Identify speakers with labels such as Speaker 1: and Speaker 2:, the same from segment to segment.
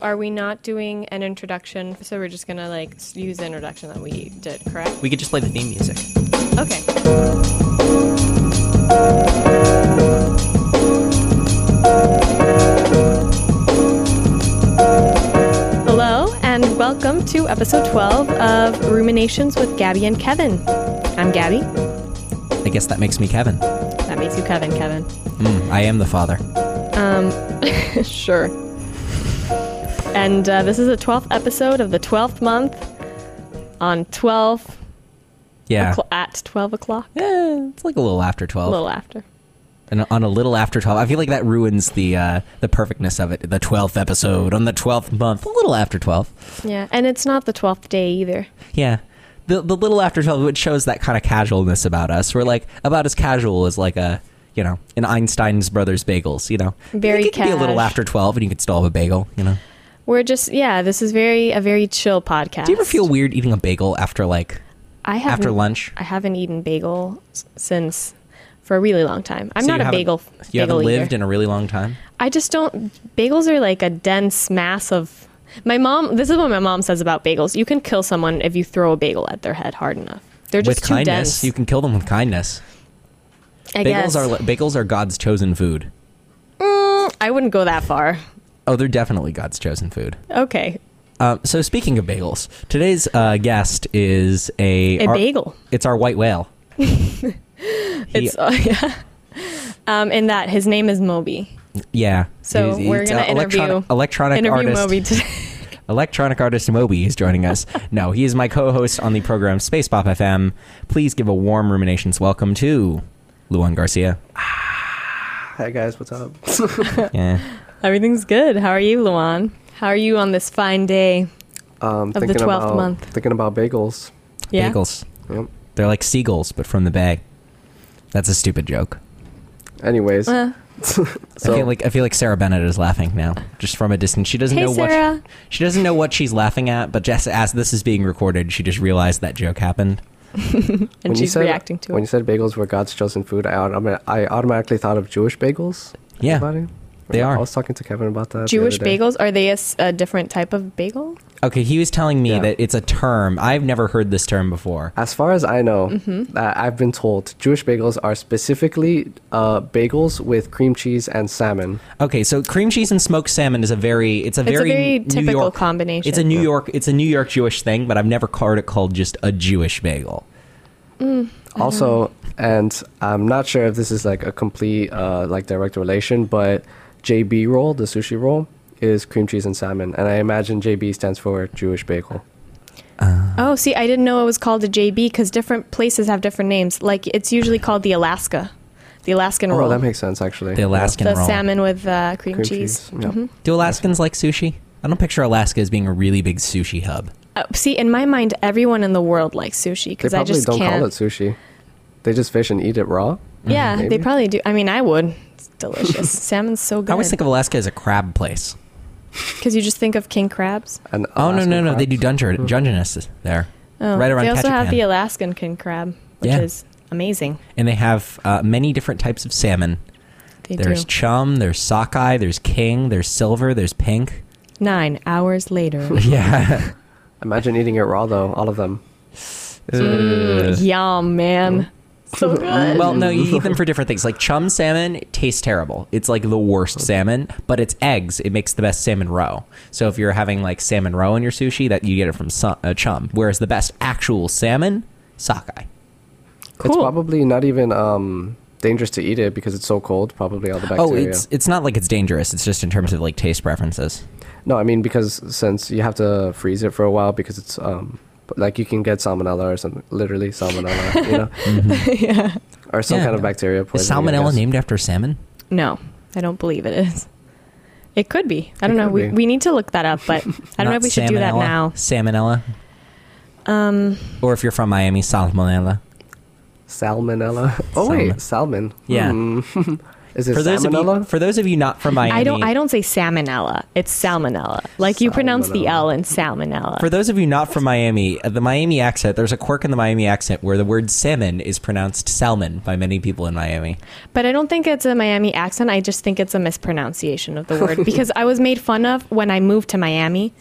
Speaker 1: Are we not doing an introduction? So we're just gonna like s- use the introduction that we did, correct?
Speaker 2: We could just play the theme music.
Speaker 1: Okay. Hello and welcome to episode 12 of Ruminations with Gabby and Kevin. I'm Gabby.
Speaker 2: I guess that makes me Kevin.
Speaker 1: That makes you Kevin, Kevin.
Speaker 2: Mm, I am the father.
Speaker 1: Um, sure. And uh, this is the 12th episode of the 12th month on 12
Speaker 2: Yeah.
Speaker 1: o'clo- at 12 o'clock,
Speaker 2: Eh, it's like a little after
Speaker 1: a
Speaker 2: 12.
Speaker 1: little after.
Speaker 2: And on a little after 12. I feel like that ruins the uh, the perfectness of it. The 12th episode on the 12th month. A little after 12.
Speaker 1: Yeah, and it's not the 12th day either.
Speaker 2: Yeah. The, the little after 12, which shows that kind of casualness about us. We're like about as casual as like a, you know, an Einstein's Brothers Bagels, you know.
Speaker 1: Very
Speaker 2: It could be a little
Speaker 1: cash.
Speaker 2: after 12 and you could still have a bagel, you know.
Speaker 1: We're just yeah, this is very a very chill podcast.
Speaker 2: Do you ever feel weird eating a bagel after like,
Speaker 1: I haven't-
Speaker 2: after lunch?
Speaker 1: I haven't eaten bagel s- since for a really long time. I'm
Speaker 2: So
Speaker 1: not
Speaker 2: you
Speaker 1: a
Speaker 2: haven't-
Speaker 1: bagel
Speaker 2: You
Speaker 1: bagel
Speaker 2: haven't lived
Speaker 1: eater.
Speaker 2: in a really long time?
Speaker 1: I just don't. Bagels are like a dense mass of. My mom. This is what my mom says about bagels. You can kill someone if you throw a bagel at their head hard enough. They're just
Speaker 2: with
Speaker 1: too
Speaker 2: kindness,
Speaker 1: dense.
Speaker 2: you can kill them with kindness.
Speaker 1: I
Speaker 2: bagels
Speaker 1: guess.
Speaker 2: are li- bagels are God's chosen food.
Speaker 1: Mm, I wouldn't go that far.
Speaker 2: Oh, they're definitely God's chosen food.
Speaker 1: Okay,
Speaker 2: Um, so speaking of bagels, today's uh, guest is a
Speaker 1: a
Speaker 2: our-
Speaker 1: bagel.
Speaker 2: It's our white whale. He-
Speaker 1: It's oh, yeah. Um, in that his name is Moby.
Speaker 2: yeah.
Speaker 1: So
Speaker 2: He's-
Speaker 1: we're
Speaker 2: he's
Speaker 1: gonna
Speaker 2: a electronic,
Speaker 1: interview-
Speaker 2: electronic
Speaker 1: Interview
Speaker 2: artist.
Speaker 1: Moby today.
Speaker 2: Electronic artist Moby is joining us. no, he is my co-host on the program Space Pop FM. Please give a warm ruminations welcome to Luan Garcia.
Speaker 3: Hi guys, what's up?
Speaker 1: Uh,
Speaker 2: Yeah.
Speaker 1: Everything's good. How are you, Luan? How are you on this fine day?
Speaker 3: Um,
Speaker 1: the 12th month.
Speaker 3: Thinking about bagels.
Speaker 2: Bagels.
Speaker 3: Yep.
Speaker 2: They're like seagulls, but from the bag. That's a stupid joke.
Speaker 3: Anyways,
Speaker 1: Uh,
Speaker 3: so
Speaker 2: I feel like I feel like Sarah Bennett is laughing now, just from a distance. She doesn't
Speaker 1: Hey,
Speaker 2: know
Speaker 1: Sarah.
Speaker 2: what she, doesn't know what she's laughing at. But just as this is being recorded, she just realized that joke happened.
Speaker 1: and she's
Speaker 3: said,
Speaker 1: reacting to
Speaker 3: when you
Speaker 1: it.
Speaker 3: said bagels were God's chosen food, I, autom- I automatically thought of Jewish bagels.
Speaker 2: Yeah,
Speaker 3: Anybody?
Speaker 2: they
Speaker 3: I
Speaker 2: are.
Speaker 3: was talking to Kevin about that. the
Speaker 1: Jewish
Speaker 3: other day.
Speaker 1: bagels are they a, s- a different type of bagel?
Speaker 2: Okay, he was telling me
Speaker 3: Yeah.
Speaker 2: that it's a term I've never heard this term before.
Speaker 3: As far as I know,
Speaker 1: Mm-hmm.
Speaker 3: uh, I've been told Jewish bagels are specifically uh, bagels with cream cheese and salmon.
Speaker 2: Okay, so cream cheese and smoked salmon is a very it's
Speaker 1: It's
Speaker 2: a
Speaker 1: a
Speaker 2: very,
Speaker 1: very
Speaker 2: New
Speaker 1: typical
Speaker 2: York-
Speaker 1: combination.
Speaker 2: It's a New York it's a New York Jewish thing, but I've never heard it called just a Jewish bagel.
Speaker 3: Also,
Speaker 1: Mm-hmm.
Speaker 3: and I'm not sure if this is like a complete uh, like direct relation, but JB roll, the sushi roll, is cream cheese and salmon, and I imagine JB stands for Jewish bagel.
Speaker 1: Oh, see, I didn't know it was called a JB because different places have different names. Like it's usually called the Alaska, the Alaskan
Speaker 3: Oh,
Speaker 1: roll,
Speaker 3: that makes sense actually.
Speaker 2: The Alaskan
Speaker 1: the
Speaker 2: roll.
Speaker 1: salmon with uh, cream,
Speaker 3: Yeah. cream
Speaker 1: cheese.
Speaker 3: cheese. Yeah.
Speaker 2: Do Alaskans like sushi? I don't picture Alaska as being a really big sushi hub.
Speaker 1: Uh, see, in my mind, everyone in the world likes sushi
Speaker 3: They
Speaker 1: because I
Speaker 3: probably
Speaker 1: just
Speaker 3: don't
Speaker 1: can't.
Speaker 3: call it sushi. They just fish and eat it raw.
Speaker 1: yeah,
Speaker 2: Mm-hmm.
Speaker 3: Mhm.
Speaker 1: they
Speaker 3: Maybe.
Speaker 1: probably do. I mean, I would. It's delicious. Salmon's so
Speaker 2: I
Speaker 1: good
Speaker 2: always think of Alaska as a crab place.
Speaker 1: because you just think of king crabs.
Speaker 3: And
Speaker 2: Oh no
Speaker 3: Alaskan
Speaker 2: no no! They do
Speaker 3: crabs.
Speaker 2: dungeon dungeness there,
Speaker 1: Oh,
Speaker 2: right around
Speaker 1: They also have
Speaker 2: Ketchikan.
Speaker 1: the Alaskan king crab, which
Speaker 2: Yeah.
Speaker 1: is amazing.
Speaker 2: and they have uh, many different types of salmon.
Speaker 1: They
Speaker 2: there's
Speaker 1: do.
Speaker 2: chum, there's sockeye, there's king, there's silver, there's pink.
Speaker 1: Nine hours later.
Speaker 2: Yeah,
Speaker 3: Imagine eating it raw though, all of them.
Speaker 1: Mm, yum, man. So good.
Speaker 2: Well, no, you eat them for different things. Like chum salmon it tastes terrible. It's like the worst salmon, but it's eggs. It makes the best salmon roe. So if you're having like salmon roe in your sushi, that you get it from su- uh, chum. Whereas the best actual salmon, sockeye.
Speaker 1: cool.
Speaker 3: It's probably not even um, dangerous to eat it because it's so cold. Probably all the bacteria.
Speaker 2: Oh, it's it's not like it's dangerous. It's just in terms of like taste preferences.
Speaker 3: No, I mean because since you have to freeze it for a while because it's um like you can get salmonella or something, literally salmonella, you know,
Speaker 1: yeah.
Speaker 3: or
Speaker 2: Mm-hmm.
Speaker 3: some
Speaker 2: Yeah.
Speaker 3: kind of bacteria poison.
Speaker 2: Is
Speaker 3: I
Speaker 2: salmonella
Speaker 3: guess.
Speaker 2: named after salmon?
Speaker 1: No, I don't believe it is. It could be. I don't
Speaker 3: It
Speaker 1: know.
Speaker 3: could
Speaker 1: We,
Speaker 3: be.
Speaker 1: we need to look that up, but I don't know
Speaker 2: Not
Speaker 1: if we should do that
Speaker 2: salmonella?
Speaker 1: now.
Speaker 2: Salmonella.
Speaker 1: Um,
Speaker 2: Or if you're from Miami, salmonella.
Speaker 3: Salmonella. Oh wait, salmon.
Speaker 2: Yeah.
Speaker 3: Hmm. Is it
Speaker 2: For those, of you,
Speaker 3: salmonella?
Speaker 2: for those of you not from Miami,
Speaker 1: I don't. I don't say salmonella. It's salmonella. Like you pronounce the
Speaker 3: Salmonella.
Speaker 1: L in salmonella.
Speaker 2: For those of you not from Miami, uh, the Miami accent, there's a quirk in the Miami accent where the word salmon is pronounced salmon by many people in Miami.
Speaker 1: But I don't think it's a Miami accent. I just think it's a mispronunciation of the word because I was made fun of when I moved to Miami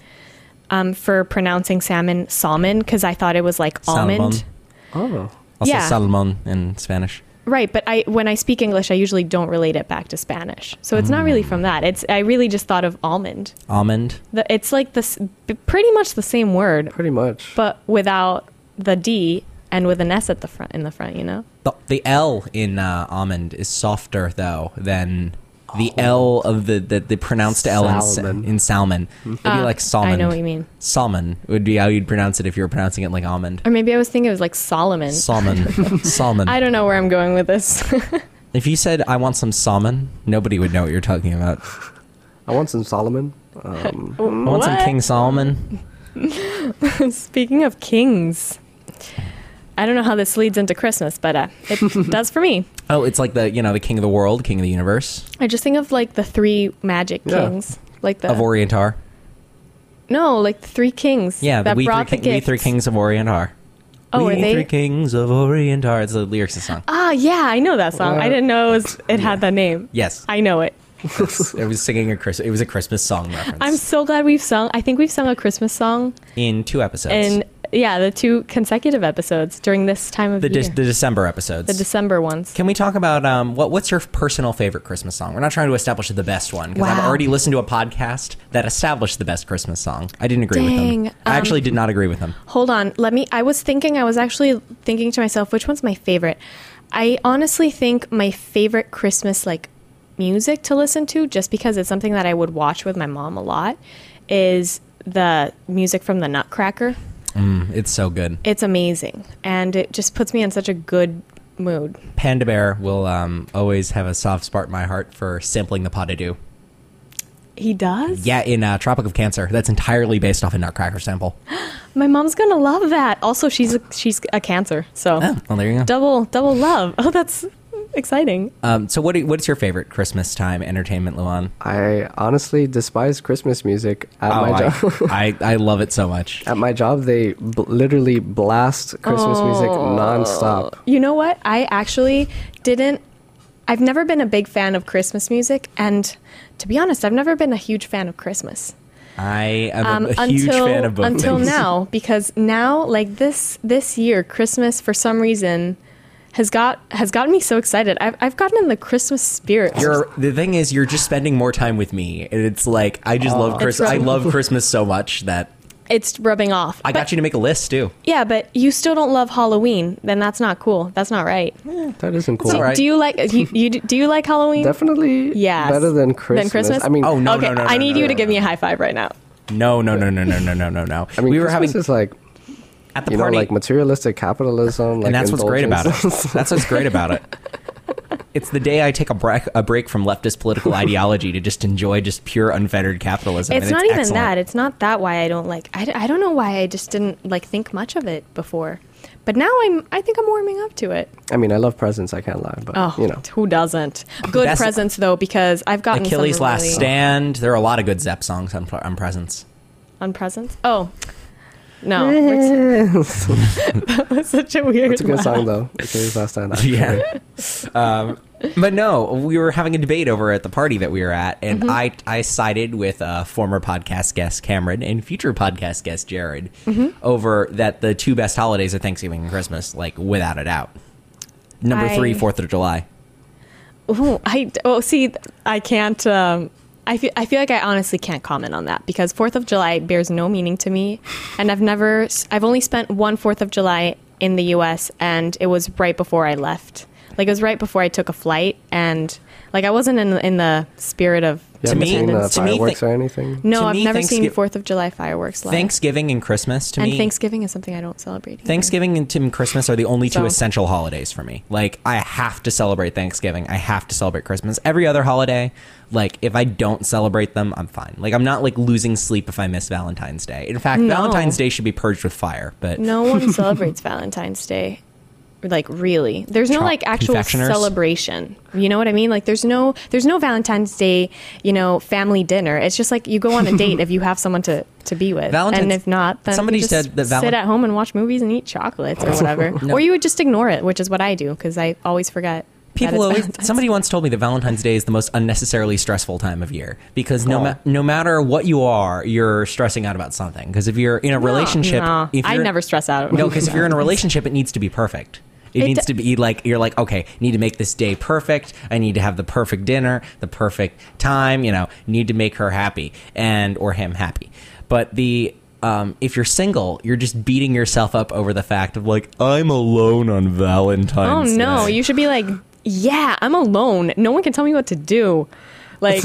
Speaker 1: um, for pronouncing salmon salmon because I thought it was like almond.
Speaker 2: Salmon.
Speaker 3: oh,
Speaker 2: Also
Speaker 1: Yeah.
Speaker 2: salmon in Spanish.
Speaker 1: Right, but I when I speak English, I usually don't relate it back to Spanish. So it's not really
Speaker 2: Mm.
Speaker 1: from that. It's I really just thought of almond.
Speaker 2: Almond.
Speaker 1: The, it's like this pretty much the same word,
Speaker 3: pretty much.
Speaker 1: but without the D and with an S at the front in the front, you know?
Speaker 2: The, the L in uh, almond is softer though than the L of the the, the pronounced L in, sa-
Speaker 3: Salmon.
Speaker 2: in salmon. It'd be
Speaker 1: Uh,
Speaker 2: like salmon.
Speaker 1: I know what you mean.
Speaker 2: Salmon would be how you'd pronounce it if you were pronouncing it like almond.
Speaker 1: Or maybe I was thinking it was like Solomon.
Speaker 2: Salmon. salmon.
Speaker 1: I don't know where I'm going with this.
Speaker 2: If you said I want some salmon, nobody would know what you're talking about.
Speaker 3: I want some Solomon. Um,
Speaker 2: I want some
Speaker 1: What?
Speaker 2: King Solomon.
Speaker 1: Speaking of kings, I don't know how this leads into Christmas, but uh, it does for me.
Speaker 2: Oh, it's like the you know the king of the world, king of the universe
Speaker 1: I just think of like the three magic
Speaker 3: Yeah.
Speaker 1: kings, like the
Speaker 2: of Orientar.
Speaker 1: no, like the three kings.
Speaker 2: Yeah,
Speaker 1: that
Speaker 2: the we three,
Speaker 1: brought
Speaker 2: king,
Speaker 1: the
Speaker 2: we
Speaker 1: gift.
Speaker 2: three kings of Orientar.
Speaker 1: Oh,
Speaker 2: we
Speaker 1: are they-
Speaker 2: three kings of Orientar. It's the lyrics of the song.
Speaker 1: Ah, yeah, I know that song. I
Speaker 3: Well,
Speaker 1: didn't know it, was, it had that name.
Speaker 2: Yes,
Speaker 1: I know it.
Speaker 2: it was singing a Chris. It was a Christmas song reference.
Speaker 1: I'm so glad we've sung. I think we've sung a Christmas song
Speaker 2: in two episodes.
Speaker 1: in yeah the two consecutive episodes during this time of
Speaker 2: the,
Speaker 1: year,
Speaker 2: de- the December episodes.
Speaker 1: the December ones.
Speaker 2: Can we talk about um, what what's your personal favorite Christmas song? We're not trying to establish the best one because I've
Speaker 1: Wow.
Speaker 2: already listened to a podcast that established the best Christmas song. I didn't agree
Speaker 1: Dang,
Speaker 2: with them. I
Speaker 1: um,
Speaker 2: actually did not agree with them.
Speaker 1: Hold on. Let me. I was thinking, I was actually thinking to myself, which one's my favorite? I honestly think my favorite Christmas, like, music to listen to, just because it's something that I would watch with my mom a lot, is the music from the Nutcracker.
Speaker 2: Mm, It's so good.
Speaker 1: It's amazing. And it just puts me in such a good mood.
Speaker 2: Panda Bear will um, always have a soft spot in my heart for sampling the pot de deux.
Speaker 1: He does?
Speaker 2: Yeah, in uh, Tropic of Cancer, that's entirely based off a Nutcracker sample.
Speaker 1: My mom's going to love that. Also, she's a, she's a cancer. So,
Speaker 2: Oh, well, there you go.
Speaker 1: double, double love. Oh, that's exciting.
Speaker 2: Um, so, what do- what's your favorite Christmas time entertainment, Luan?
Speaker 3: I honestly despise Christmas music at
Speaker 2: Oh,
Speaker 3: my job.
Speaker 2: I, I I love it so much.
Speaker 3: At my job, they b- literally blast Christmas music nonstop.
Speaker 1: You know what? I actually didn't. I've never been a big fan of Christmas music, and to be honest, I've never been a huge fan of Christmas
Speaker 2: I am a-
Speaker 1: um,
Speaker 2: a, huge fan of both
Speaker 1: until
Speaker 2: things.
Speaker 1: now. Because now, like this this year, Christmas for some reason has got has gotten me so excited. I've I've gotten in the Christmas spirit.
Speaker 2: You're, the thing is, you're just spending more time with me, and it's like I just love Chris.
Speaker 1: Oh. It's
Speaker 2: I
Speaker 1: rough.
Speaker 2: love Christmas so much that
Speaker 1: it's rubbing off.
Speaker 2: I got you to make a list too.
Speaker 1: yeah, but you still don't love Halloween. Then that's not cool. That's not right.
Speaker 3: That isn't cool.
Speaker 1: Do,
Speaker 2: alright.
Speaker 1: do you like you, you do you like Halloween?
Speaker 3: Definitely
Speaker 1: Yes.
Speaker 3: better than Christmas. I mean,
Speaker 2: Oh, no.
Speaker 1: okay, I
Speaker 2: no,
Speaker 1: need
Speaker 2: no,
Speaker 1: you
Speaker 2: no,
Speaker 1: to give
Speaker 2: no.
Speaker 1: me a high five right now.
Speaker 2: No, no, no, no, no, no, no, no, no.
Speaker 3: I mean,
Speaker 2: we were
Speaker 3: Christmas
Speaker 2: having
Speaker 3: is like
Speaker 2: at the
Speaker 3: you know,
Speaker 2: party,
Speaker 3: like materialistic capitalism, like
Speaker 2: and that's what's great about it.
Speaker 3: indulgence.
Speaker 2: That's what's great about it. It's the day I take a break, a break from leftist political ideology to just enjoy just pure unfettered capitalism.
Speaker 1: It's
Speaker 2: and
Speaker 1: not even
Speaker 2: excellent.
Speaker 1: that. It's not that why I don't like. I, I don't know why I just didn't like think much of it before, but now I'm. I think I'm warming up to it.
Speaker 3: I mean, I love presents. I can't lie, but
Speaker 1: Oh,
Speaker 3: you know,
Speaker 1: who doesn't? Good
Speaker 2: That's-
Speaker 1: presents though, because I've gotten some
Speaker 2: Achilles' Last
Speaker 1: really-
Speaker 2: Stand. There are a lot of good Zepp songs on, on Presents.
Speaker 1: on presents. Oh, no, We're- that was such a weird.
Speaker 3: it's a good
Speaker 1: laugh.
Speaker 3: song though. Achilles' Last Stand. actually.
Speaker 2: Yeah. um, but no, we were having a debate over at the party that we were at, and
Speaker 1: Mm-hmm.
Speaker 2: I I sided with uh, former podcast guest Cameron and future podcast guest Jared
Speaker 1: Mm-hmm.
Speaker 2: over that the two best holidays are Thanksgiving and Christmas, like without a doubt. Number
Speaker 1: I-
Speaker 2: three, Fourth of July.
Speaker 1: Ooh, I oh see, I can't. Um, I feel I feel like I honestly can't comment on that because Fourth of July bears no meaning to me, and I've never I've only spent one Fourth of July in the U.S. and it was right before I left. Like it was right before I took a flight, and like I wasn't in in the spirit of.
Speaker 3: You
Speaker 2: To
Speaker 3: haven't
Speaker 2: me- uh,
Speaker 3: seen the
Speaker 2: to me, thi-
Speaker 3: uh, fireworks or anything.
Speaker 1: No,
Speaker 2: to
Speaker 1: I've
Speaker 2: me,
Speaker 1: never seen
Speaker 2: Thanksgiv-
Speaker 1: Fourth of July fireworks live.
Speaker 2: Thanksgiving and Christmas to
Speaker 1: and
Speaker 2: me.
Speaker 1: Thanksgiving is something I don't celebrate. either.
Speaker 2: Thanksgiving and Tim Christmas are the only two
Speaker 1: So-
Speaker 2: essential holidays for me. Like I have to celebrate Thanksgiving. I have to celebrate Christmas. Every other holiday, like if I don't celebrate them, I'm fine. Like I'm not like losing sleep if I miss Valentine's Day. In fact,
Speaker 1: No.
Speaker 2: Valentine's Day should be purged with fire. But
Speaker 1: No one celebrates Valentine's Day. like really there's no
Speaker 2: Cho-
Speaker 1: like actual
Speaker 2: confectioners?
Speaker 1: celebration you know what i mean like there's no there's no valentine's day you know family dinner it's just like you go on a date if you have someone to to be with
Speaker 2: Valentine's-
Speaker 1: and if not then
Speaker 2: somebody
Speaker 1: you just
Speaker 2: said that valen-
Speaker 1: sit at home and watch movies and eat chocolates or whatever
Speaker 2: No.
Speaker 1: or you would just ignore it which is what i do because i always forget that
Speaker 2: People
Speaker 1: it's
Speaker 2: always.
Speaker 1: Valentine's.
Speaker 2: Somebody once told me that Valentine's Day is the most unnecessarily stressful time of year because no, ma- no matter what you are, you're stressing out about something. Because if you're in a relationship,
Speaker 1: no,
Speaker 2: if
Speaker 1: i
Speaker 2: you're-
Speaker 1: never stress out
Speaker 2: No, because if you're in a relationship, it needs to be perfect. It,
Speaker 1: It
Speaker 2: needs
Speaker 1: d-
Speaker 2: to be like you're like okay, need to make this day perfect. I need to have the perfect dinner, the perfect time. You know, need to make her happy and or him happy. But the um, if you're single, you're just beating yourself up over the fact of like I'm alone on
Speaker 1: Oh
Speaker 2: Valentine's.
Speaker 1: no,
Speaker 2: Day."
Speaker 1: you should be like, yeah, I'm alone. No one can tell me what to do. Like,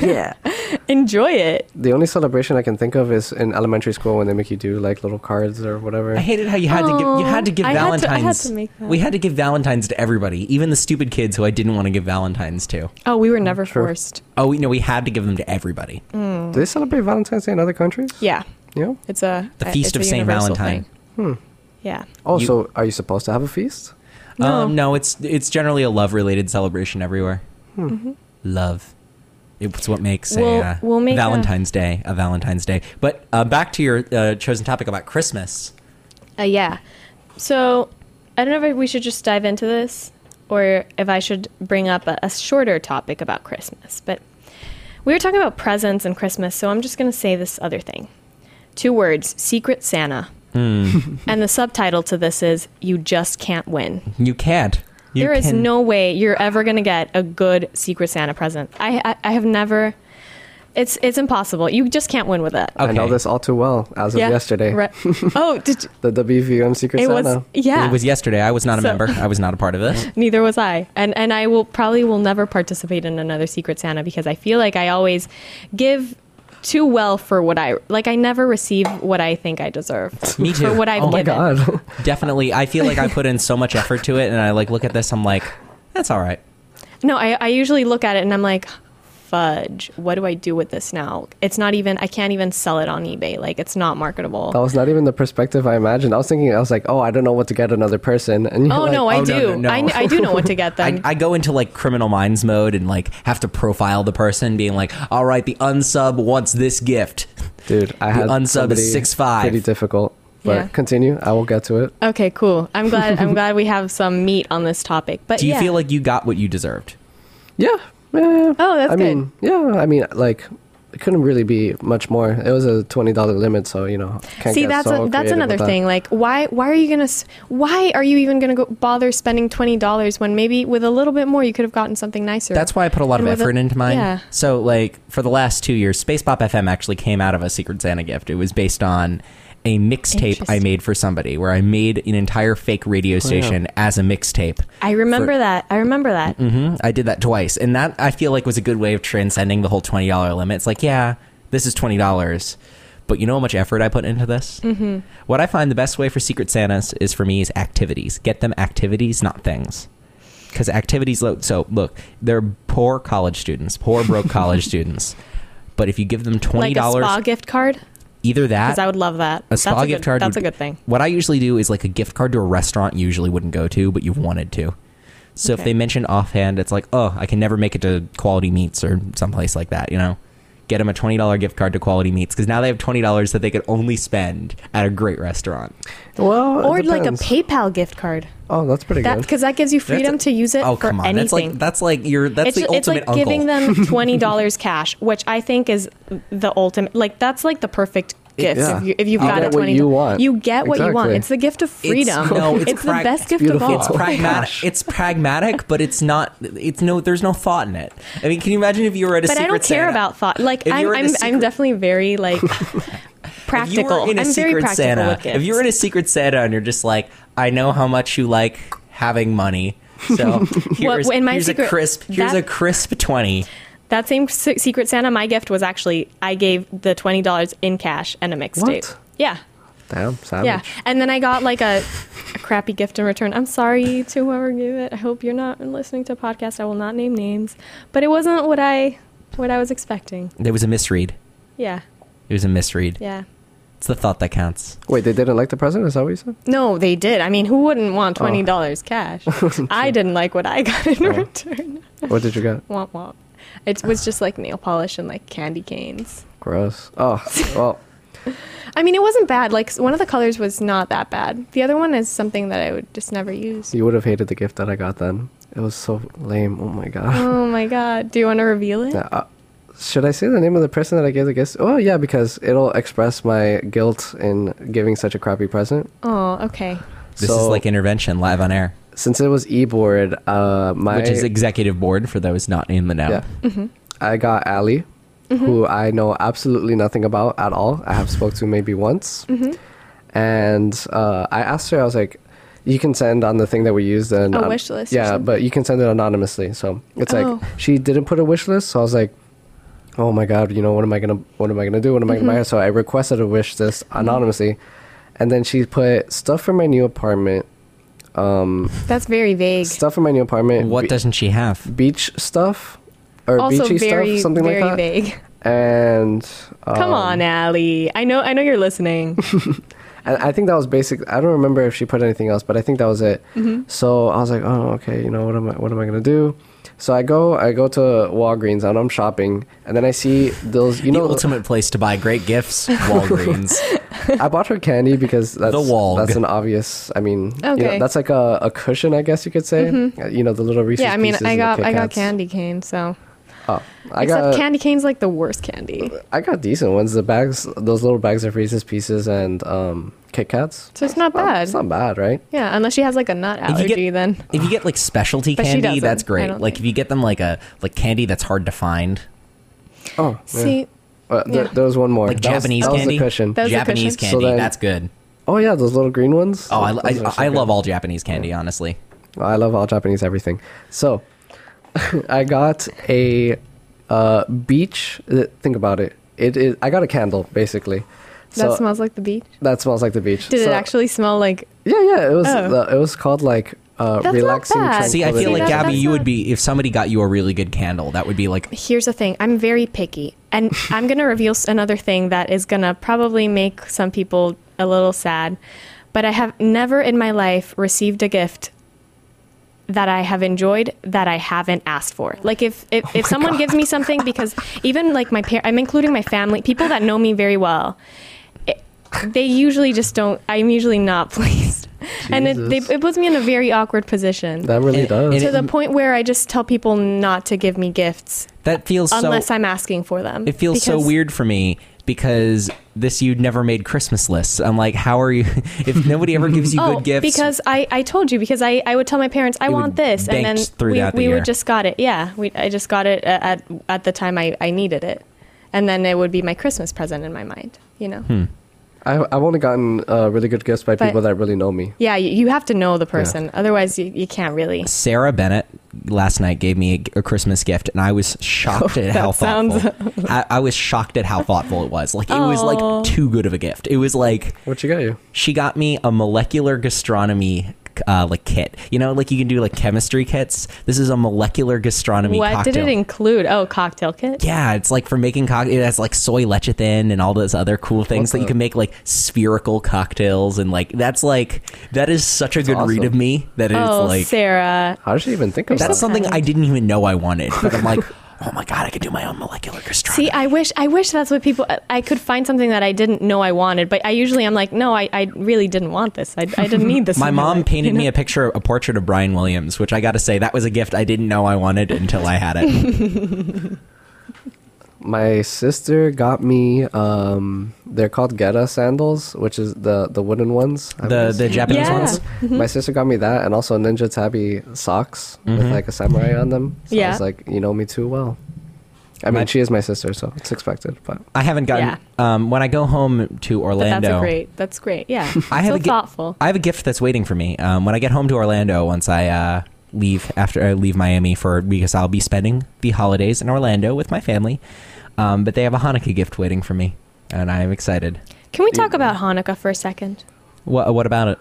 Speaker 4: Yeah.
Speaker 1: enjoy it.
Speaker 3: The only celebration I can think of is in elementary school when they make you do like little cards or whatever.
Speaker 2: I hated how you had to give you had to give
Speaker 1: Aw, Oh, I had
Speaker 2: Valentine's.
Speaker 1: to- I had to make that.
Speaker 2: We had to give Valentines to everybody, even the stupid kids who I didn't want to give Valentines to.
Speaker 1: Oh, we were never forced.
Speaker 2: Oh we- no, we had to give them to everybody.
Speaker 1: Mm,
Speaker 3: Do they celebrate Valentine's Day in other countries?
Speaker 1: Yeah,
Speaker 3: Yeah.
Speaker 1: it's a
Speaker 2: The
Speaker 1: uh,
Speaker 2: Feast
Speaker 1: it's
Speaker 2: of
Speaker 1: a
Speaker 2: Saint
Speaker 1: universal
Speaker 2: Valentine.
Speaker 1: thing. Yeah.
Speaker 3: Also, Oh, are you supposed to have a feast?
Speaker 1: No.
Speaker 2: Um, no, it's it's generally a love related celebration everywhere. Love. It's what makes
Speaker 1: Mm-hmm. We'll-
Speaker 2: a uh,
Speaker 1: we'll make a-
Speaker 2: Valentine's Day a Valentine's Day. But uh, back to your uh, chosen topic about Christmas.
Speaker 1: Uh, yeah. So I don't know if we should just dive into this or if I should bring up a, a shorter topic about Christmas. But we were talking about presents and Christmas, so I'm just going to say this other thing. Two words Secret Santa.
Speaker 2: Hmm.
Speaker 1: and the subtitle to this is You Just Can't Win.
Speaker 2: You can't. You
Speaker 1: There is
Speaker 2: can-
Speaker 1: no way you're ever going to get a good Secret Santa present. I, I, I have never. It's, it's impossible. You just can't win with it.
Speaker 2: Okay.
Speaker 3: I know this all too well as of
Speaker 1: Yeah.
Speaker 3: yesterday.
Speaker 1: Right. Oh, did you,
Speaker 3: The WVM Secret
Speaker 1: it
Speaker 3: Santa.
Speaker 1: was yeah.
Speaker 2: It was yesterday. I was not a
Speaker 1: So-
Speaker 2: member. I was not a part of this.
Speaker 1: Neither was I. And and I will probably will never participate in another Secret Santa because I feel like I always give too well for what I like I never receive what I think I deserve.
Speaker 2: Me too.
Speaker 1: For what I've
Speaker 2: Oh my
Speaker 1: given.
Speaker 3: God.
Speaker 2: Definitely. I feel like I put in so much effort to it, and I like look at this. I'm like, that's all right.
Speaker 1: No, I, I usually look at it and I'm like, fudge, what do I do with this now? It's not even I can't even sell it on eBay. Like it's not marketable.
Speaker 3: that
Speaker 2: Oh,
Speaker 3: was not even the perspective I imagined. I was thinking, I was like, oh, I don't know what to get another person. And you're
Speaker 1: Oh
Speaker 3: like,
Speaker 1: no, I
Speaker 2: oh, no,
Speaker 1: do.
Speaker 2: no, no.
Speaker 1: I, kn- I do know what to get
Speaker 2: I,
Speaker 1: them.
Speaker 2: I go into like criminal minds mode and like have to profile the person, being like, all right, the unsub wants this gift.
Speaker 3: Dude, I
Speaker 2: The
Speaker 3: had
Speaker 2: unsub is
Speaker 3: somebody
Speaker 2: 6'5".
Speaker 3: Pretty difficult. But
Speaker 1: Yeah.
Speaker 3: continue. I will get to it.
Speaker 1: okay, cool. I'm glad I'm glad we have some meat on this topic. But
Speaker 2: Do you
Speaker 1: yeah.
Speaker 2: feel like you got what you deserved?
Speaker 3: Yeah. yeah.
Speaker 1: Oh, that's
Speaker 3: I mean, yeah. I mean, like, it couldn't really be much more. It was a twenty dollar limit, so you know. Can't
Speaker 1: See,
Speaker 3: get
Speaker 1: that's
Speaker 3: so
Speaker 1: a, that's
Speaker 3: creative
Speaker 1: another
Speaker 3: with that.
Speaker 1: thing. Like, why why are you gonna s- why are you even gonna go bother spending twenty dollars when maybe with a little bit more you could have gotten something nicer?
Speaker 2: That's why I put a lot
Speaker 1: And
Speaker 2: of
Speaker 1: with a-
Speaker 2: effort into mine.
Speaker 1: Yeah.
Speaker 2: So like for the last two years, Space Pop FM actually came out of a Secret Santa gift. It was based on a mixtape I
Speaker 1: Interesting.
Speaker 2: made for somebody where I made an entire fake radio station as a mixtape.
Speaker 1: I remember that. I remember that.
Speaker 2: hmm I did that twice, and that I feel like was a good way of transcending the whole twenty dollar limit. It's like, yeah, this is twenty dollars, but you know how much effort I put into this. Mm-hmm. What I find the best way for Secret Santas is for me is activities. Get them activities, not things. Because activities, lo- so look, they're poor college students, poor broke college students. But if you give them twenty
Speaker 1: Like a
Speaker 2: dollars,
Speaker 1: spa gift card,
Speaker 2: either that
Speaker 1: because I would love that.
Speaker 2: a spa
Speaker 1: that's a
Speaker 2: gift
Speaker 1: good,
Speaker 2: card.
Speaker 1: That's
Speaker 2: would-
Speaker 1: a good thing.
Speaker 2: What I usually do is like a gift card to a restaurant you usually wouldn't go to, but you've wanted to. So if
Speaker 1: Okay.
Speaker 2: they mention offhand, it's like, oh, I can never make it to Quality Meats or someplace like that, you know? Get them a $20 gift card to Quality Meats because now they have $20 that they could only spend at a great restaurant.
Speaker 3: Well, it
Speaker 1: Or like a
Speaker 3: depends.
Speaker 1: PayPal gift card.
Speaker 3: Oh, that's pretty
Speaker 1: That
Speaker 3: good.
Speaker 1: because that gives you freedom
Speaker 2: That's-
Speaker 1: to use it
Speaker 2: oh,
Speaker 1: for
Speaker 2: come on. That's
Speaker 1: anything.
Speaker 2: like, that's like your, that's
Speaker 1: it's,
Speaker 2: the
Speaker 1: ju- it's
Speaker 2: ultimate
Speaker 1: like giving
Speaker 2: uncle.
Speaker 1: them twenty dollars cash, which I think is the ultimate. Like that's like the perfect gift.
Speaker 3: yeah.
Speaker 1: If, you, if you've
Speaker 3: You
Speaker 1: got
Speaker 3: get
Speaker 1: it
Speaker 3: what
Speaker 1: twenty,
Speaker 3: you want.
Speaker 1: you get what you want.
Speaker 3: Exactly.
Speaker 1: It's the gift of
Speaker 2: It's-
Speaker 1: freedom.
Speaker 2: no, it's
Speaker 1: the
Speaker 2: prag-
Speaker 1: best gift
Speaker 3: beautiful.
Speaker 1: of
Speaker 2: It's
Speaker 1: all.
Speaker 3: Oh my
Speaker 2: pragmatic.
Speaker 3: gosh.
Speaker 2: It's pragmatic, but it's not. It's no. There's no thought in it. I mean, can you imagine if you were at a
Speaker 1: but
Speaker 2: Secret
Speaker 1: I don't care
Speaker 2: Santa?
Speaker 1: about thought. Like
Speaker 2: If
Speaker 1: I'm,
Speaker 2: you were in a
Speaker 1: I'm, I'm
Speaker 2: secret-
Speaker 1: definitely very like
Speaker 2: If you were
Speaker 1: practical.
Speaker 2: in a
Speaker 1: I'm very
Speaker 2: Secret
Speaker 1: practical
Speaker 2: Santa,
Speaker 1: with gifts.
Speaker 2: If you're in a Secret Santa and you're just like, I know how much you like having money. So here's,
Speaker 1: in my
Speaker 2: here's a
Speaker 1: secret-
Speaker 2: crisp here's a
Speaker 1: that-
Speaker 2: crisp twenty.
Speaker 1: that same se- Secret Santa, my gift was actually I gave the twenty dollars in cash and a mixtape.
Speaker 3: What?
Speaker 1: Yeah,
Speaker 3: Damn, savage.
Speaker 1: yeah, and then I got like a, a crappy gift in return. I'm sorry to whoever gave it. I hope you're not listening to a podcast. I will not name names, but it wasn't what I what I was expecting.
Speaker 2: There was a misread.
Speaker 1: Yeah,
Speaker 2: It was a misread.
Speaker 1: yeah.
Speaker 2: It's the thought that counts.
Speaker 3: Wait, they didn't like the president? Is that what you said?
Speaker 1: No, they did. I mean, who wouldn't want twenty dollars cash? I didn't like what I got in return.
Speaker 3: What did you get?
Speaker 1: Oh. Womp womp. It was just like nail polish and like candy canes.
Speaker 3: Gross. Oh, well,
Speaker 1: I mean, it wasn't bad. Like s- one of the colors was not that bad. The other one is something that I would just never use.
Speaker 3: you would have hated the gift that I got then. It was so lame. Oh my god.
Speaker 1: Oh my god! Do you want to reveal it?
Speaker 3: Yeah, uh, should I say the name of the person that I gave the gift? Oh yeah, because it'll express my guilt in giving such a crappy present.
Speaker 1: Oh, okay.
Speaker 2: This is
Speaker 3: So-
Speaker 2: like intervention live on air,
Speaker 3: Since it was e-board, uh, my
Speaker 2: which is executive board for those not in the know.
Speaker 3: Yeah.
Speaker 1: Mm-hmm.
Speaker 3: I got Ali, who I know absolutely nothing about at all. I have spoke to maybe once,
Speaker 1: Mm-hmm.
Speaker 3: and uh, I asked her. I was like, "You can send on the thing that we used and
Speaker 1: A wish list or
Speaker 3: Yeah,
Speaker 1: something.
Speaker 3: but you can send it anonymously. So it's
Speaker 1: Oh.
Speaker 3: like she didn't put a wish list. So I was like. Oh my god! You know what am I gonna what am I gonna do? What am I gonna
Speaker 1: Mm-hmm.
Speaker 3: buy? So I requested a wish list anonymously, and then she put stuff for my new apartment,
Speaker 1: That's very vague.
Speaker 3: stuff for my new apartment,
Speaker 2: What
Speaker 3: be-
Speaker 2: doesn't she have?
Speaker 3: beach stuff or
Speaker 1: also,
Speaker 3: beachy
Speaker 1: very
Speaker 3: stuff, something
Speaker 1: very
Speaker 3: like that.
Speaker 1: vague.
Speaker 3: and um,
Speaker 1: Come on, Allie. I know. I know you're listening.
Speaker 3: and I think that was basic. I don't remember if she put anything else, but I think that was it.
Speaker 1: Mm-hmm.
Speaker 3: So I was like, oh, okay, you know what am I what am I gonna do? So I go I go to Walgreens and I'm shopping, and then I see those. You
Speaker 2: The
Speaker 3: know,
Speaker 2: ultimate place to buy great gifts, Walgreens.
Speaker 3: I bought her candy because that's
Speaker 2: Walg.
Speaker 3: that's an obvious. I mean, you know,
Speaker 1: Okay. Mm-hmm.
Speaker 3: that's like a, a cushion, I guess you could say. Uh, You know, the little Reese's
Speaker 1: yeah, I mean,
Speaker 3: Pieces
Speaker 1: I
Speaker 3: and the
Speaker 1: got
Speaker 3: Kit
Speaker 1: I got
Speaker 3: Kats.
Speaker 1: candy cane. So
Speaker 3: Oh, I
Speaker 1: except
Speaker 3: got
Speaker 1: candy cane's like the worst candy.
Speaker 3: I got decent ones. The bags, those little bags of Reese's Pieces and um, Kit Kats.
Speaker 1: So it's not bad.
Speaker 3: It's not bad, right?
Speaker 1: Yeah, unless she has like a nut
Speaker 2: If you get-
Speaker 1: allergy, then
Speaker 2: If you get like specialty
Speaker 1: But she
Speaker 2: candy,
Speaker 1: doesn't,
Speaker 2: that's
Speaker 1: I
Speaker 2: great.
Speaker 1: don't
Speaker 2: Like
Speaker 1: think.
Speaker 2: if you get them like a like candy that's hard to find,
Speaker 3: Oh, yeah.
Speaker 1: see.
Speaker 3: Uh, th-
Speaker 1: Yeah.
Speaker 3: There was one more.
Speaker 2: like
Speaker 3: That was-
Speaker 2: Japanese
Speaker 3: that was the
Speaker 2: candy,
Speaker 3: cushion.
Speaker 1: That was the
Speaker 2: Japanese
Speaker 1: cushion.
Speaker 3: So
Speaker 2: candy,
Speaker 3: then-
Speaker 2: that's good.
Speaker 3: oh yeah, those little green ones.
Speaker 2: Oh, I,
Speaker 3: Those are
Speaker 2: I,
Speaker 3: so
Speaker 2: I
Speaker 3: good.
Speaker 2: love all Japanese candy, honestly.
Speaker 3: I love all Japanese everything. So, I got a uh, beach. th- Think about it. It is. I got a candle basically.
Speaker 1: That
Speaker 3: So-
Speaker 1: smells like the beach.
Speaker 3: That smells like the beach.
Speaker 1: Did
Speaker 3: So-
Speaker 1: it actually smell like?
Speaker 3: Yeah, yeah. It was.
Speaker 1: Oh.
Speaker 3: the- it was called like uh,
Speaker 1: That's not
Speaker 3: relaxing.
Speaker 1: bad.
Speaker 2: See, I
Speaker 3: tranquility.
Speaker 2: feel like
Speaker 1: that-
Speaker 2: Gabby,
Speaker 1: that's
Speaker 2: you
Speaker 1: not-
Speaker 2: would be if somebody got you a really good candle, that would be like
Speaker 1: Here's the thing. I'm very picky, and I'm gonna reveal s- another thing that is gonna probably make some people a little sad. But I have never in my life received a gift that I have enjoyed that I haven't asked for. Like if if,
Speaker 3: Oh
Speaker 1: if someone gives me something because even like my parents, I'm including my family, people that know me very well. it- They usually just don't. I'm usually not pleased, and it, they,
Speaker 3: Jesus.
Speaker 1: it puts me in a very awkward position.
Speaker 3: that really
Speaker 2: And-
Speaker 3: does.
Speaker 2: and
Speaker 1: to
Speaker 2: it-
Speaker 1: the point where I just tell people not to give me gifts
Speaker 2: that feels
Speaker 1: unless
Speaker 2: so.
Speaker 1: I'm asking for them.
Speaker 2: It feels so
Speaker 1: Because
Speaker 2: weird for me because this you never made Christmas lists. I'm like, how are you? If nobody ever gives you
Speaker 1: Oh,
Speaker 2: good gifts,
Speaker 1: because I, I told you because I, I would tell my parents I
Speaker 2: You would
Speaker 1: want this and
Speaker 2: bank
Speaker 1: then
Speaker 2: just
Speaker 1: we,
Speaker 2: throughout the
Speaker 1: we
Speaker 2: year.
Speaker 1: would just got it yeah we I just got it a- at at the time I, I needed it and then it would be my Christmas present in my mind you know
Speaker 2: Hmm.
Speaker 3: I, I've only gotten uh, really good gifts by
Speaker 1: But-
Speaker 3: people that really know me.
Speaker 1: yeah you, you have to know the person otherwise you, you can't really
Speaker 2: Sarah Bennett last night gave me a, a Christmas gift, and I was shocked at how thoughtful. I, I was shocked at how thoughtful it was. Like it was
Speaker 1: Aw.
Speaker 2: like too good of a gift. It was like
Speaker 3: What you got you?
Speaker 2: she got me a molecular gastronomy. Uh, like kit, you know, like you can do like chemistry kits. This is a molecular gastronomy.
Speaker 1: what
Speaker 2: cocktail.
Speaker 1: did it include oh cocktail kit
Speaker 2: Yeah, it's like for making cocktails. It has like soy lecithin and all those other cool things that you
Speaker 3: the-
Speaker 2: can make like spherical cocktails and like that's like that is such a good read
Speaker 3: awesome.
Speaker 2: of me that
Speaker 1: oh
Speaker 2: it's like
Speaker 1: Sarah
Speaker 3: How did she even think of that?
Speaker 2: that's something
Speaker 1: kind.
Speaker 2: I didn't even know I wanted. But I'm like, oh my god, I could do my own molecular gastronomy.
Speaker 1: See, I wish I wish that's what people. I- I could find something that I didn't know I wanted, but I usually I'm like, no, I, I really didn't want this. I, I didn't need this.
Speaker 2: my
Speaker 1: in
Speaker 2: mom
Speaker 1: life,
Speaker 2: painted
Speaker 1: you know?
Speaker 2: me a picture, a portrait of Brian Williams, which I got to say that was a gift I didn't know I wanted until I had it.
Speaker 3: My sister got me. Um, they're called geta sandals, which is the the wooden ones.
Speaker 2: the
Speaker 3: I guess.
Speaker 2: the Japanese
Speaker 1: Yeah. Mm-hmm.
Speaker 2: ones.
Speaker 3: My sister got me that, and also Ninja Tabby socks
Speaker 2: Mm-hmm.
Speaker 3: with like a samurai on them. So I
Speaker 1: Yeah.
Speaker 3: was like, you know me too well. I mean,
Speaker 2: My-
Speaker 3: she is my sister, so it's expected. But
Speaker 2: I haven't gotten.
Speaker 1: Yeah.
Speaker 2: Um, when I go home to
Speaker 1: But
Speaker 2: Orlando,
Speaker 1: that's a great. That's great. Yeah,
Speaker 2: I have
Speaker 1: so
Speaker 2: a gi-
Speaker 1: thoughtful.
Speaker 2: I have a gift that's waiting for me. Um, when I get home to Orlando, once I uh, leave after I leave Miami for because I'll be spending the holidays in Orlando with my family. Um, but they have a Hanukkah gift waiting for me, and I am excited.
Speaker 1: Can we talk about Hanukkah for a second?
Speaker 2: What What about it?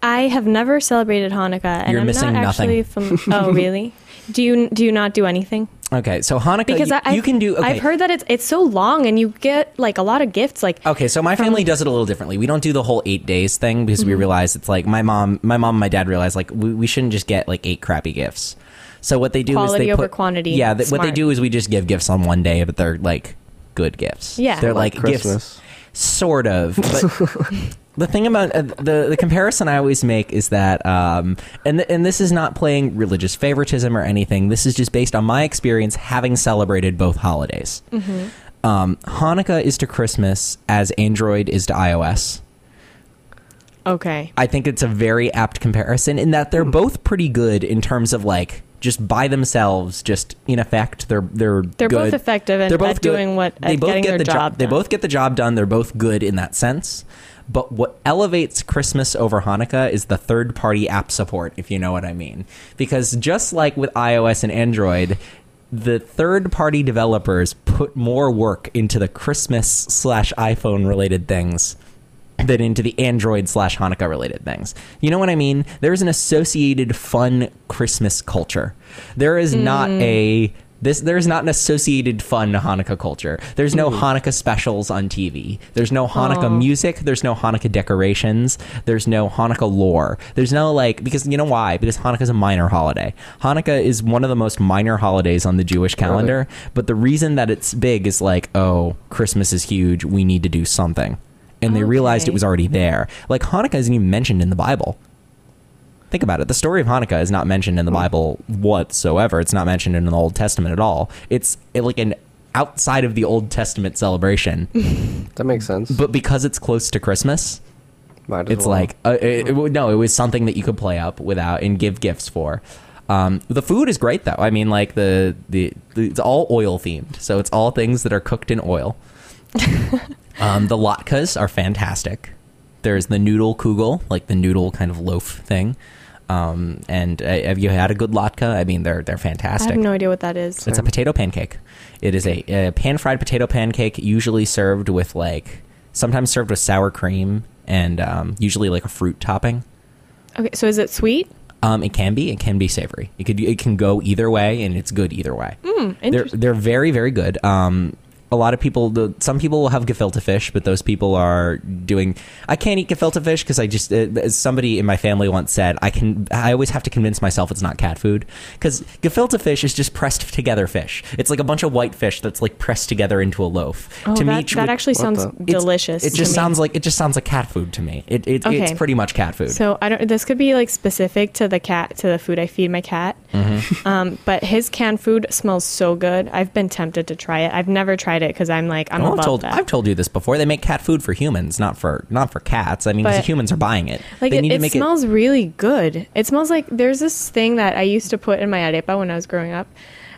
Speaker 1: I have never celebrated Hanukkah, and
Speaker 2: You're
Speaker 1: I'm
Speaker 2: missing
Speaker 1: not
Speaker 2: nothing.
Speaker 1: actually from. Oh, really? Do you do you not do anything?
Speaker 2: Okay, so Hanukkah
Speaker 1: because
Speaker 2: Uh, you,
Speaker 1: I,
Speaker 2: you can do. Okay.
Speaker 1: I've heard that it's it's so long and you get like a lot of gifts. Like
Speaker 2: Okay, so my family does it a little differently. We don't do the whole eight days thing because we
Speaker 1: Mm-hmm.
Speaker 2: realize it's like my mom, my mom, and my dad realized like we, we shouldn't just get like eight crappy gifts. So what they do is
Speaker 1: Quality
Speaker 2: they
Speaker 1: over
Speaker 2: put
Speaker 1: quantity.
Speaker 2: Yeah, th- what
Speaker 1: Smart.
Speaker 2: they do is we just give gifts on one day, but they're like good gifts.
Speaker 1: Yeah.
Speaker 2: they're like,
Speaker 3: Like
Speaker 2: gifts,
Speaker 3: Christmas.
Speaker 2: sort of. But the thing about uh, the the comparison I always make is that, um, and th- and this is not playing religious favoritism or anything. This is just based on my experience having celebrated both holidays. Um, Hanukkah is to Christmas as Android is to iOS. Oh.
Speaker 1: okay, Hmm.
Speaker 2: I think it's a very apt comparison in that they're both pretty good in terms of like just by themselves, just in effect, they're they're
Speaker 1: They're both
Speaker 2: good.
Speaker 1: effective at- at
Speaker 2: good.
Speaker 1: doing what-
Speaker 2: they
Speaker 1: at
Speaker 2: both
Speaker 1: getting
Speaker 2: get
Speaker 1: their
Speaker 2: the jo-
Speaker 1: job
Speaker 2: They
Speaker 1: done.
Speaker 2: both get the job done. They're both good in that sense. But what elevates Christmas over Hanukkah is the third party app support, if you know what I mean. Because just like with iOS and Android, the third party developers put more work into the Christmas slash iPhone related things than into the Android slash Hanukkah related things. You know what I mean? There's an associated fun Christmas culture. There is not a this there's not an associated fun Hanukkah culture. There's no Hanukkah specials on TV. There's no Hanukkah
Speaker 1: Aw.
Speaker 2: music. There's no Hanukkah decorations. There's no Hanukkah lore. There's no like because you know why? Because Hanukkah is a minor holiday. Hanukkah is one of the most minor holidays on the Jewish calendar. But the reason that it's big is like, oh, Christmas is huge. We need to do something. And they realized it
Speaker 1: Okay.
Speaker 2: was already there. Like Hanukkah isn't even mentioned in the Bible. Think about it. The story of Hanukkah is not mentioned in the Bible whatsoever. It's not mentioned in the Old Testament at all. It's uh, like an outside of the Old Testament celebration.
Speaker 3: That makes sense.
Speaker 2: but because it's close to Christmas,
Speaker 3: Might as
Speaker 2: it's
Speaker 3: well.
Speaker 2: like uh, it, it, would- no, it was something that you could play up without and give gifts for. Um, the food is great though. I mean, like the, the the it's all oil themed, so it's all things that are cooked in oil. um, the latkes are fantastic. There's the noodle kugel, like the noodle kind of loaf thing. Um, and uh, have you had a good latke? I mean, they're they're
Speaker 1: I
Speaker 2: fantastic.
Speaker 1: have no idea what that is.
Speaker 2: It's a potato pancake. It is a, a pan fried potato pancake, usually served with like sometimes served with sour cream and um, usually like a fruit topping.
Speaker 1: Okay, so is it sweet?
Speaker 2: Um, it can be. It can be savory. It could. It can go either way, and it's good either way. they're
Speaker 1: Hmm, interesting.
Speaker 2: they're very very good. Um, a lot of people. The, some people will have gefilte fish, but those people are doing. I can't eat gefilte fish because I just. Uh, as somebody in my family once said, I can. I always have to convince myself it's not cat food because gefilte fish is just pressed together fish. It's like a bunch of white fish that's like pressed together into a loaf.
Speaker 1: Oh,
Speaker 2: to
Speaker 1: that,
Speaker 2: me,
Speaker 1: that
Speaker 2: with-
Speaker 1: actually
Speaker 3: What
Speaker 1: sounds
Speaker 3: the- It's-
Speaker 1: delicious.
Speaker 2: It just
Speaker 1: to me.
Speaker 2: sounds like it just sounds like cat food to me. It, it
Speaker 1: Okay.
Speaker 2: it's pretty much cat food.
Speaker 1: So I don't. This could be like specific to the cat, to the food I feed my cat. Um, but his canned food smells so good. I've been tempted to try it. I've never tried it because I'm like I'm
Speaker 2: Well,
Speaker 1: above
Speaker 2: Oh, I've told
Speaker 1: that.
Speaker 2: I've told you this before. They make cat food for humans, not for not for cats. I mean, 'cause
Speaker 1: But-
Speaker 2: humans are buying it.
Speaker 1: like
Speaker 2: they
Speaker 1: it,
Speaker 2: need to
Speaker 1: it
Speaker 2: make
Speaker 1: smells really good. It smells like there's this thing that I used to put in my arepa when I was growing up,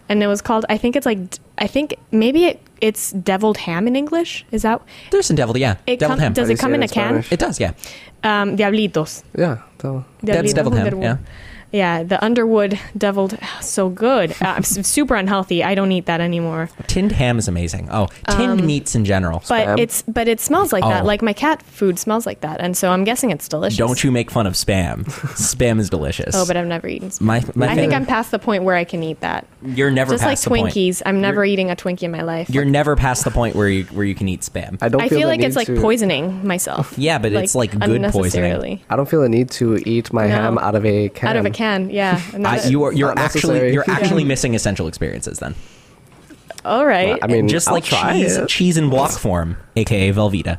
Speaker 1: and it was called. I think it's like d- I think maybe it, it's deviled ham in English. Is that
Speaker 2: it. There's some devil, yeah.
Speaker 1: it?
Speaker 2: deviled
Speaker 1: come-
Speaker 2: ham.
Speaker 1: Does
Speaker 3: How do
Speaker 1: it
Speaker 3: you
Speaker 1: come
Speaker 3: say
Speaker 1: in
Speaker 3: it
Speaker 1: a
Speaker 3: in
Speaker 1: can?
Speaker 3: Spanish?
Speaker 2: it does, yeah.
Speaker 1: Um, diablitos.
Speaker 3: yeah, that-
Speaker 2: That's
Speaker 1: Diablitos
Speaker 2: deviled ham,
Speaker 1: Underwood.
Speaker 2: yeah.
Speaker 1: Yeah, the Underwood deviled, so good. Uh, I'm s- super unhealthy. I don't eat that anymore.
Speaker 2: Tinned ham is amazing. Oh, tinned meats in general.
Speaker 1: Um, But
Speaker 3: Spam?
Speaker 1: it's but it smells like that.
Speaker 2: Oh.
Speaker 1: Like my cat food smells like that, and so I'm guessing it's delicious.
Speaker 2: Don't you make fun of spam? spam is delicious.
Speaker 1: Oh, but I've never eaten. Spam.
Speaker 2: my, my
Speaker 1: I think
Speaker 2: fam-
Speaker 1: I'm past the point where I can eat that.
Speaker 2: You're never
Speaker 1: Just like
Speaker 2: past the point.
Speaker 1: Twinkies, I'm never eating a Twinkie in my life.
Speaker 2: You're never past the point where you where you can eat spam.
Speaker 3: I don't.
Speaker 1: I
Speaker 3: feel,
Speaker 1: feel
Speaker 3: the
Speaker 1: like it's
Speaker 3: need
Speaker 1: like
Speaker 3: to-
Speaker 1: poisoning myself.
Speaker 2: Yeah, but it's, like, good poisoning.
Speaker 1: unnecessarily.
Speaker 3: I don't feel a need to eat my
Speaker 1: No.
Speaker 3: ham out of a can.
Speaker 1: Out of a can, yeah.
Speaker 2: I,
Speaker 1: Not a-
Speaker 2: you are you're
Speaker 3: not
Speaker 2: actually
Speaker 3: necessary.
Speaker 2: you're
Speaker 3: Yeah.
Speaker 2: actually missing essential experiences then.
Speaker 1: all right.
Speaker 3: I mean,
Speaker 2: Just
Speaker 3: I'll
Speaker 2: like
Speaker 3: try
Speaker 2: cheese
Speaker 3: it.
Speaker 2: cheese in block form, aka Velveeta.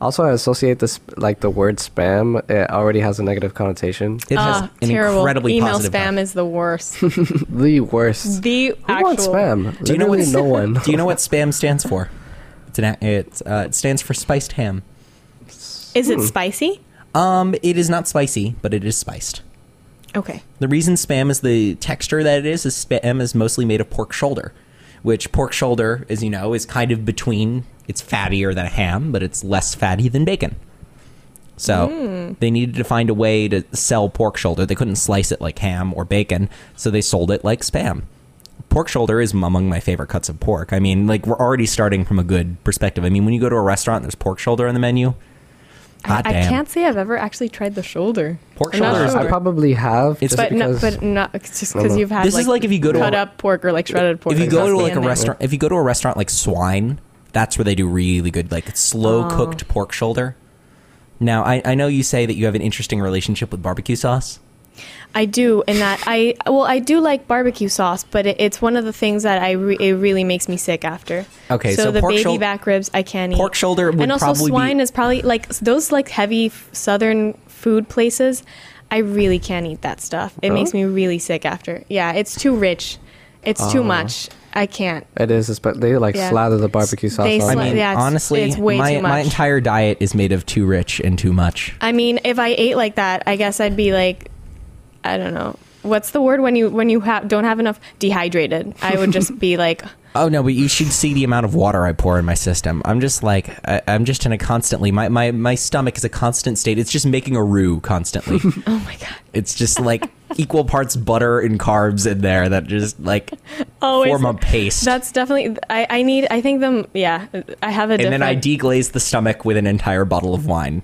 Speaker 3: Also, I associate this like the word spam. It already has a negative connotation.
Speaker 2: It has
Speaker 1: Ah,
Speaker 2: an
Speaker 1: terrible.
Speaker 2: incredibly
Speaker 1: Email
Speaker 2: positive
Speaker 1: spam
Speaker 2: vibe.
Speaker 1: is the worst.
Speaker 3: the worst.
Speaker 1: the
Speaker 3: Who
Speaker 1: actual
Speaker 3: wants spam?
Speaker 2: Do you know what-
Speaker 3: Literally no one?
Speaker 2: Do you know what spam stands for? It's an, it's, uh, it stands for spiced ham.
Speaker 1: Is
Speaker 2: Hmm.
Speaker 1: it spicy?
Speaker 2: Um, it is not spicy, but it is spiced.
Speaker 1: Okay.
Speaker 2: The reason spam is the texture that it is is spam is mostly made of pork shoulder, which pork shoulder, as you know, is kind of between. It's fattier than a ham, but it's less fatty than bacon. So
Speaker 1: Mm.
Speaker 2: they needed to find a way to sell pork shoulder. They couldn't slice it like ham or bacon, so they sold it like spam. Pork shoulder is among my favorite cuts of pork. I mean, like we're already starting from a good perspective. I mean, when you go to a restaurant, and there's pork shoulder on the menu.
Speaker 1: I,
Speaker 2: Hot
Speaker 1: I
Speaker 2: Ah, damn.
Speaker 1: can't say I've ever actually tried the shoulder.
Speaker 2: Pork
Speaker 1: I'm not
Speaker 2: shoulder is
Speaker 1: sure.
Speaker 3: I probably have.
Speaker 2: It's-
Speaker 3: just
Speaker 1: but no,
Speaker 3: because
Speaker 1: but not just
Speaker 3: don't
Speaker 1: because
Speaker 3: know.
Speaker 1: you've had
Speaker 2: This
Speaker 1: like,
Speaker 2: is like if you go to
Speaker 1: cut
Speaker 2: a-
Speaker 1: up pork or like shredded pork.
Speaker 2: if you
Speaker 1: like,
Speaker 2: go to
Speaker 1: that's
Speaker 2: like a
Speaker 1: in there.
Speaker 2: restaurant, if you go to a restaurant like Swine, that's where they do really good like
Speaker 1: Oh.
Speaker 2: slow cooked pork shoulder. Now I, I know you say that you have an interesting relationship with barbecue sauce.
Speaker 1: I do, in that I well, I do like barbecue sauce, but it, it's one of the things that I re, it really makes me sick after.
Speaker 2: Okay, so
Speaker 1: the
Speaker 2: pork
Speaker 1: baby
Speaker 2: shoul-
Speaker 1: back ribs I can't eat.
Speaker 2: Pork shoulder would
Speaker 1: and also
Speaker 2: probably be-
Speaker 1: swine is probably like s- those like heavy f- southern food places. I really can't eat that stuff. It
Speaker 3: Really?
Speaker 1: makes me really sick after. Yeah, it's too rich. It's
Speaker 2: Uh-huh.
Speaker 1: too much. I can't.
Speaker 3: it is, but they like
Speaker 1: Yeah.
Speaker 3: slather the barbecue sauce.
Speaker 1: They
Speaker 3: on
Speaker 1: sla-
Speaker 2: I
Speaker 3: it.
Speaker 2: mean,
Speaker 1: yeah, it's-
Speaker 2: honestly,
Speaker 1: it's way
Speaker 2: my
Speaker 1: too
Speaker 2: my
Speaker 1: much.
Speaker 2: entire diet is made of too rich and too much.
Speaker 1: I mean, if I ate like that, I guess I'd be like, I don't know. What's the word when you when you ha- don't have enough dehydrated? I would just be like,
Speaker 2: Oh no, but you should see the amount of water I pour in my system. I'm just like I, I'm just in a constantly my, my my stomach is a constant state. It's just making a roux constantly.
Speaker 1: oh my god,
Speaker 2: it's just like equal parts butter and carbs in there that just like
Speaker 1: oh,
Speaker 2: form a paste.
Speaker 1: that's definitely. I, I need. I think them. Yeah, I have a.
Speaker 2: and
Speaker 1: different,
Speaker 2: then I deglaze the stomach with an entire bottle of wine.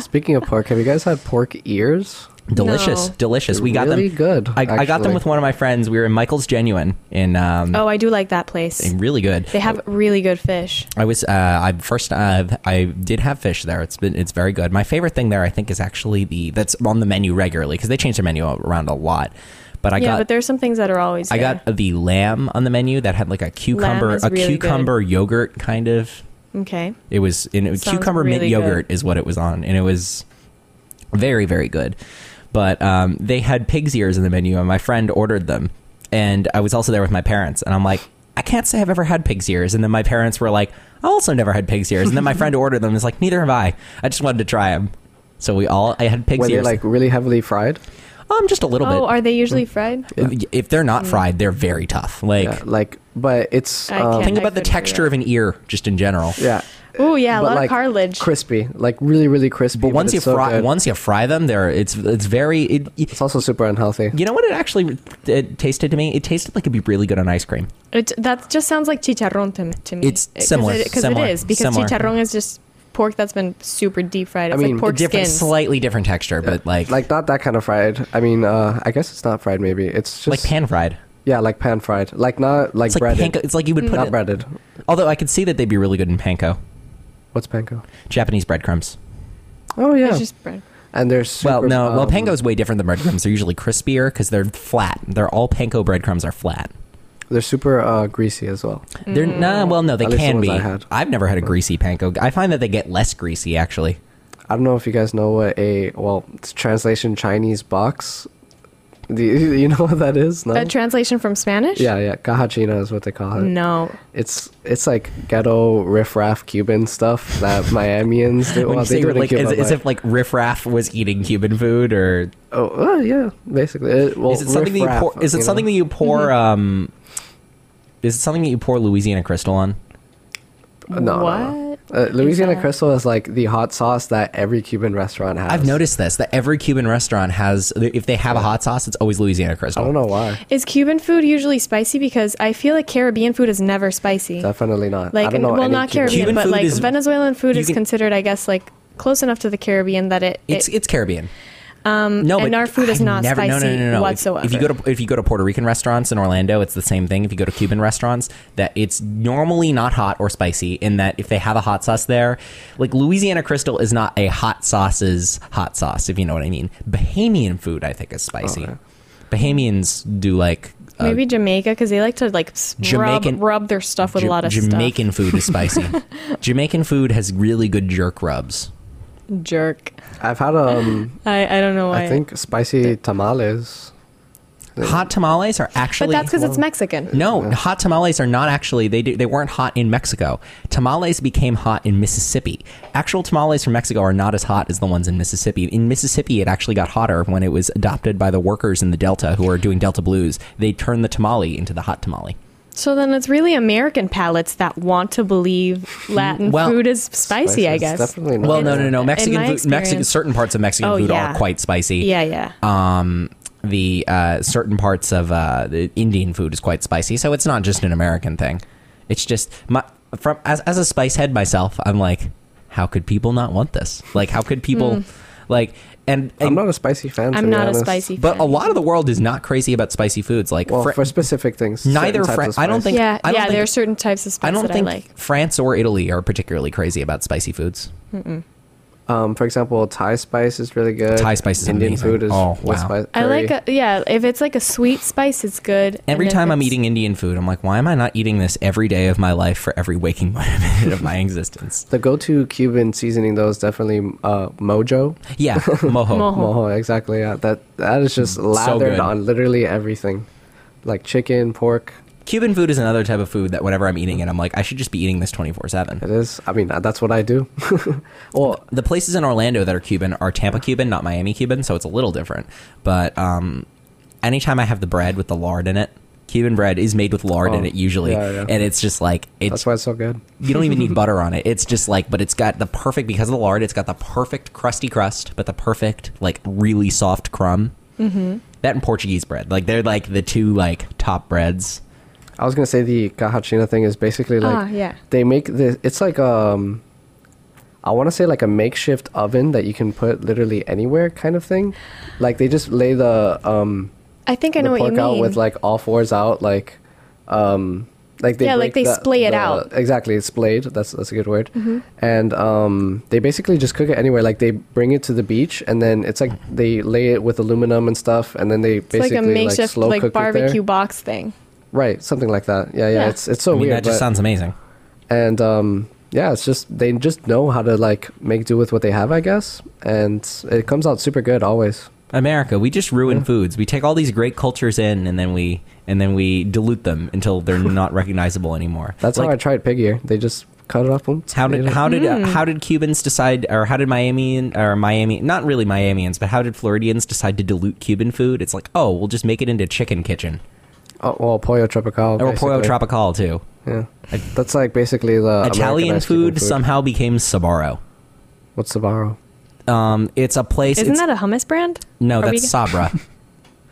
Speaker 3: Speaking of pork, have you guys had pork ears?
Speaker 2: Delicious,
Speaker 1: No.
Speaker 2: delicious. We got
Speaker 3: Really
Speaker 2: them
Speaker 3: good,
Speaker 2: I, I got them
Speaker 3: actually.
Speaker 2: with one of my friends. We were in Michael's Genuine, and um,
Speaker 1: Oh, I do like that place.
Speaker 2: and really good.
Speaker 1: They have really good fish.
Speaker 2: I was uh, I first uh, I did have fish there. It's been it's very good. My favorite thing there, I think, is actually the that's on the menu regularly because they change their menu around a lot. But I
Speaker 1: yeah,
Speaker 2: got
Speaker 1: but there's some things that are always.
Speaker 2: I
Speaker 1: there.
Speaker 2: got the lamb on the menu that had like a cucumber
Speaker 1: is
Speaker 2: a
Speaker 1: really good.
Speaker 2: cucumber yogurt kind of
Speaker 1: Okay.
Speaker 2: It was in
Speaker 1: Sounds
Speaker 2: cucumber mint
Speaker 1: really
Speaker 2: yogurt
Speaker 1: good.
Speaker 2: is what it was on, and it was very very good. But um, they had pig's ears in the menu, and my friend ordered them, and I was also there with my parents, and I'm like, I can't say I've ever had pig's ears, and then my parents were like, I also never had pig's ears, and then my friend ordered them, and is like, neither have I. I just wanted to try them, so we all I had pig's
Speaker 3: Were they
Speaker 2: ears.
Speaker 3: like really heavily fried?
Speaker 2: um, just a little
Speaker 1: Oh,
Speaker 2: bit.
Speaker 1: are Mm. they usually fried?
Speaker 2: if they're not fried, they're very tough. Like
Speaker 3: Yeah, like, but it's
Speaker 1: I
Speaker 3: um,
Speaker 1: can't.
Speaker 2: think about the
Speaker 1: couldn't do
Speaker 2: texture
Speaker 1: that.
Speaker 2: of an ear, just in general.
Speaker 3: yeah,
Speaker 1: Oh yeah, a
Speaker 3: but
Speaker 1: lot
Speaker 3: like
Speaker 1: of cartilage.
Speaker 3: crispy, like really really crispy.
Speaker 2: But once
Speaker 3: it's
Speaker 2: you
Speaker 3: so
Speaker 2: fry,
Speaker 3: good.
Speaker 2: once you fry them, they're it's it's very it,
Speaker 3: it's also super unhealthy.
Speaker 2: You know what it actually it tasted to me? It tasted like it'd be really good on ice cream.
Speaker 1: It, that just sounds like chicharrón to, to me.
Speaker 2: It's similar,
Speaker 1: because it,
Speaker 2: similar,
Speaker 1: is because
Speaker 2: similar.
Speaker 1: chicharrón is just pork that's been super deep fried. It's
Speaker 3: mean,
Speaker 1: like pork
Speaker 2: different,
Speaker 1: skins.
Speaker 2: slightly different texture, but like like,
Speaker 3: Like not that kind of fried. I mean, uh, I guess it's not fried. Maybe it's just
Speaker 2: pan fried.
Speaker 3: Yeah, like pan fried. Like not like
Speaker 2: It's like
Speaker 3: breaded. Mm.
Speaker 2: panko. It's like you would put
Speaker 3: not
Speaker 2: it.
Speaker 3: breaded.
Speaker 2: Although I could see that they'd be really good in panko,
Speaker 3: What's panko?
Speaker 2: Japanese breadcrumbs.
Speaker 3: Oh yeah,
Speaker 1: It's just bread.
Speaker 3: and there's super,
Speaker 2: well, no, well
Speaker 3: um,
Speaker 2: panko's way different than breadcrumbs. They're usually crispier because they're flat. They're all panko breadcrumbs are flat.
Speaker 3: They're super uh, greasy as well.
Speaker 2: They're nah, well, no, they
Speaker 3: Mm. At least the
Speaker 2: can
Speaker 3: ones
Speaker 2: be.
Speaker 3: I had.
Speaker 2: I've never had a greasy panko. I find that they get less greasy actually.
Speaker 3: I don't know if you guys know what a well it's translation Chinese box. Do you, you know what that is? No.
Speaker 1: A translation from Spanish?
Speaker 3: yeah, yeah. Cajachina is what they call it.
Speaker 1: No.
Speaker 3: It's it's like ghetto riffraff Cuban stuff that Miamians do.
Speaker 2: When
Speaker 3: Well,
Speaker 2: you say
Speaker 3: they do it in
Speaker 2: like,
Speaker 3: Cuba,
Speaker 2: as, as
Speaker 3: but-
Speaker 2: if like riffraff was eating Cuban food or
Speaker 3: oh well, yeah, basically. It, well,
Speaker 2: is it something that you
Speaker 3: riffraff,
Speaker 2: pour? Is it
Speaker 3: you know?
Speaker 2: something that you pour? Um, is it something that you pour Louisiana Crystal on?
Speaker 3: Uh, No,
Speaker 1: what?
Speaker 3: no, no. Uh, Louisiana
Speaker 1: that?
Speaker 3: Crystal is like the hot sauce that every Cuban restaurant has.
Speaker 2: I've noticed this that every Cuban restaurant has. If they have a hot sauce, it's always Louisiana Crystal.
Speaker 3: I don't know why.
Speaker 1: Is Cuban food usually spicy? Because I feel like Caribbean food is never spicy.
Speaker 3: Definitely not. I
Speaker 1: Like,
Speaker 3: don't know
Speaker 1: well,
Speaker 3: any
Speaker 1: not
Speaker 3: Cuban.
Speaker 1: Caribbean,
Speaker 2: Cuban
Speaker 1: but
Speaker 2: food
Speaker 1: like
Speaker 2: is-
Speaker 1: Venezuelan food
Speaker 2: you
Speaker 1: is
Speaker 2: can-
Speaker 1: considered, I guess, like close enough to the Caribbean that it.
Speaker 2: It's
Speaker 1: it-
Speaker 2: it's Caribbean. Um, no,
Speaker 1: and
Speaker 2: but
Speaker 1: our food is
Speaker 2: I've
Speaker 1: not
Speaker 2: never, no, no,
Speaker 1: spicy
Speaker 2: no, no, no. If- If, you
Speaker 1: whatsoever.
Speaker 2: go to if you go to Puerto Rican restaurants in Orlando, it's the same thing. If you go to Cuban restaurants, that it's normally not hot or spicy. In that, if they have a hot sauce there, like Louisiana Crystal is not a hot sauce's hot sauce. If you know what I mean. Bahamian food, I think, is spicy.
Speaker 3: Okay.
Speaker 2: Bahamians do like uh,
Speaker 1: maybe Jamaica because they like to like s-
Speaker 2: Jamaican-
Speaker 1: rub, rub their stuff with
Speaker 2: Ja-
Speaker 1: a lot of
Speaker 2: Jamaican food is spicy. Jamaican food has really good jerk rubs.
Speaker 1: stuff. jerk.
Speaker 3: I've had um,
Speaker 1: I, I don't know why.
Speaker 3: I think spicy tamales.
Speaker 2: Hot tamales are
Speaker 1: but
Speaker 2: actually
Speaker 1: that's because it's Mexican.
Speaker 2: No, hot tamales are not actually they do, they weren't hot in Mexico. Tamales became hot in Mississippi. Actual tamales from Mexico are not as hot as the ones in Mississippi. In Mississippi, it actually got hotter when it was adopted by the workers in the Delta who are doing Delta blues. They turned the tamale into the hot tamale.
Speaker 1: So then it's really American palates that want to believe Latin
Speaker 2: Well-
Speaker 1: food is spicy, I
Speaker 3: It's
Speaker 1: guess.
Speaker 3: Definitely not.
Speaker 2: Well, no,
Speaker 1: In-
Speaker 2: no, no.
Speaker 1: in
Speaker 2: Mexican
Speaker 1: my
Speaker 2: food, Mexican
Speaker 1: experience-
Speaker 2: certain parts of Mexican
Speaker 1: Oh,
Speaker 2: food
Speaker 1: yeah.
Speaker 2: are quite spicy.
Speaker 1: Yeah, yeah.
Speaker 2: um, the uh, certain parts of uh, the Indian food is quite spicy, so it's not just an American thing. It's just my from as as a spice head myself, I'm like, how could people not want this? Like, how could people, like, and, and
Speaker 3: I'm not a spicy fan. to
Speaker 1: I'm
Speaker 3: be
Speaker 1: not
Speaker 3: honest.
Speaker 1: a spicy
Speaker 2: but
Speaker 1: fan.
Speaker 2: a lot of the world is not crazy about spicy foods. Like,
Speaker 3: Well,
Speaker 2: Fra-
Speaker 3: for specific things. certain
Speaker 2: Neither
Speaker 3: types
Speaker 2: Fran-
Speaker 3: of
Speaker 2: I don't
Speaker 3: spice.
Speaker 2: think-
Speaker 1: yeah,
Speaker 2: I don't
Speaker 1: yeah,
Speaker 2: think-
Speaker 1: there are certain types of spice
Speaker 2: I don't
Speaker 1: that
Speaker 2: think
Speaker 1: I like.
Speaker 2: France or Italy are particularly crazy about spicy foods.
Speaker 3: Um, for example, Thai spice is really good.
Speaker 2: Thai spice is
Speaker 3: Indian
Speaker 2: amazing.
Speaker 3: food is
Speaker 2: Oh,
Speaker 3: with
Speaker 2: wow.
Speaker 3: spice-
Speaker 1: I like,
Speaker 3: curry.
Speaker 1: a, yeah, if it's like a sweet spice, it's good.
Speaker 2: Every
Speaker 1: And if
Speaker 2: time I'm
Speaker 1: it's-
Speaker 2: eating Indian food, I'm like, why am I not eating this every day of my life for every waking minute of my existence?
Speaker 3: the go-to Cuban seasoning though is definitely uh, Mojo.
Speaker 2: Yeah, mojo.
Speaker 1: Mojo. Oh.
Speaker 3: Mojo, exactly. Yeah, that that is just lathered
Speaker 2: good.
Speaker 3: on literally everything, like chicken, pork.
Speaker 2: Cuban food is another type of food that whenever I'm eating it, I'm like, I should just be eating this 24
Speaker 3: It
Speaker 2: 7.
Speaker 3: is. I mean, that's what I do. well,
Speaker 2: The places in Orlando that are Cuban are Tampa Cuban, not Miami Cuban, so it's a little different. But um, anytime I have the bread with the lard in it, Cuban bread is made with lard in
Speaker 3: Oh,
Speaker 2: it usually,
Speaker 3: yeah, yeah.
Speaker 2: and it's just like it's
Speaker 3: that's why it's so good.
Speaker 2: you don't even need butter on it. It's just like, but it's got the perfect because of the lard. It's got the perfect crusty crust, but the perfect like really soft crumb. Mm-hmm. That and Portuguese bread, like they're like the two like top breads.
Speaker 3: I was gonna say the cajachina thing is basically like
Speaker 1: Ah, yeah.
Speaker 3: they make this. It's like um, I want to say like a makeshift oven that you can put literally anywhere, kind of thing. Like they just lay the um
Speaker 1: I think I
Speaker 3: the
Speaker 1: know what you
Speaker 3: pork
Speaker 1: mean.
Speaker 3: out with like all fours out, like um, like they
Speaker 1: Yeah, like
Speaker 3: break
Speaker 1: they
Speaker 3: the-
Speaker 1: splay it
Speaker 3: the-
Speaker 1: out. Mm-hmm.
Speaker 3: Exactly, it's splayed. That's that's a good word. And um, they basically just cook it anywhere. Like they bring it to the beach, and then it's like they lay it with aluminum and stuff, and then they
Speaker 1: it's like
Speaker 3: basically
Speaker 1: a
Speaker 3: like,
Speaker 1: makeshift
Speaker 3: slow
Speaker 1: like,
Speaker 3: cook it
Speaker 1: barbecue
Speaker 3: there.
Speaker 1: box thing.
Speaker 3: Right, something like that. Yeah, yeah.
Speaker 1: Yeah.
Speaker 3: It's it's so
Speaker 2: I mean,
Speaker 3: weird.
Speaker 2: that just
Speaker 3: but-
Speaker 2: sounds amazing.
Speaker 3: and um, yeah, it's just they just know how to like make do with what they have, I guess, and it comes out super good always.
Speaker 2: America, we just ruin foods. We take all these great cultures in, and then we and then we dilute them until they're not recognizable anymore.
Speaker 3: That's
Speaker 2: like,
Speaker 3: how I tried pig ear. They just cut it up. and
Speaker 2: How
Speaker 3: ate
Speaker 2: did
Speaker 3: it.
Speaker 2: how did
Speaker 1: Hmm.
Speaker 2: uh, how did Cubans decide, or how did Miami or Miami not really Miamians, but how did Floridians decide to dilute Cuban food? It's like, oh, we'll just make it into chicken kitchen
Speaker 3: Oh, well, pollo tropical.
Speaker 2: or Oh, pollo
Speaker 3: basically. Uh,
Speaker 2: tropical too.
Speaker 3: Yeah, that's like basically the
Speaker 2: Italian
Speaker 3: Americanized Cuban
Speaker 2: food, somehow became Sabaro.
Speaker 3: What's Sabaro?
Speaker 2: Um, it's a place.
Speaker 1: Isn't
Speaker 2: it's,
Speaker 1: that a hummus brand?
Speaker 2: no?
Speaker 1: Are
Speaker 2: That's
Speaker 1: we-
Speaker 2: Sabra.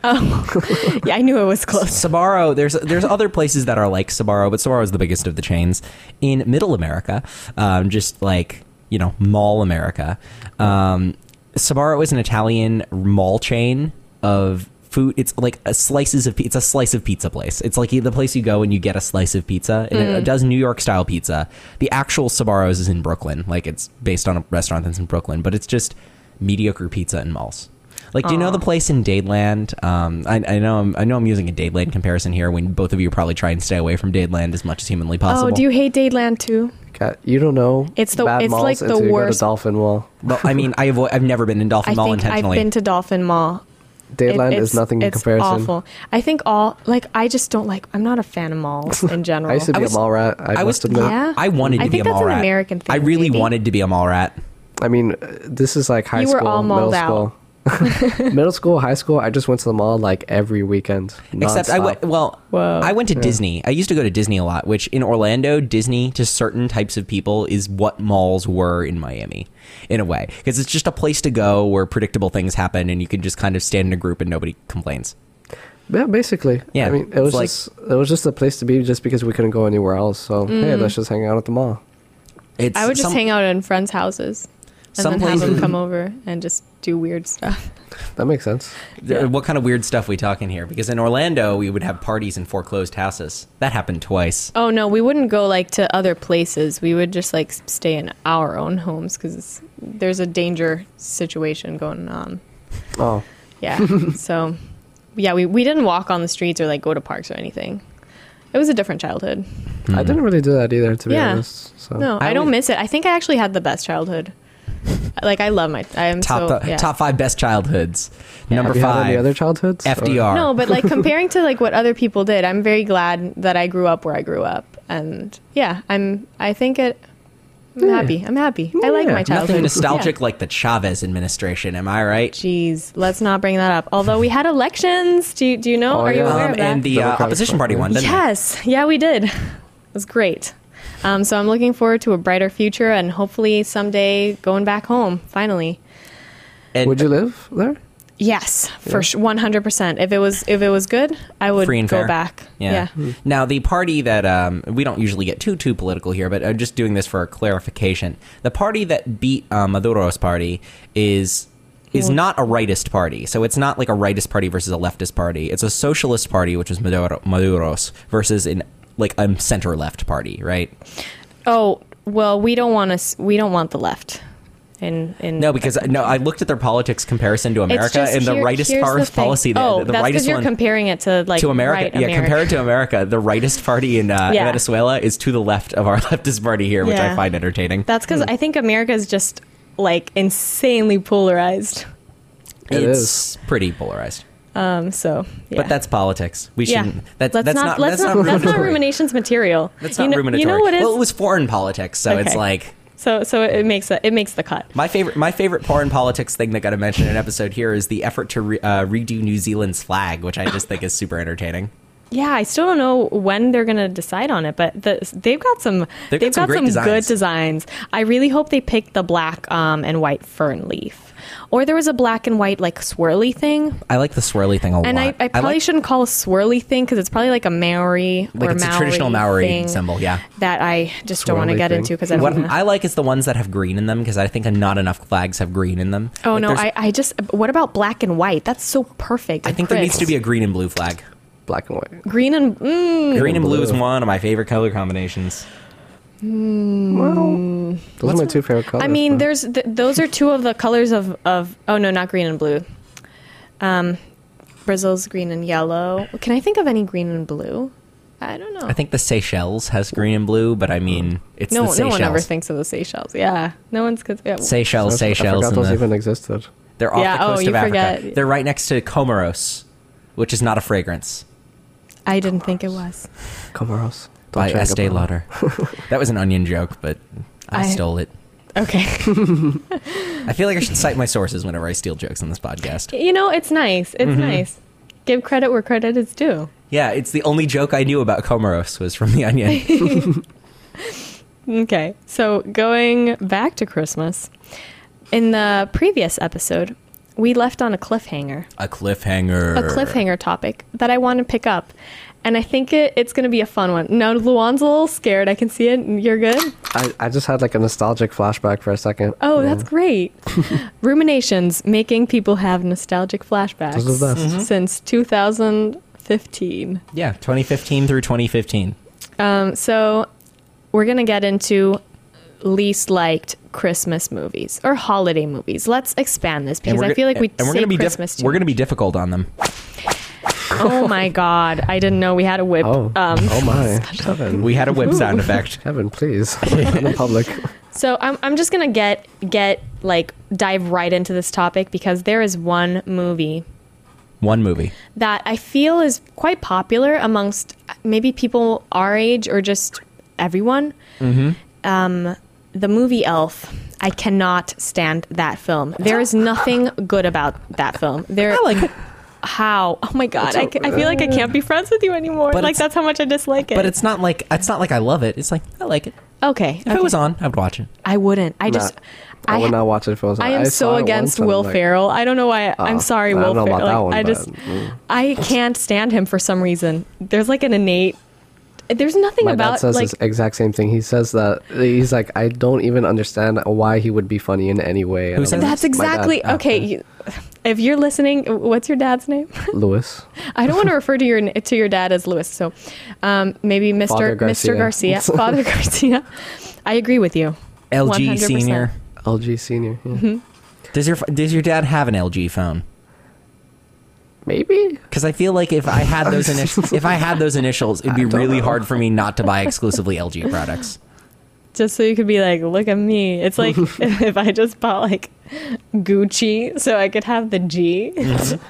Speaker 1: yeah, I knew it was close.
Speaker 2: Sabaro. There's there's other places that are like Sabaro, but Sabaro is the biggest of the chains in Middle America, um, just like you know Mall America. Um, Sabaro is an Italian mall chain of food. It's like a slices of pi- it's a slice of pizza place. It's like the place you go and you get a slice of pizza, and it does New York style pizza. The actual Sabaros is in Brooklyn, like it's based on a restaurant that's in Brooklyn, but it's just mediocre pizza in malls. Like, do you know the place in Dadeland? Um, I, I know I'm, I know I'm using a Dadeland comparison here when both of you probably try and stay away from Dadeland as much as humanly
Speaker 1: Oh,
Speaker 2: possible.
Speaker 1: do you hate Dadeland too?
Speaker 3: Cat, you don't know.
Speaker 1: It's the-
Speaker 3: bad
Speaker 1: it's
Speaker 3: malls
Speaker 1: like the
Speaker 3: until you go to
Speaker 1: worst-
Speaker 3: Dolphin Mall.
Speaker 2: Well, I mean, I avoid, I've never been in Dolphin
Speaker 1: I
Speaker 2: Mall
Speaker 1: think I've
Speaker 2: intentionally.
Speaker 1: been to Dolphin Mall. It-
Speaker 3: Dateland
Speaker 1: it's-
Speaker 3: is nothing in
Speaker 1: it's
Speaker 3: comparison.
Speaker 1: Awful. I think all like I just don't like. I'm not a fan of malls in general.
Speaker 3: I used to be
Speaker 2: was-
Speaker 3: a mall rat. I,
Speaker 2: I was,
Speaker 3: must admit.
Speaker 1: Yeah.
Speaker 2: I wanted to
Speaker 1: I
Speaker 2: be
Speaker 1: think
Speaker 2: a
Speaker 1: that's
Speaker 2: mall
Speaker 1: an
Speaker 2: rat.
Speaker 1: American thing,
Speaker 2: I really
Speaker 1: maybe.
Speaker 2: wanted to be a mall rat.
Speaker 3: I mean, uh, this is like high
Speaker 1: You were
Speaker 3: school,
Speaker 1: all
Speaker 3: middle
Speaker 1: mauled out.
Speaker 3: school, middle school, high school. I just went to the mall like every weekend.
Speaker 2: Except I went.
Speaker 3: nonstop.
Speaker 2: Well,
Speaker 1: Whoa.
Speaker 2: I went to Disney. I used to go to Disney a lot, which in Orlando, Disney to certain types of people is what malls were in Miami, in a way, because it's just a place to go where predictable things happen, and you can just kind of stand in a group and nobody complains.
Speaker 3: Yeah, basically.
Speaker 2: Yeah,
Speaker 3: I mean, it
Speaker 2: it's
Speaker 3: was
Speaker 2: like-
Speaker 3: just it was just the place to be, just because we couldn't go anywhere else. So
Speaker 1: Mm-hmm.
Speaker 3: hey, let's just hang out at the mall.
Speaker 2: It's
Speaker 1: I would just
Speaker 2: some-
Speaker 1: hang out in friends' houses and
Speaker 2: Some
Speaker 1: then have them
Speaker 2: places-
Speaker 1: come over and just do weird stuff.
Speaker 3: That makes sense.
Speaker 2: There- What kind of weird stuff we talking here? Because in Orlando, we would have parties in foreclosed houses. That happened twice.
Speaker 1: Oh no, we wouldn't go like to other places. We would just like stay in our own homes because there's a danger situation going on.
Speaker 3: Oh,
Speaker 1: Yeah. so, yeah, we, we didn't walk on the streets or like go to parks or anything. It was a different childhood.
Speaker 2: Mm-hmm.
Speaker 3: I didn't really do that either, to be
Speaker 1: Yeah.
Speaker 3: honest. So
Speaker 1: No,
Speaker 2: Oh, I
Speaker 1: I, don't
Speaker 2: always-
Speaker 1: miss it. I think I actually had the best childhood. Like I love my I am
Speaker 2: Top
Speaker 1: so
Speaker 2: fi-
Speaker 1: yeah.
Speaker 2: top five best childhoods. Number
Speaker 3: Have you
Speaker 2: five.
Speaker 3: had any other childhoods? or-
Speaker 2: FDR.
Speaker 1: No, but like comparing to like what other people did, I'm very glad that I grew up where I grew up, and yeah, I'm. I think it. I'm happy. I'm happy. I like my
Speaker 3: Yeah, nothing
Speaker 1: childhood.
Speaker 2: Nothing nostalgic
Speaker 1: Yeah.
Speaker 2: like the Chavez administration. Am I right?
Speaker 1: Jeez, let's not bring that up. Although we had elections. Do you, do you know?
Speaker 3: Oh,
Speaker 1: Are you
Speaker 3: yeah.
Speaker 1: aware
Speaker 2: Um,
Speaker 1: of that?
Speaker 2: and the uh,
Speaker 3: Democratic
Speaker 2: opposition party
Speaker 3: Party.
Speaker 2: won, didn't it?
Speaker 1: Yes. Yeah, we did. It was great. Um, so I'm looking forward to a brighter future and hopefully someday going back home finally.
Speaker 2: And
Speaker 3: Would you live there?
Speaker 1: Yes, for one hundred percent. If it was if it was good, I would
Speaker 2: free and
Speaker 1: go
Speaker 2: fair.
Speaker 1: back.
Speaker 2: Yeah. Hmm. Now the party that um, we don't usually get too too political here, but I'm just doing this for clarification. The party that beat uh, Maduro's party is is not a rightist party. So it's not like a rightist party versus a leftist party. It's a socialist party, which is Maduro, Maduro's, versus an like a center left party, right?
Speaker 1: Oh well, we don't want us. We don't want the left. In in
Speaker 2: No, because no, I looked at their politics comparison to
Speaker 1: It's
Speaker 2: America,
Speaker 1: just
Speaker 2: and the
Speaker 1: here-
Speaker 2: rightist
Speaker 1: here's
Speaker 2: par-
Speaker 1: the thing.
Speaker 2: policy, the,
Speaker 1: Oh,
Speaker 2: the
Speaker 1: that's because
Speaker 2: rightist
Speaker 1: you're
Speaker 2: one.
Speaker 1: comparing it to like
Speaker 2: to America.
Speaker 1: right
Speaker 2: yeah,
Speaker 1: America.
Speaker 2: compare it to America. The rightist party in uh,
Speaker 1: Yeah.
Speaker 2: Venezuela is to the left of our leftist party here, which I
Speaker 1: Yeah.
Speaker 2: find entertaining.
Speaker 1: That's because I think America is just like insanely polarized.
Speaker 3: It
Speaker 2: it's
Speaker 3: is.
Speaker 2: pretty polarized.
Speaker 1: Um, so yeah.
Speaker 2: But that's politics. We
Speaker 1: yeah.
Speaker 2: shouldn't. That's, that's not.
Speaker 1: let's
Speaker 2: That's not.
Speaker 1: that's not
Speaker 2: ruminatory.
Speaker 1: ruminations material.
Speaker 2: That's
Speaker 1: you
Speaker 2: not
Speaker 1: know,
Speaker 2: ruminatory.
Speaker 1: You know what is?
Speaker 2: Well, it was foreign politics, so it's
Speaker 1: Okay.
Speaker 2: like
Speaker 1: so so it makes a, it makes the cut.
Speaker 2: My favorite, my favorite foreign politics thing that got to mention in an episode here is the effort to re- uh, redo New Zealand's flag, which I just think is super entertaining.
Speaker 1: Yeah, I still don't know when they're going to decide on it, but the, they've got some
Speaker 2: They've got
Speaker 1: they've,
Speaker 2: some
Speaker 1: got,
Speaker 2: great
Speaker 1: some,
Speaker 2: designs.
Speaker 1: good designs. I really hope they pick the black um, and white fern leaf, or there was a black and white like swirly thing,
Speaker 2: I like the swirly thing a lot.
Speaker 1: and I, I probably
Speaker 2: like,
Speaker 1: shouldn't call a swirly thing because it's probably like a Maori
Speaker 2: Like
Speaker 1: or
Speaker 2: it's a
Speaker 1: Maori
Speaker 2: traditional Maori
Speaker 1: thing
Speaker 2: symbol, yeah.
Speaker 1: that I just don't want to
Speaker 3: Swirly
Speaker 1: get
Speaker 3: thing.
Speaker 1: into because I don't.
Speaker 2: What
Speaker 1: wanna-
Speaker 2: I like is the ones that have green in them because I think not enough flags have green in them.
Speaker 1: oh
Speaker 2: Like,
Speaker 1: no,
Speaker 2: there's-
Speaker 1: I, I just what about black and white? That's so perfect.
Speaker 2: I think there needs to be a green and blue flag.
Speaker 3: Black and white.
Speaker 1: green and mm,
Speaker 2: Green and blue is
Speaker 3: blue.
Speaker 2: one of my favorite color combinations.
Speaker 3: Those are my two favorite colors.
Speaker 1: I mean,
Speaker 3: man.
Speaker 1: there's th- those are two of the colors of of oh no, not green and blue. Um, Brazil's green and yellow. Can I think of any green and blue? I don't know.
Speaker 2: I think the Seychelles has green and blue, but I mean, it's
Speaker 1: no,
Speaker 2: the
Speaker 1: no
Speaker 2: Seychelles.
Speaker 1: one ever thinks of the Seychelles. Yeah, no one's good. Yeah.
Speaker 2: Seychelles,
Speaker 3: I
Speaker 2: Seychelles,
Speaker 3: forgot
Speaker 2: and
Speaker 3: those
Speaker 2: the-
Speaker 3: even existed.
Speaker 2: they're off
Speaker 1: Yeah,
Speaker 2: the
Speaker 1: oh,
Speaker 2: coast
Speaker 1: you
Speaker 2: of Africa.
Speaker 1: forget.
Speaker 2: They're right next to Comoros, which is not a fragrance.
Speaker 1: I didn't think it was.
Speaker 3: Comoros.
Speaker 2: by
Speaker 3: Dolce and
Speaker 2: Estee
Speaker 3: Gabbana.
Speaker 2: Lauder. that was an onion joke, but I,
Speaker 1: I-
Speaker 2: stole it.
Speaker 1: Okay,
Speaker 2: I feel like I should cite my sources whenever I steal jokes on this podcast.
Speaker 1: you know it's nice.
Speaker 2: Mm-hmm.
Speaker 1: It's nice. Give credit where credit is due.
Speaker 2: Yeah, it's the only joke I knew about Comoros was from The Onion.
Speaker 1: Okay, so going back to Christmas, in the previous episode, we left on a cliffhanger.
Speaker 2: a cliffhanger.
Speaker 1: a cliffhanger topic that I want to pick up. And I think it, it's going to be a fun one. Now, Luan's a little scared. I can see it. You're good?
Speaker 3: I, I just had like a nostalgic flashback for a second.
Speaker 1: Oh, that's great. Ruminations, making people have nostalgic flashbacks
Speaker 3: Those are the best.
Speaker 1: since 2015.
Speaker 2: Yeah, 2015 through 2015.
Speaker 1: Um, so, we're going to get into least liked Christmas movies or holiday movies. Let's expand this because I
Speaker 2: gonna-
Speaker 1: feel like we
Speaker 2: and we're
Speaker 1: say
Speaker 2: gonna be diff-
Speaker 1: Christmas too
Speaker 2: we're going to be difficult on them.
Speaker 1: much. Oh my God. I didn't know we had a whip.
Speaker 3: Oh.
Speaker 1: Um,
Speaker 3: oh my. Kevin.
Speaker 2: We had a whip sound effect.
Speaker 3: Kevin, please. in the public.
Speaker 1: So I'm, I'm just gonna get get like dive right into this topic because there is one movie
Speaker 2: One movie.
Speaker 1: that I feel is quite popular amongst uh, maybe people our age or just everyone. Mm-hmm. Um, the movie Elf. I cannot stand that film. There is nothing good about that film. There,
Speaker 2: I like it,
Speaker 1: how? Oh my god! I ca- I feel like I can't be friends with you anymore.
Speaker 2: But
Speaker 1: Like
Speaker 2: it's-
Speaker 1: that's how much I dislike it.
Speaker 2: but it's not like it's not like I love it. It's like I like it.
Speaker 1: okay.
Speaker 2: If
Speaker 1: okay.
Speaker 2: it was on, I'd watch it.
Speaker 1: I wouldn't. I
Speaker 3: Nah,
Speaker 1: just.
Speaker 3: I, would
Speaker 1: ha-
Speaker 3: not watch it if it was.
Speaker 1: I am so
Speaker 3: saw it
Speaker 1: against
Speaker 3: once and I'm
Speaker 1: Will
Speaker 3: like, "Ah, uh,
Speaker 1: Ferrell. I don't know why. I'm sorry,
Speaker 3: I
Speaker 1: Will
Speaker 3: don't
Speaker 1: Ferrell.
Speaker 3: know about that
Speaker 1: Like,
Speaker 3: one,
Speaker 1: I just,
Speaker 3: but, mm.
Speaker 1: I can't stand him for some reason. There's like an innate. There's nothing
Speaker 3: My dad
Speaker 1: about
Speaker 3: says
Speaker 1: like
Speaker 3: this exact same thing. He says that he's like, I don't even understand why he would be funny in any way. And
Speaker 2: Who
Speaker 3: I'm
Speaker 2: said
Speaker 3: like,
Speaker 1: that's
Speaker 3: "My dad."
Speaker 1: exactly
Speaker 3: Oh,
Speaker 1: okay. You, if you're listening, what's your dad's name?
Speaker 3: Lewis.
Speaker 1: I don't want to refer to your to your dad as Lewis. So um, maybe Mr.
Speaker 3: Father
Speaker 1: Mr.
Speaker 3: Garcia.
Speaker 1: Garcia, Father Garcia. I agree with you.
Speaker 2: LG
Speaker 1: 100%.
Speaker 2: senior.
Speaker 3: LG senior. Yeah.
Speaker 1: Mm-hmm.
Speaker 2: Does your does your dad have an LG phone?
Speaker 3: Maybe.
Speaker 2: Because I feel like if I had those initials, if I had those initials, it'd be
Speaker 3: I don't
Speaker 2: really
Speaker 3: know.
Speaker 2: hard for me not to buy exclusively LG products.
Speaker 1: Just so you could be like, look at me. It's like if I just bought like Gucci, so I could have the G.
Speaker 3: Mm-hmm.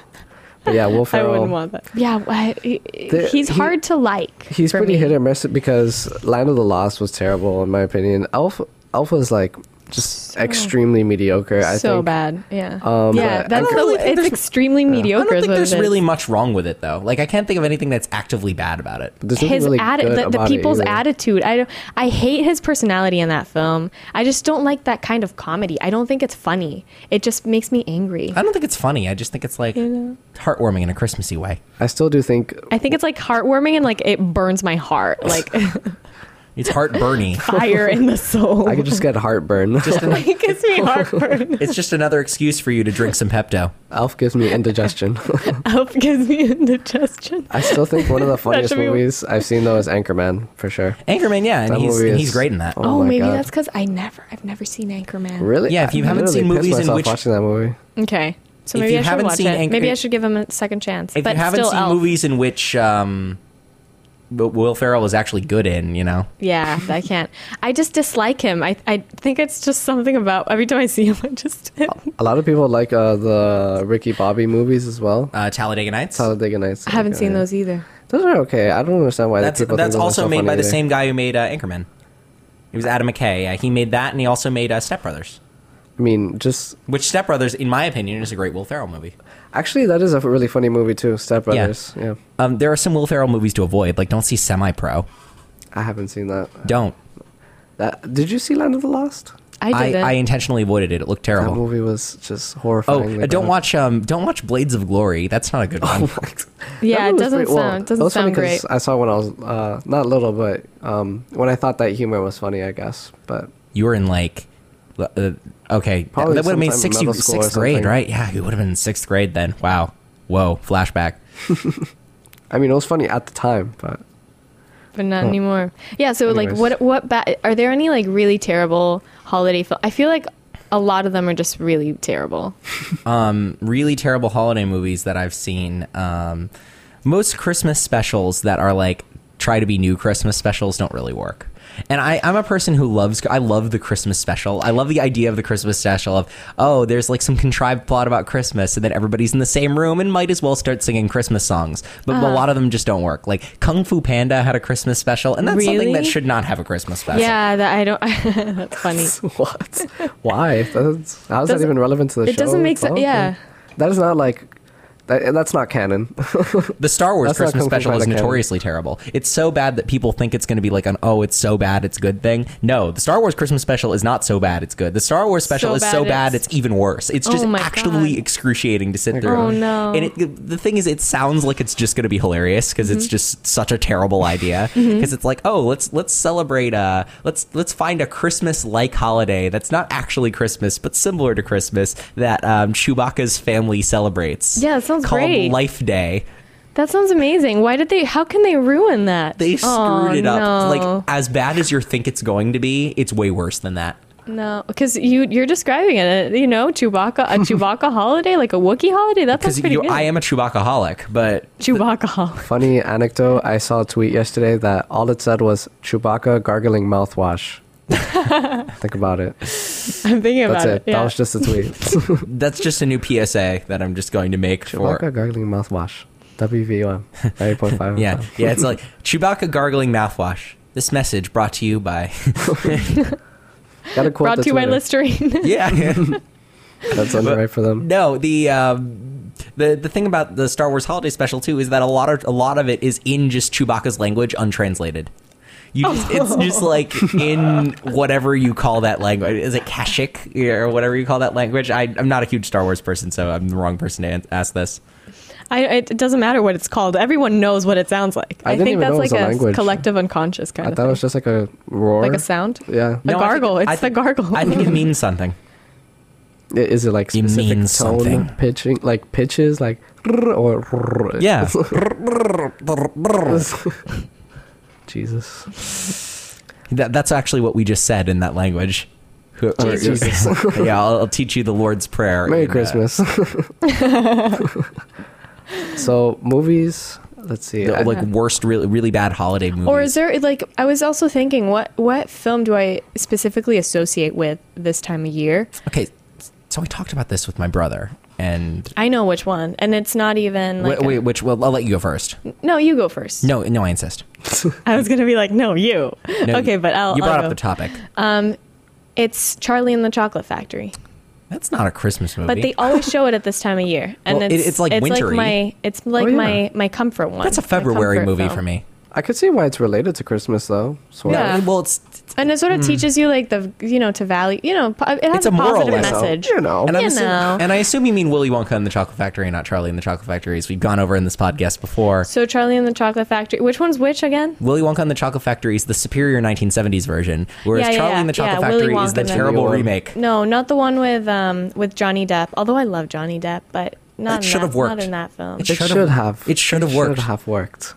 Speaker 3: But yeah, Will
Speaker 1: I
Speaker 3: Ferrell.
Speaker 1: wouldn't want that. Yeah, I, he,
Speaker 3: There-
Speaker 1: he's
Speaker 3: he-
Speaker 1: hard to like.
Speaker 3: He's
Speaker 1: for
Speaker 3: pretty
Speaker 1: me.
Speaker 3: hit or miss because Land of the Lost was terrible in my opinion. Elf Elf was like just extremely mediocre. I
Speaker 1: so
Speaker 3: think.
Speaker 1: bad. Yeah.
Speaker 3: Um,
Speaker 1: yeah.
Speaker 3: but I
Speaker 1: That's
Speaker 2: don't
Speaker 1: the,
Speaker 2: really think
Speaker 1: it's
Speaker 2: there's-
Speaker 1: extremely
Speaker 2: I
Speaker 1: mediocre.
Speaker 2: don't
Speaker 1: is
Speaker 2: think
Speaker 1: what
Speaker 2: there's
Speaker 1: it is.
Speaker 2: really much wrong with it though. Like I can't think of anything that's actively bad about it.
Speaker 3: But there's nothing
Speaker 1: his
Speaker 3: really
Speaker 1: atti-
Speaker 3: good
Speaker 1: the, the
Speaker 3: about it
Speaker 1: people's
Speaker 3: either.
Speaker 1: attitude. I don't. I hate his personality in that film. I just don't like that kind of comedy. I don't think it's funny. It just makes me angry.
Speaker 2: I don't think it's funny. I just think it's like heartwarming in a Christmassy way.
Speaker 3: I still do think
Speaker 1: I think it's like heartwarming and like it burns my heart like
Speaker 2: It's heartburning.
Speaker 1: fire in the soul.
Speaker 3: I could just get heartburn.
Speaker 1: it gives me heartburn.
Speaker 2: it's just another excuse for you to drink some Pepto.
Speaker 3: Alf gives me indigestion.
Speaker 1: Up gives me indigestion.
Speaker 3: I still think one of the funniest
Speaker 1: should be-
Speaker 3: movies I've seen though is Anchorman for sure.
Speaker 2: Anchorman, yeah, and
Speaker 3: That
Speaker 2: he's
Speaker 3: movie
Speaker 2: and
Speaker 3: is-
Speaker 2: he's great in that.
Speaker 3: oh
Speaker 1: Oh,
Speaker 3: my
Speaker 1: maybe
Speaker 3: God.
Speaker 1: that's because I never, I've never seen Anchorman.
Speaker 3: Really?
Speaker 2: Yeah, if you
Speaker 3: I
Speaker 2: haven't
Speaker 3: literally
Speaker 2: seen
Speaker 3: pissed
Speaker 2: movies in
Speaker 3: myself
Speaker 2: which-
Speaker 3: watching that movie,
Speaker 1: Okay, so
Speaker 2: If
Speaker 1: maybe
Speaker 2: you
Speaker 1: I should
Speaker 2: haven't
Speaker 1: watch
Speaker 2: seen
Speaker 1: it.
Speaker 2: Anch-
Speaker 1: maybe I should give him a second chance.
Speaker 2: If
Speaker 1: but
Speaker 2: you haven't
Speaker 1: still,
Speaker 2: seen
Speaker 1: Elf.
Speaker 2: movies in which um, but Will Ferrell was actually good in, you know,
Speaker 1: yeah, I can't. I just dislike him. I, I think it's just something about every time I see him, I just
Speaker 2: Oh
Speaker 3: a lot of people like uh, the Ricky Bobby movies as well.
Speaker 2: uh, Talladega Nights.
Speaker 3: Talladega Nights.
Speaker 1: I haven't
Speaker 3: okay.
Speaker 1: seen those either.
Speaker 3: Those are okay. I don't understand why
Speaker 2: that's
Speaker 3: people. think
Speaker 2: that's
Speaker 3: those are
Speaker 2: also
Speaker 3: so
Speaker 2: made
Speaker 3: funny
Speaker 2: by the
Speaker 3: either.
Speaker 2: same guy who made uh, Anchorman. It was Adam McKay. Yeah, he made that, and he also made uh, Step Brothers.
Speaker 3: I mean, just
Speaker 2: Which Step Brothers, in my opinion, is a great Will Ferrell movie.
Speaker 3: actually, that is a really funny movie too. Step Brothers. Yeah,
Speaker 2: Um, there are some Will Ferrell movies to avoid, like don't see Semi Pro.
Speaker 3: I haven't seen that.
Speaker 2: Don't.
Speaker 3: That did you see Land of the Lost?
Speaker 1: I
Speaker 2: I,
Speaker 1: didn't.
Speaker 2: I intentionally avoided it. It looked
Speaker 3: That
Speaker 2: terrible.
Speaker 3: movie was just
Speaker 2: Oh,
Speaker 3: horrifying.
Speaker 2: uh, don't watch um, don't watch Blades of Glory. That's not a good one.
Speaker 1: yeah, it doesn't sound it doesn't sound great.
Speaker 3: I saw when I was uh, not little, but um, when I thought that humor was funny, I guess. But
Speaker 2: you were in like l- uh, okay
Speaker 3: Probably
Speaker 2: that would have been
Speaker 3: sometime in
Speaker 2: sixth,
Speaker 3: middle school or
Speaker 2: sixth grade
Speaker 3: something.
Speaker 2: right yeah you would have been in sixth grade then wow whoa flashback
Speaker 3: I mean, it was funny at the time. But
Speaker 1: but
Speaker 2: Hmm.
Speaker 1: not anymore. Yeah. So like,
Speaker 3: Anyways.
Speaker 1: what what ba- are there any like really terrible holiday films? I feel like a lot of them are just really terrible.
Speaker 2: really terrible holiday movies that i've seen um, most christmas specials that are like try to be new christmas specials don't really work and I, I'm a person who loves. I love the Christmas special. I love the idea of the Christmas special of oh, there's like some contrived plot about Christmas, and then everybody's in the same room and might as well start singing Christmas songs. But a lot of them just don't work. Like Kung Fu Panda had a Christmas special, and that's something that
Speaker 1: Really?
Speaker 2: should not have a Christmas special.
Speaker 1: yeah, that I don't. that's funny.
Speaker 3: what? Why? That's, how is that
Speaker 1: Doesn't-
Speaker 3: even relevant to the show?
Speaker 1: It doesn't make sense.
Speaker 3: itself?
Speaker 1: Yeah.
Speaker 3: that is not like that, that's not canon.
Speaker 2: The Star Wars
Speaker 3: That's not
Speaker 2: Christmas
Speaker 3: Kung Fu
Speaker 2: special
Speaker 3: Panda
Speaker 2: is
Speaker 3: canon.
Speaker 2: notoriously terrible. It's so bad that people think it's going to be like an oh, it's so bad, it's good thing. No, the Star Wars Christmas special is not so bad, it's good. The Star Wars special
Speaker 1: So
Speaker 2: is
Speaker 1: bad
Speaker 2: so
Speaker 1: it's-
Speaker 2: bad, it's even worse. It's
Speaker 1: Oh
Speaker 2: just
Speaker 1: my
Speaker 2: actually
Speaker 1: God.
Speaker 2: excruciating to sit through.
Speaker 1: Oh, no.
Speaker 2: And it, the thing is, it sounds like it's just going to be hilarious because
Speaker 1: Mm-hmm.
Speaker 2: it's just such a terrible idea. Because it's like oh, let's let's celebrate. Uh, let's let's find a Christmas like holiday that's not actually Christmas but similar to Christmas that um, Chewbacca's family celebrates.
Speaker 1: Yeah, that sounds
Speaker 2: called
Speaker 1: great.
Speaker 2: Life Day.
Speaker 1: That sounds amazing. Why did they? How can they ruin that?
Speaker 2: They screwed
Speaker 1: Oh,
Speaker 2: it up.
Speaker 1: no.
Speaker 2: Like as bad as you think it's going to be, it's way worse than that.
Speaker 1: no, because you you're describing it. uh, You know, Chewbacca a Chewbacca holiday, like a Wookiee holiday. That sounds pretty
Speaker 2: Because
Speaker 1: good.
Speaker 2: I am a Chewbaccaholic, but
Speaker 1: Chewbacca holiday.
Speaker 3: Funny anecdote. I saw a tweet yesterday that all it said was Chewbacca gargling mouthwash. Think about it.
Speaker 1: I'm thinking about
Speaker 3: That's it.
Speaker 1: it. Yeah.
Speaker 3: That was just a tweet.
Speaker 2: that's just a new PSA that I'm just going to make
Speaker 3: Chewbacca
Speaker 2: for.
Speaker 3: gargling mouthwash. WVOM. 8.5.
Speaker 2: Yeah, yeah. It's like Chewbacca gargling mouthwash. This message brought to you by.
Speaker 3: Gotta quote
Speaker 1: Brought
Speaker 3: the
Speaker 1: to you by
Speaker 3: Twitter.
Speaker 1: Listerine.
Speaker 2: yeah.
Speaker 3: That's underwrite for them.
Speaker 2: No, the um, the the thing about the Star Wars Holiday Special too is that a lot of a lot of it is in just Chewbacca's language, untranslated. You just,
Speaker 1: Oh.
Speaker 2: it's just like in whatever you call that language. Is it Kashik or whatever you call that language? I, I'm not a huge Star Wars person, so I'm the wrong person to an- ask this.
Speaker 1: I, it doesn't matter what it's called. Everyone knows what it sounds like.
Speaker 3: I
Speaker 1: I,
Speaker 3: didn't
Speaker 1: think
Speaker 3: even
Speaker 1: that's
Speaker 3: know it was
Speaker 1: like
Speaker 3: a
Speaker 1: a,
Speaker 3: language.
Speaker 1: collective unconscious kind
Speaker 3: I
Speaker 1: of
Speaker 3: thought it
Speaker 1: thing.
Speaker 3: was just like a roar.
Speaker 1: like a sound.
Speaker 3: Yeah.
Speaker 1: No. gargle. It's the gargle.
Speaker 2: I think it means something.
Speaker 3: I- Is it like
Speaker 2: It means
Speaker 3: specific tone
Speaker 2: something.
Speaker 3: pitching, like pitches, like or
Speaker 2: Yeah.
Speaker 3: Jesus.
Speaker 2: That, that's actually what we just said in that language. Who-
Speaker 1: Oh,
Speaker 2: who-
Speaker 3: Jesus.
Speaker 2: yeah, I'll, I'll teach you the Lord's Prayer.
Speaker 3: Merry
Speaker 2: in, uh,
Speaker 3: Christmas. so movies. Let's see.
Speaker 2: the,
Speaker 3: I-
Speaker 2: like worst, really, really bad holiday movies.
Speaker 1: Or is there like I was also thinking what what film do I specifically associate with this time of year?
Speaker 2: Okay, so I talked about this with my brother, and
Speaker 1: I know which one, and it's not even like
Speaker 2: wait,
Speaker 1: a-
Speaker 2: wait, which well, I'll let you go first.
Speaker 1: no, you go first.
Speaker 2: No, no, I insist.
Speaker 1: I was gonna be like no, you.
Speaker 2: No,
Speaker 1: okay, but I'll
Speaker 2: you
Speaker 1: I'll
Speaker 2: brought
Speaker 1: go.
Speaker 2: up the topic.
Speaker 1: It's Charlie and the Chocolate Factory.
Speaker 2: That's not a Christmas movie.
Speaker 1: But they always show it at this time of year, and
Speaker 2: Well, it-
Speaker 1: it's,
Speaker 2: it's like wintry.
Speaker 1: my it's like
Speaker 3: Oh, yeah.
Speaker 1: my my comfort one.
Speaker 2: That's a
Speaker 1: my
Speaker 2: February
Speaker 1: comfort
Speaker 2: movie
Speaker 1: film.
Speaker 2: for me.
Speaker 3: I could see why it's related to Christmas though. Sort of.
Speaker 1: Yeah.
Speaker 2: No, well, it's
Speaker 1: And it sort
Speaker 3: Mm.
Speaker 1: of teaches you like the you know to value you know po- it has
Speaker 2: It's
Speaker 1: a,
Speaker 2: a moral
Speaker 1: positive
Speaker 2: lesson.
Speaker 1: message.
Speaker 3: You know.
Speaker 2: and,
Speaker 1: You
Speaker 2: I'm assu-
Speaker 1: know.
Speaker 2: and I assume you mean Willy Wonka and the Chocolate Factory, and not Charlie and the Chocolate Factory, as we've gone over in this podcast before.
Speaker 1: So Charlie and the Chocolate Factory. Which one's which again?
Speaker 2: Willy Wonka and the Chocolate Factory is the superior 1970s version, whereas
Speaker 1: Yeah, yeah,
Speaker 2: Charlie
Speaker 1: yeah.
Speaker 2: and the Chocolate
Speaker 1: Yeah, Willy
Speaker 2: Factory is
Speaker 1: Wonka
Speaker 2: the
Speaker 1: and the-
Speaker 2: terrible
Speaker 3: Willy Wonka.
Speaker 2: remake.
Speaker 1: No, not the one with um with Johnny Depp. Although I love Johnny Depp, but not
Speaker 2: That
Speaker 1: in
Speaker 2: should
Speaker 1: that,
Speaker 2: have worked.
Speaker 1: Not in that film.
Speaker 2: It
Speaker 3: It
Speaker 2: should've-
Speaker 3: should have.
Speaker 2: it should've worked.
Speaker 3: Should have worked.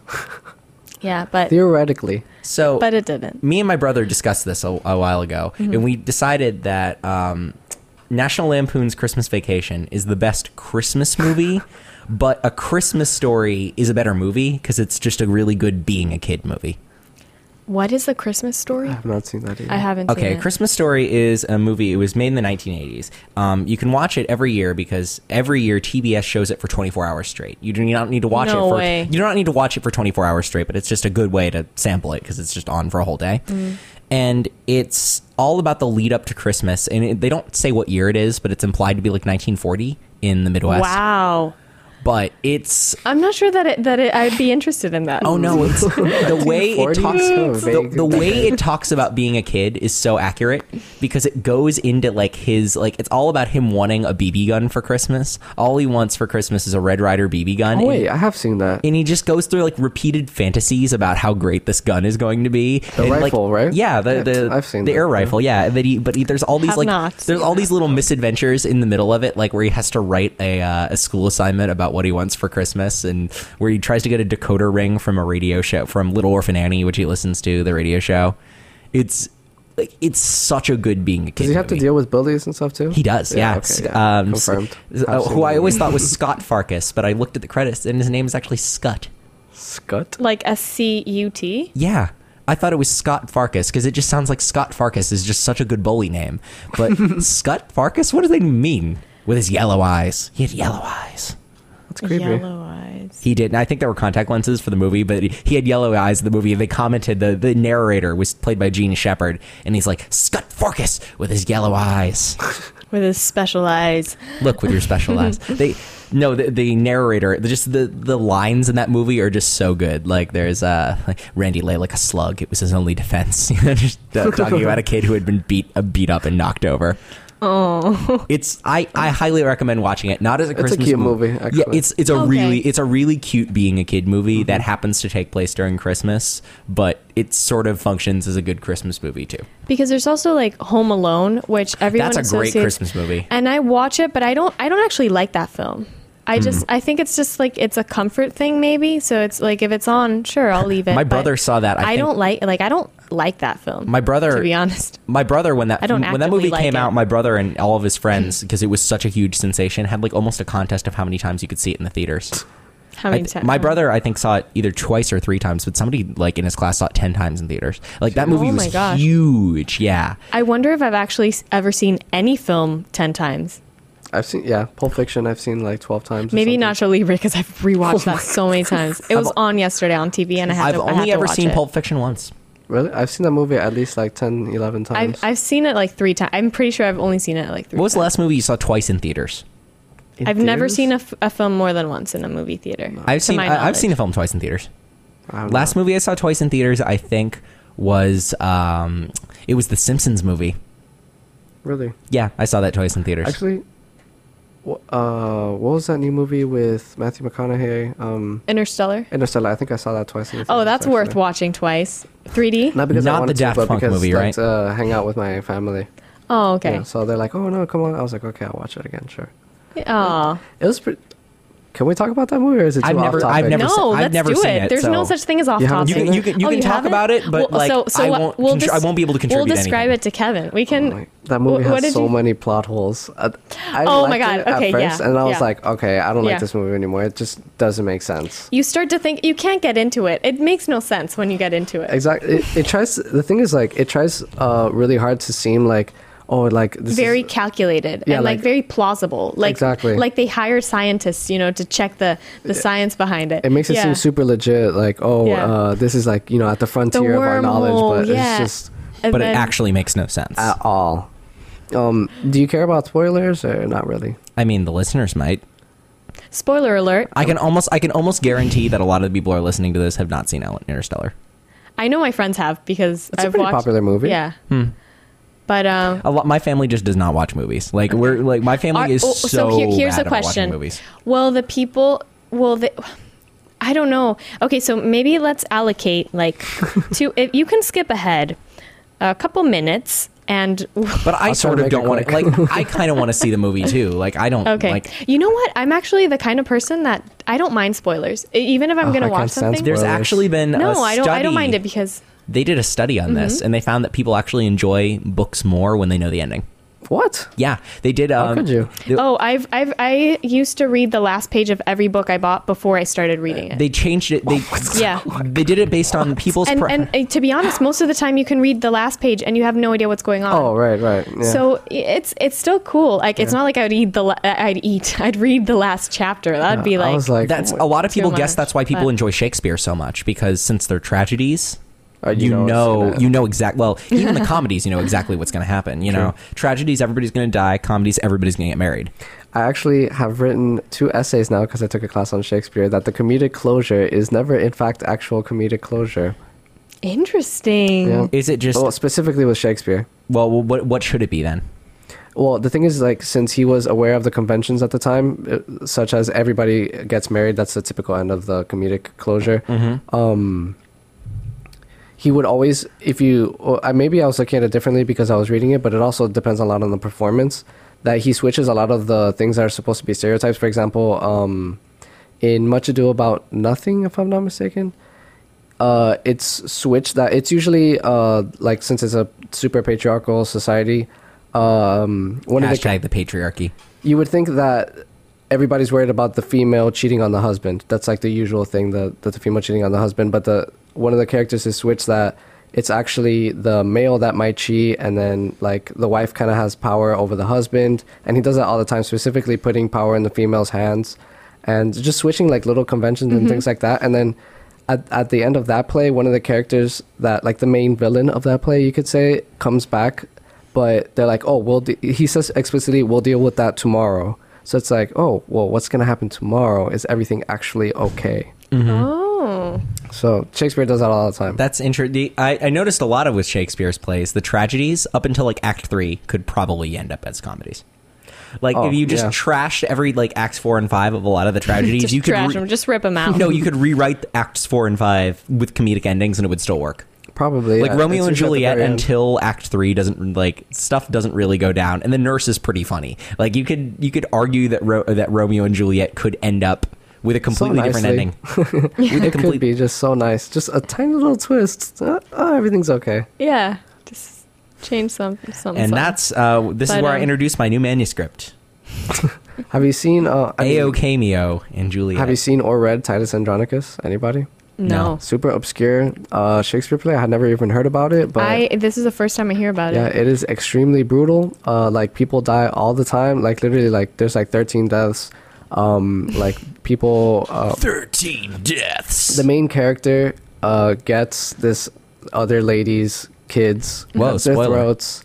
Speaker 1: yeah, but
Speaker 3: Theoretically,
Speaker 2: So,
Speaker 1: but it didn't.
Speaker 3: Mm.
Speaker 2: me and my brother discussed this a, a while ago, and we decided that um, National Lampoon's Christmas Vacation is the best Christmas movie, but A Christmas Story is a better movie because it's just a really good being a kid movie.
Speaker 1: What is the Christmas
Speaker 3: I
Speaker 1: story?
Speaker 3: have not seen that either.
Speaker 1: I haven't.
Speaker 2: Okay,
Speaker 1: seen
Speaker 2: A
Speaker 1: it.
Speaker 2: Christmas Story is a movie. It was made in the 1980s. Um, you can watch it every year because every year TBS shows it for 24 hours straight. You do not need to watch
Speaker 1: No
Speaker 2: it for
Speaker 1: way.
Speaker 2: you do not need to watch it for 24 hours straight, but it's just a good way to sample it because it's just on for a whole day.
Speaker 1: Mm.
Speaker 2: And it's all about the lead up to Christmas. And it, they don't say what year it is, but it's implied to be like 1940 in the Midwest.
Speaker 1: Wow.
Speaker 2: But it's
Speaker 1: I'm not sure that it, that it, I'd be interested in that.
Speaker 2: Oh no, it's the way it
Speaker 3: 1940s?
Speaker 2: talks
Speaker 3: Oh,
Speaker 2: the,
Speaker 3: vague.
Speaker 2: the way it talks about being a kid is so accurate because it goes into like his like it's all about him wanting a BB gun for Christmas. All he wants for Christmas is a Red Rider BB gun.
Speaker 3: Oh,
Speaker 2: and-
Speaker 3: wait, I have seen that.
Speaker 2: and he just goes through like repeated fantasies about how great this gun is going to be.
Speaker 3: The
Speaker 2: And, like-
Speaker 3: rifle, right?
Speaker 2: Yeah, the,
Speaker 3: Yeah,
Speaker 2: the
Speaker 3: I've seen
Speaker 2: the
Speaker 3: that,
Speaker 2: air
Speaker 3: yeah.
Speaker 2: rifle. Yeah, and then he, but he, there's all these
Speaker 1: Have
Speaker 2: like
Speaker 1: not
Speaker 2: there's
Speaker 1: seen
Speaker 2: all these little misadventures in the middle of it, like where he has to write a uh, a school assignment about what he wants for Christmas, and where he tries to get a decoder ring from a radio show from Little Orphan Annie, which he listens to the radio show. It's like it's such a good being a kid.
Speaker 3: Does he have
Speaker 2: movie.
Speaker 3: to deal with bullies and stuff too?
Speaker 2: He does, yeah. S- Um, s-
Speaker 3: Confirmed.
Speaker 2: s-
Speaker 3: I've
Speaker 2: uh,
Speaker 3: seen
Speaker 2: who I
Speaker 3: that.
Speaker 2: always thought was Scott Farkas, but I looked at the credits and his name is actually Scott.
Speaker 3: Scut.
Speaker 1: Like a C U T.
Speaker 2: Yeah. I thought it was Scott Farkas because it just sounds like Scott Farkas is just such a good bully name. But Scott Farkas, what do they mean? With his yellow eyes. He had yellow eyes.
Speaker 3: That's creepy.
Speaker 1: Yellow eyes.
Speaker 2: He didn't. I think there were contact lenses for the movie, but he had yellow eyes in the movie. They commented the, the narrator was played by Gene Shepard, and he's like, Scott Farkas with his yellow eyes.
Speaker 1: With his special eyes.
Speaker 2: Look with your special eyes. They no, the, the narrator, just the the lines in that movie are just so good. Like there's uh, like Randy lay like a slug. It was his only defense. You know, just uh, talking about a kid who had been beat uh, beat up and knocked over.
Speaker 1: Oh.
Speaker 2: It's I, I highly recommend watching it. Not as a
Speaker 3: a
Speaker 2: Christmas
Speaker 3: cute
Speaker 2: mo-
Speaker 3: movie,
Speaker 2: Yeah,
Speaker 3: actually.
Speaker 2: it's it's a
Speaker 1: Okay. Mm-hmm.
Speaker 2: really it's a really cute being a kid movie that happens to take place during Christmas, but it sort of functions as a good Christmas movie too.
Speaker 1: Because there's also like Home Alone, which everyone
Speaker 2: That's a great
Speaker 1: associates-
Speaker 2: Christmas movie.
Speaker 1: And I watch it, but I don't. I don't actually like that film.
Speaker 2: Hmm.
Speaker 1: I just. I think it's just like it's a comfort thing, maybe. So it's like if it's on, sure, I'll leave it.
Speaker 2: My
Speaker 1: but
Speaker 2: brother saw that. I,
Speaker 1: I,
Speaker 2: think-
Speaker 1: don't like. Like I don't like that film.
Speaker 2: My brother
Speaker 1: to be honest.
Speaker 2: my brother when that
Speaker 1: I don't
Speaker 2: when that
Speaker 1: actively
Speaker 2: movie
Speaker 1: like
Speaker 2: came
Speaker 1: it.
Speaker 2: out my brother and all of his friends because it was such a huge sensation had like almost a contest of how many times you could see it in the theaters
Speaker 1: How many
Speaker 2: I th-
Speaker 1: times?
Speaker 2: my brother i think saw it either twice or three times but somebody like in his class saw it 10 times in theaters like that movie
Speaker 1: Oh my
Speaker 2: was
Speaker 1: gosh.
Speaker 2: huge yeah
Speaker 1: I wonder if I've actually s- ever seen any film ten times.
Speaker 3: I've seen, yeah, Pulp Fiction. I've seen like twelve times. or
Speaker 1: Maybe
Speaker 3: something.
Speaker 1: Nacho Libre because I've
Speaker 2: Oh
Speaker 1: rewatched that so many times. It was on yesterday on TV, and I had
Speaker 2: i've
Speaker 1: to. I had
Speaker 2: only
Speaker 1: to
Speaker 2: ever
Speaker 1: watch
Speaker 2: seen
Speaker 1: it.
Speaker 2: pulp fiction once
Speaker 3: Really, I've seen that movie at least like 10, 11 times.
Speaker 1: I've, I've seen it like three times. I'm pretty sure I've only seen it like three.
Speaker 2: what was the
Speaker 1: times.
Speaker 2: last movie you saw twice in theaters
Speaker 3: In
Speaker 1: I've never
Speaker 3: theaters?
Speaker 1: seen a, f- a film more than once in a movie theater.
Speaker 2: i've
Speaker 1: to
Speaker 2: seen
Speaker 1: my
Speaker 2: I, i've
Speaker 1: knowledge.
Speaker 2: seen a film twice in theaters
Speaker 3: I don't
Speaker 2: last
Speaker 3: know.
Speaker 2: movie i saw twice in theaters i think was um it was the simpsons movie
Speaker 3: Really,
Speaker 2: yeah i saw that twice in theaters
Speaker 3: actually, wh- uh, what was that new movie with Matthew McConaughey? Um,
Speaker 1: Interstellar.
Speaker 3: Interstellar. I think I saw that twice. In the
Speaker 1: Oh,
Speaker 3: theaters,
Speaker 1: that's worth
Speaker 3: actually.
Speaker 1: watching twice. 3D.
Speaker 3: Not because
Speaker 2: Not
Speaker 3: I
Speaker 2: the
Speaker 3: wanted
Speaker 2: Daft
Speaker 3: to, but
Speaker 2: Punk
Speaker 3: because
Speaker 2: movie,
Speaker 3: like,
Speaker 2: right?
Speaker 3: to hang out with my family.
Speaker 1: oh, okay.
Speaker 3: Yeah, so they're like, "Oh no, come on!" I was like, "Okay, I'll watch it again." Sure.
Speaker 1: Oh
Speaker 3: It was. Pre- Can we talk about that movie? Or is it too
Speaker 2: I've
Speaker 3: off
Speaker 2: never-
Speaker 3: topic?
Speaker 2: I've never
Speaker 1: no,
Speaker 2: se- I've
Speaker 1: let's
Speaker 2: never
Speaker 1: do
Speaker 2: seen
Speaker 1: it.
Speaker 2: it,
Speaker 1: There's no
Speaker 2: so-
Speaker 1: such thing as off
Speaker 3: You haven't
Speaker 1: topic.
Speaker 3: seen
Speaker 2: You can, you can, you
Speaker 1: Oh,
Speaker 2: can
Speaker 1: you
Speaker 2: talk
Speaker 1: haven't?
Speaker 2: about it, but
Speaker 1: Well,
Speaker 2: like I
Speaker 1: what-
Speaker 2: won't
Speaker 1: we'll
Speaker 2: contr- I
Speaker 1: dis-
Speaker 2: won't be able to contribute.
Speaker 1: We'll describe
Speaker 2: anything.
Speaker 1: it to Kevin. We can.
Speaker 3: Oh my- that movie
Speaker 1: wh- what did
Speaker 3: has so
Speaker 1: you-
Speaker 3: many plot holes. I, I
Speaker 1: Oh
Speaker 3: liked
Speaker 1: my God,
Speaker 3: it at
Speaker 1: okay,
Speaker 3: first,
Speaker 1: yeah,
Speaker 3: And I was
Speaker 1: yeah.
Speaker 3: like, okay, I don't
Speaker 1: Yeah.
Speaker 3: like this movie anymore. It just doesn't make sense.
Speaker 1: You start to think you can't get into it. It makes no sense when you get into it.
Speaker 3: Exactly. It, it tries. The thing is, like, it tries uh, really hard to seem like, oh, like this
Speaker 1: Very
Speaker 3: Is,
Speaker 1: calculated
Speaker 3: Yeah,
Speaker 1: and like,
Speaker 3: like-
Speaker 1: very plausible. Like
Speaker 3: Exactly. Uh,
Speaker 1: Like they hire scientists, you know, to check the the science behind it.
Speaker 3: it makes it
Speaker 1: Yeah.
Speaker 3: seem super legit. Like, oh,
Speaker 1: Yeah.
Speaker 3: uh, this is like you know at the
Speaker 1: The
Speaker 3: frontier of our
Speaker 1: wormhole.
Speaker 3: knowledge, but
Speaker 1: yeah.
Speaker 3: it's just
Speaker 1: And
Speaker 2: but it
Speaker 1: then-
Speaker 2: actually makes no sense.
Speaker 3: at all. Um, do you care about spoilers or not really?
Speaker 2: I mean, the listeners might.
Speaker 1: Spoiler alert.
Speaker 2: I can almost I can almost guarantee that a lot of the people who are listening to this have not seen Ellen- Interstellar.
Speaker 1: I know my friends have because
Speaker 3: It's a
Speaker 1: I've
Speaker 3: pretty
Speaker 1: watched
Speaker 3: popular movie.
Speaker 1: Yeah.
Speaker 2: Hmm.
Speaker 1: But um
Speaker 2: A lot, my family just does not watch movies. Like we're like my family
Speaker 1: Are-
Speaker 2: is
Speaker 1: oh,
Speaker 2: so,
Speaker 1: here- here's
Speaker 2: bad
Speaker 1: a
Speaker 2: about watching
Speaker 1: question
Speaker 2: movies.
Speaker 1: will the people will the i don't know okay so maybe let's allocate like two if you can skip ahead a couple minutes and
Speaker 2: But I
Speaker 3: I'll try
Speaker 2: sort
Speaker 3: to
Speaker 2: of
Speaker 3: make
Speaker 2: don't
Speaker 3: it
Speaker 2: want to
Speaker 3: quick.
Speaker 2: like I kind of want to see the movie too. Like I don't
Speaker 1: okay
Speaker 2: like
Speaker 1: you know what i'm actually the kind of person that i don't mind spoilers E- even if i'm
Speaker 3: Oh,
Speaker 1: gonna
Speaker 3: I
Speaker 1: watch
Speaker 3: can't stand
Speaker 1: something
Speaker 2: there's
Speaker 3: Spoilers.
Speaker 2: actually been a
Speaker 1: no i don't i don't
Speaker 2: study-
Speaker 1: mind it Mm-hmm. because
Speaker 2: They did a study on this and they found that people actually enjoy books more when they know the ending.
Speaker 3: What?
Speaker 2: Yeah, they did um,
Speaker 3: could you?
Speaker 2: They,
Speaker 1: oh i've i've i used to read the last page of every book i bought before i started reading it
Speaker 2: they changed it. They
Speaker 1: yeah
Speaker 2: they did it based on people's
Speaker 1: and
Speaker 2: pre-
Speaker 1: and uh, to be honest most of the time you can read the last page and you have no idea what's going on
Speaker 3: Oh, right, right. Yeah.
Speaker 1: So i- it's it's still cool. Like it's not like I would eat the la- I'd eat I'd read the last chapter. That'd be like,
Speaker 3: I was like,
Speaker 2: that's a lot of
Speaker 1: too
Speaker 2: people guess
Speaker 1: much,
Speaker 2: that's why people
Speaker 1: but-
Speaker 2: enjoy Shakespeare so much because since they're tragedies,
Speaker 3: Uh,
Speaker 2: you,
Speaker 3: you know it's
Speaker 2: know,
Speaker 3: gonna-
Speaker 2: you know exactly. Well, even the comedies, you know exactly what's going to happen. You know, tragedies, everybody's going to die. Comedies, everybody's going to get married.
Speaker 3: I actually have written two essays now because I took a class on Shakespeare that the comedic closure is never, in fact, actual comedic closure.
Speaker 1: interesting.
Speaker 3: Yeah.
Speaker 2: Is it just
Speaker 3: Well, specifically with Shakespeare.
Speaker 2: well? What what should it be then?
Speaker 3: Well, the thing is, like, since he was aware of the conventions at the time, uh, such as everybody gets married, that's the typical end of the comedic closure. Um, he would always, if you, or, uh, maybe I was looking at it differently because I was reading it, but it also depends a lot on the performance. That he switches a lot of the things that are supposed to be stereotypes. For example, um, in Much Ado About Nothing, if I'm not mistaken, uh, it's switched that it's usually uh, like since it's a super patriarchal society. Um, one of the
Speaker 2: Hashtag the patriarchy.
Speaker 3: you would think that everybody's worried about the female cheating on the husband. That's like the usual thing the that the female cheating on the husband. But the one of the characters is switched that it's actually the male that might cheat, and then like the wife kind of has power over the husband, and he does that all the time, specifically putting power in the female's hands, and just switching like little conventions and things like that, and then. At, at the end of that play, one of the characters that, like the main villain of that play, you could say, comes back but they're like, oh, we'll. De-, he says explicitly, we'll deal with that tomorrow. So it's like, oh, well, what's gonna happen tomorrow? Is everything actually okay?
Speaker 1: Oh,
Speaker 2: Mm.
Speaker 3: So Shakespeare does that all the time.
Speaker 2: That's interesting. I, I noticed a lot of with Shakespeare's plays, the tragedies up until like Act Three could probably end up as comedies. Like
Speaker 3: Oh,
Speaker 2: if you just
Speaker 3: yeah.
Speaker 2: trashed every like Acts Four and Five of a lot of the tragedies,
Speaker 1: just
Speaker 2: you could
Speaker 1: trash
Speaker 2: re-
Speaker 1: them, just rip them out.
Speaker 2: no, you could rewrite the Acts Four and Five with comedic endings, and it would still work.
Speaker 3: Probably
Speaker 2: like
Speaker 3: yeah.
Speaker 2: Romeo
Speaker 3: It's
Speaker 2: and
Speaker 3: usually at
Speaker 2: Juliet
Speaker 3: the very end.
Speaker 2: until Act Three doesn't like stuff doesn't really go down, and the nurse is pretty funny. Like you could you could argue that Ro- that Romeo and Juliet could end up with a completely different
Speaker 3: nicely.
Speaker 2: ending. with a
Speaker 3: It could be just so nice, just a tiny little twist. Uh, oh, everything's okay.
Speaker 1: yeah, just change some something.
Speaker 2: and that's uh, this is
Speaker 1: But,
Speaker 2: where I
Speaker 1: um,
Speaker 2: introduce my new manuscript,
Speaker 3: Have you seen? Uh, I mean,
Speaker 2: Aocamio and Juliet.
Speaker 3: Have you seen or read Titus Andronicus? Anybody?
Speaker 2: no.
Speaker 1: no.
Speaker 3: Super obscure uh, Shakespeare play. I had never even heard about it, but
Speaker 1: I this is the first time I hear about
Speaker 3: Yeah,
Speaker 1: it.
Speaker 3: it is extremely brutal. Uh, like people die all the time. Like literally, like there's like 13 deaths. Um, like people. Uh,
Speaker 2: Thirteen deaths.
Speaker 3: the main character uh, gets this other lady's kids.
Speaker 2: Whoa,
Speaker 3: cuts their
Speaker 2: spoiler.
Speaker 3: throats.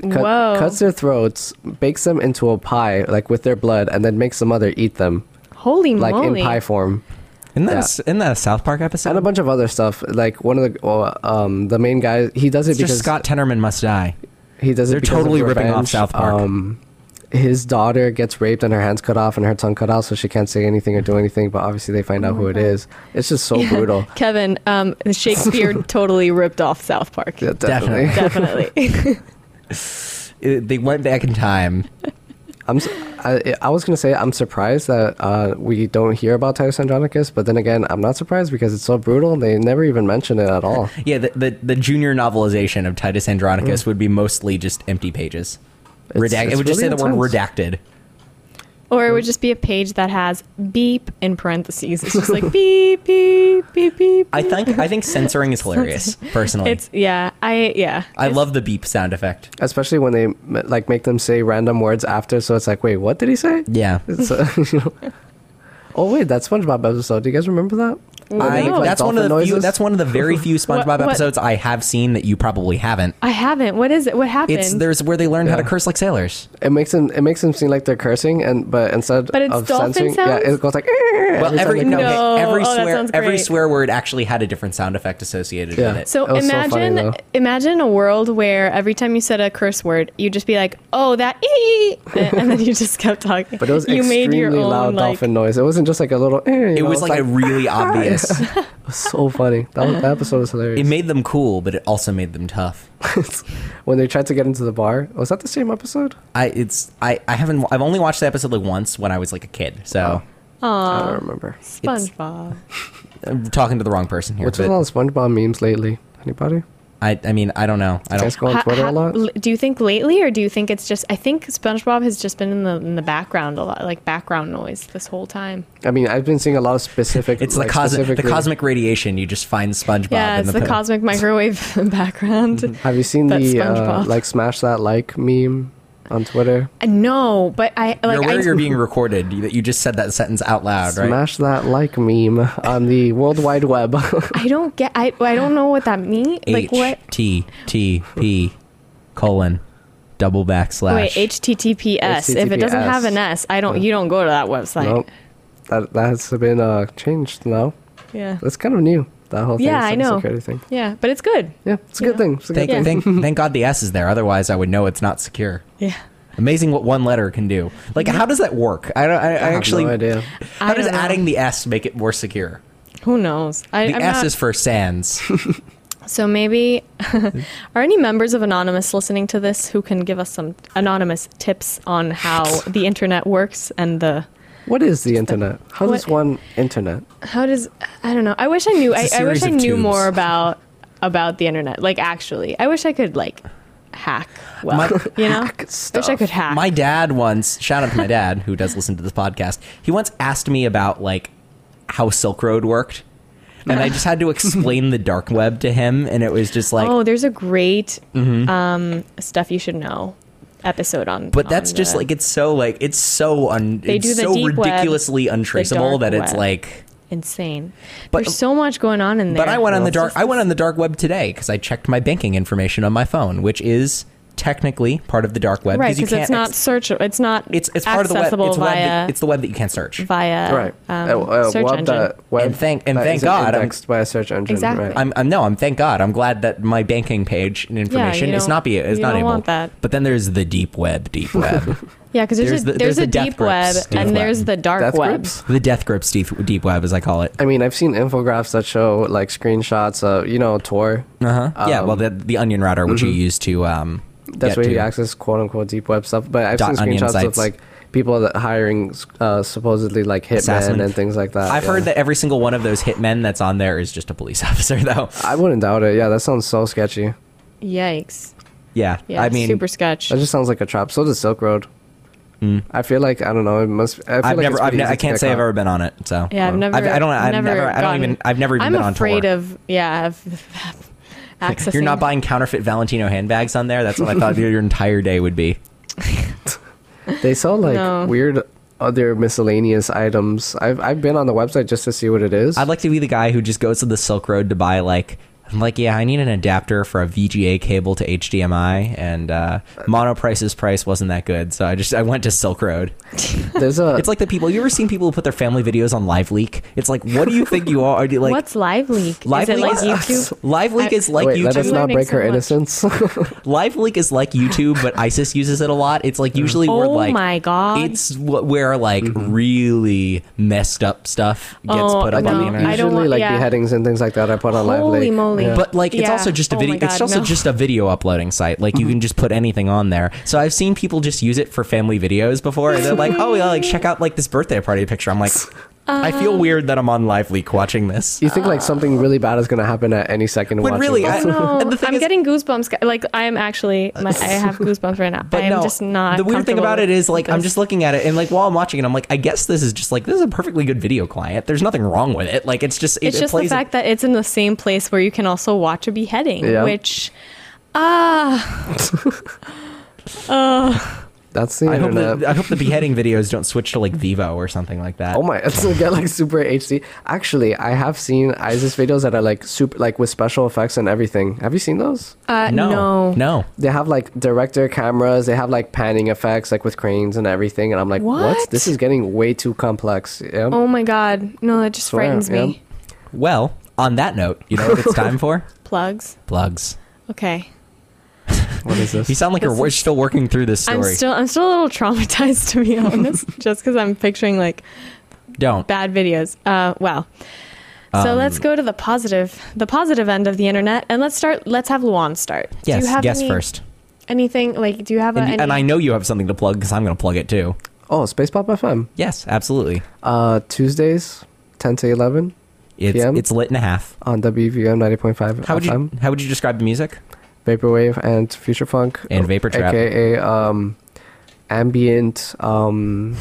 Speaker 3: cut-
Speaker 1: Whoa.
Speaker 3: Cuts their throats, bakes them into a pie, like with their blood, and then makes the mother eat them,
Speaker 1: Holy
Speaker 3: like
Speaker 1: moly!
Speaker 3: in pie form.
Speaker 2: isn't that a
Speaker 3: yeah.
Speaker 2: s isn't that a South Park episode?
Speaker 3: And a bunch of other stuff. Like one of the uh, um, the main guy, he does it
Speaker 2: it's
Speaker 3: because
Speaker 2: just Scott Tenorman must die.
Speaker 3: He does
Speaker 2: They're
Speaker 3: it because of
Speaker 2: totally ripping off
Speaker 3: revenge.
Speaker 2: South Park.
Speaker 3: Um, his daughter gets raped and her hands cut off and her tongue cut out, so she can't say anything or do anything. But obviously, they find out who
Speaker 2: Oh
Speaker 3: it is. It's just so brutal.
Speaker 1: Kevin, um, Shakespeare totally ripped off South Park.
Speaker 3: Yeah, definitely.
Speaker 2: Definitely.
Speaker 1: Definitely.
Speaker 2: It- they went back in time.
Speaker 3: I'm. su- I, I was gonna say I'm surprised that uh, we don't hear about Titus Andronicus, but then again, I'm not surprised because it's so brutal. They never even mention it at all.
Speaker 2: Yeah, the, the the junior novelization of Titus Andronicus would be mostly just empty pages. Redact-
Speaker 3: Mm. It's-
Speaker 2: it
Speaker 3: it's
Speaker 2: would just say
Speaker 3: really
Speaker 2: the word
Speaker 3: intense.
Speaker 2: redacted.
Speaker 1: Or it would just be a page that has beep in parentheses. It's just like beep, beep, beep, beep.
Speaker 2: I think I think censoring is hilarious. Personally,
Speaker 1: It's yeah. I yeah.
Speaker 2: I love the beep sound effect.
Speaker 3: Especially when they like make them say random words after, so it's like, wait, what did he say?
Speaker 2: Yeah,
Speaker 3: It's, uh, you know. Oh wait, that SpongeBob episode. Do you guys remember that? I-
Speaker 1: no.
Speaker 3: Like
Speaker 2: that's one of the
Speaker 3: dolphin
Speaker 2: few,
Speaker 3: noises?
Speaker 2: that's one of the very few SpongeBob
Speaker 1: What- what-
Speaker 2: episodes I have seen that you probably haven't.
Speaker 1: I haven't. What is it? What happened?
Speaker 2: It's there's where they learn how to
Speaker 3: Yeah.
Speaker 2: curse like sailors.
Speaker 3: It makes them. It makes them seem like they're cursing, and but instead
Speaker 1: But it's
Speaker 3: of
Speaker 1: dolphin
Speaker 3: censoring, yeah,
Speaker 1: sounds?
Speaker 3: it goes like. "Arr!"
Speaker 2: Well, every
Speaker 3: time they
Speaker 1: no.
Speaker 3: come.
Speaker 2: okay, every
Speaker 1: Oh, that
Speaker 2: swear
Speaker 1: sounds
Speaker 2: every
Speaker 1: great.
Speaker 2: swear word actually had a different sound effect associated
Speaker 3: Yeah.
Speaker 2: with it.
Speaker 1: so
Speaker 3: That was so
Speaker 1: imagine
Speaker 3: funny, though.
Speaker 1: imagine a world where every time you said a curse word, you'd just be like, "Oh, that ee," and then you just kept talking.
Speaker 3: But it was
Speaker 1: you
Speaker 3: extremely loud
Speaker 1: like-
Speaker 3: dolphin noise. It wasn't just like a little. "Arr," you
Speaker 2: It
Speaker 3: know,
Speaker 2: was
Speaker 3: it's
Speaker 2: like, a really obvious.
Speaker 3: It was so funny. That, was, that episode was hilarious.
Speaker 2: It made them cool, but it also made them tough.
Speaker 3: when they tried to get into the bar, was that the same episode?
Speaker 2: I it's I I haven't I've only watched the episode like once when I was like a kid.
Speaker 3: Oh.
Speaker 2: So
Speaker 3: I
Speaker 1: Uh,
Speaker 3: don't remember.
Speaker 1: SpongeBob.
Speaker 2: I'm talking to the wrong person here.
Speaker 3: What's with
Speaker 2: but
Speaker 3: all the SpongeBob memes lately? Anybody?
Speaker 2: I I mean I don't know. I
Speaker 3: You guys
Speaker 2: don't.
Speaker 3: go on
Speaker 1: Ha-
Speaker 3: Twitter
Speaker 1: ha-
Speaker 3: a lot.
Speaker 1: l- Do you think lately, or do you think it's just? I think SpongeBob has just been in the in the background a lot, like background noise this whole time.
Speaker 3: I mean, I've been seeing a lot of specific.
Speaker 2: It's
Speaker 3: like,
Speaker 2: the cosmic the
Speaker 3: specifically-
Speaker 2: cosmic radiation. You just find SpongeBob.
Speaker 1: yeah,
Speaker 2: in
Speaker 1: it's
Speaker 2: the, Mm-hmm.
Speaker 1: the, cosmic microwave background.
Speaker 3: Have you seen
Speaker 1: That's
Speaker 3: the uh,
Speaker 1: SpongeBob.
Speaker 3: like smash that like meme on Twitter?
Speaker 1: Uh, no, but I like.
Speaker 2: You're aware
Speaker 1: I,
Speaker 2: you're being recorded. You, that you just said that sentence out loud, right?
Speaker 3: Smash that like meme on the World Wide Web.
Speaker 1: I don't get. I I don't know what that means.
Speaker 2: H
Speaker 1: Like what?
Speaker 2: T T P colon double backslash.
Speaker 1: Wait, HTTPS. If it doesn't have an S, I don't. You don't go to that website.
Speaker 3: nope. That that's been uh, changed now.
Speaker 1: Yeah.
Speaker 3: That's kind of new. That whole thing,
Speaker 1: Yeah, I know.
Speaker 3: cybersecurity thing.
Speaker 1: Yeah, but it's good.
Speaker 3: Yeah, it's a good
Speaker 1: Yeah.
Speaker 3: thing. It's a good
Speaker 2: Thank,
Speaker 3: thing.
Speaker 2: thank, thank God the S is there. Otherwise, I would know it's not secure.
Speaker 1: Yeah.
Speaker 2: Amazing what one letter can do. Like, how does that work? I don't. I, I,
Speaker 3: I have
Speaker 2: actually.
Speaker 3: no idea.
Speaker 2: How
Speaker 1: I
Speaker 2: does
Speaker 1: don't know.
Speaker 2: adding the S make it more secure?
Speaker 1: Who knows? I,
Speaker 2: The
Speaker 1: I'm
Speaker 2: S
Speaker 1: not-
Speaker 2: is for sans.
Speaker 1: So maybe are any members of Anonymous listening to this who can give us some anonymous tips on how the internet works and the
Speaker 3: What is the internet? How does
Speaker 1: What-
Speaker 3: one internet?
Speaker 1: how does I don't know. I wish I knew. I,
Speaker 2: It's a
Speaker 1: I wish
Speaker 2: series
Speaker 1: I
Speaker 2: of
Speaker 1: knew
Speaker 2: tubes.
Speaker 1: more about about the internet. Like actually, I wish I could like hack. Well,
Speaker 2: My-
Speaker 1: you know, I wish I
Speaker 3: stuff.
Speaker 1: could hack.
Speaker 2: my dad once shout out to my dad who does listen to this podcast he once asked me about like how silk road worked and i just had to explain the dark web to him and it was just like
Speaker 1: oh, there's a great um, stuff you should know episode on.
Speaker 2: Mm-hmm. but that's
Speaker 1: on
Speaker 2: just
Speaker 1: the-
Speaker 2: like it's so like it's so un
Speaker 1: They
Speaker 2: it's
Speaker 1: do the
Speaker 2: so
Speaker 1: deep web,
Speaker 2: ridiculously untraceable
Speaker 1: dark
Speaker 2: that it's
Speaker 1: web.
Speaker 2: like
Speaker 1: insane.
Speaker 2: But-
Speaker 1: there's so much going on in there.
Speaker 2: but i went on the dark
Speaker 1: It's just
Speaker 2: i went on the dark web today because i checked my banking information on my phone which is technically part of the dark web
Speaker 1: right
Speaker 2: you
Speaker 1: because it's
Speaker 2: can't
Speaker 1: not
Speaker 2: ex-
Speaker 1: search. It's not.
Speaker 2: it's it's part of the web
Speaker 1: accessible
Speaker 2: it's, web
Speaker 1: via
Speaker 2: that, it's Oh, the web that you can't search
Speaker 1: via
Speaker 3: right.
Speaker 1: um,
Speaker 3: Uh, uh,
Speaker 1: search
Speaker 3: web
Speaker 1: engine.
Speaker 3: that- web
Speaker 2: And thank- and
Speaker 3: that
Speaker 2: thank
Speaker 3: isn't
Speaker 2: God, I'm-
Speaker 3: indexed by a search engine.
Speaker 1: Exactly.
Speaker 3: Right.
Speaker 2: I'm, I'm no, I'm thank God. I'm glad that my banking page and information
Speaker 1: you
Speaker 2: is
Speaker 1: don't-
Speaker 2: not be is
Speaker 1: you
Speaker 2: not
Speaker 1: don't
Speaker 2: able.
Speaker 1: want that.
Speaker 2: But then there's the deep web, deep web,
Speaker 1: yeah, because there's,
Speaker 2: There's
Speaker 1: a,
Speaker 2: the-
Speaker 1: there's,
Speaker 2: there's
Speaker 1: a
Speaker 2: the death
Speaker 1: deep
Speaker 2: grips,
Speaker 1: web
Speaker 2: deep
Speaker 1: and
Speaker 2: web.
Speaker 1: there's the dark
Speaker 3: Death
Speaker 1: web.
Speaker 3: grips?
Speaker 2: the death grips, deep, deep web, as I call it.
Speaker 3: I mean, I've seen infographics that show like screenshots of you know Tor.
Speaker 2: Uh-huh. yeah,
Speaker 3: Um, mm-hmm.
Speaker 2: well, the, the onion router, which you use to um,
Speaker 3: That's
Speaker 2: get
Speaker 3: where you
Speaker 2: to-
Speaker 3: access quote unquote deep web stuff. But I've
Speaker 2: Dot
Speaker 3: seen
Speaker 2: onion
Speaker 3: screenshots
Speaker 2: sites.
Speaker 3: of like people that hiring uh, supposedly like hitmen
Speaker 2: Assassin.
Speaker 3: and things like that.
Speaker 2: I've
Speaker 3: yeah.
Speaker 2: heard that every single one of those hitmen that's on there is just a police officer, though.
Speaker 3: I wouldn't doubt it. Yeah, that sounds so sketchy.
Speaker 1: Yikes!
Speaker 2: Yeah,
Speaker 1: Yeah,
Speaker 2: I mean,
Speaker 1: super sketch.
Speaker 3: That just sounds like a trap. So does Silk Road. I feel like I don't know. It must. I feel
Speaker 2: Hmm. I've
Speaker 3: like
Speaker 2: never,
Speaker 3: it's
Speaker 2: I've
Speaker 3: pretty
Speaker 2: ne-
Speaker 3: easy
Speaker 2: I
Speaker 3: to
Speaker 2: can't
Speaker 3: get
Speaker 2: say I've
Speaker 3: caught.
Speaker 2: ever been on it. So
Speaker 1: yeah, I've never.
Speaker 2: I've, uh, I don't, I've never, I don't
Speaker 1: gotten-
Speaker 2: even, I've never even
Speaker 1: I'm
Speaker 2: been on tour.
Speaker 1: afraid of yeah of accessing.
Speaker 2: You're not buying counterfeit Valentino handbags on there. That's what I thought your entire day would be.
Speaker 3: They sell like
Speaker 1: No.
Speaker 3: weird other miscellaneous items. I've I've been on the website just to see what it is.
Speaker 2: I'd like to be the guy who just goes to the Silk Road to buy like I'm like, yeah, I need an adapter for a VGA cable to HDMI and uh Monoprice's price wasn't that good, so I just I went to Silk Road.
Speaker 3: There's a.
Speaker 2: It's like the people you ever seen people who put their family videos on LiveLeak? It's like what do you think you are? Are you like
Speaker 1: What's Live Leak? Is it
Speaker 2: LiveLeak
Speaker 1: like
Speaker 2: is-
Speaker 1: YouTube?
Speaker 2: LiveLeak
Speaker 1: I-
Speaker 2: is like
Speaker 3: Wait, let us
Speaker 2: YouTube.
Speaker 3: not
Speaker 1: Learning
Speaker 3: break
Speaker 1: so
Speaker 3: her
Speaker 1: much.
Speaker 3: innocence.
Speaker 2: LiveLeak is like YouTube, but ISIS uses it a lot. It's like usually we're
Speaker 1: Oh
Speaker 2: like
Speaker 1: my God.
Speaker 2: It's what where like really messed up stuff gets
Speaker 1: Oh,
Speaker 2: put up on
Speaker 1: no,
Speaker 2: the internet.
Speaker 1: I don't
Speaker 3: Usually,
Speaker 1: want-
Speaker 3: like
Speaker 1: yeah.
Speaker 3: beheadings and things like that, I put on live.
Speaker 1: Holy moly.
Speaker 3: Yeah.
Speaker 1: But-
Speaker 2: But like, it's
Speaker 1: Yeah.
Speaker 2: also just a
Speaker 1: Oh
Speaker 2: video.
Speaker 1: my God,
Speaker 2: it's also
Speaker 1: no. Mm-hmm.
Speaker 2: just a video uploading site. Like you can just put anything on there. So I've seen people just use it for family videos before. And they're like, oh yeah, like check out like this birthday party picture. I'm like, I
Speaker 1: Um,
Speaker 2: feel weird that I'm on Live Leak watching this.
Speaker 3: you think like something really bad is gonna happen at any second?
Speaker 2: When
Speaker 3: watching
Speaker 2: really,
Speaker 3: this.
Speaker 1: Oh
Speaker 2: I-
Speaker 1: no!
Speaker 2: and the thing
Speaker 1: I'm
Speaker 2: is-
Speaker 1: getting goosebumps. gu- Like I am actually, my, I have goosebumps right now.
Speaker 2: But
Speaker 1: I am
Speaker 2: no,
Speaker 1: just not.
Speaker 2: the weird thing
Speaker 1: comfortable
Speaker 2: about it is like I'm
Speaker 1: with
Speaker 2: just looking at it and like while I'm watching it, I'm like, I guess this is just like this is a perfectly good video client. There's nothing wrong with it. Like it's just it,
Speaker 1: it's
Speaker 2: it
Speaker 1: just the
Speaker 2: plays
Speaker 1: fact that it's in the same place where you can also watch a beheading,
Speaker 3: Yeah.
Speaker 1: which ah, uh,
Speaker 3: That's the
Speaker 2: I hope,
Speaker 3: internet.
Speaker 2: the, I hope the beheading videos don't switch to like Vivo or something like that.
Speaker 3: Oh my, it's gonna get like super HD. Actually, I have seen ISIS videos that are like super, like with special effects and everything. Have you seen those?
Speaker 1: Uh,
Speaker 2: no,
Speaker 1: no.
Speaker 2: no.
Speaker 3: They have like director cameras, they have like panning effects, like with cranes and everything. And I'm like, what?
Speaker 1: What?
Speaker 3: This is getting way too complex. Yeah.
Speaker 1: Oh my god. No, that just
Speaker 3: Swear,
Speaker 1: frightens
Speaker 3: yeah.
Speaker 1: me.
Speaker 2: Well, on that note, you know what it's time for?
Speaker 1: Plugs.
Speaker 2: Plugs.
Speaker 1: Okay.
Speaker 3: What is
Speaker 2: You
Speaker 3: this?
Speaker 2: sound like you're we're still working through this
Speaker 1: I'm
Speaker 2: story.
Speaker 1: still I'm still a little traumatized to be honest, just because I'm picturing like
Speaker 2: don't.
Speaker 1: bad videos. Uh, wow. So
Speaker 2: Um,
Speaker 1: let's go to the positive, the positive end of the internet, and let's start. Let's have Luan start. Do you
Speaker 2: Yes,
Speaker 1: have
Speaker 2: yes
Speaker 1: any-
Speaker 2: first.
Speaker 1: Anything like? Do you have a,
Speaker 2: And,
Speaker 1: any?
Speaker 2: and I know you have something to plug because I'm going to plug it too.
Speaker 3: Oh, Space Pop FM.
Speaker 2: Yes, absolutely.
Speaker 3: Uh, Tuesdays, 10 to 11
Speaker 2: It's
Speaker 3: PM?
Speaker 2: it's lit and a half.
Speaker 3: on WVM 90.5
Speaker 2: How would
Speaker 3: FM.
Speaker 2: you how would you describe the music?
Speaker 3: Vaporwave and Future Funk.
Speaker 2: And Vapor Trap.
Speaker 3: AKA um, ambient, um,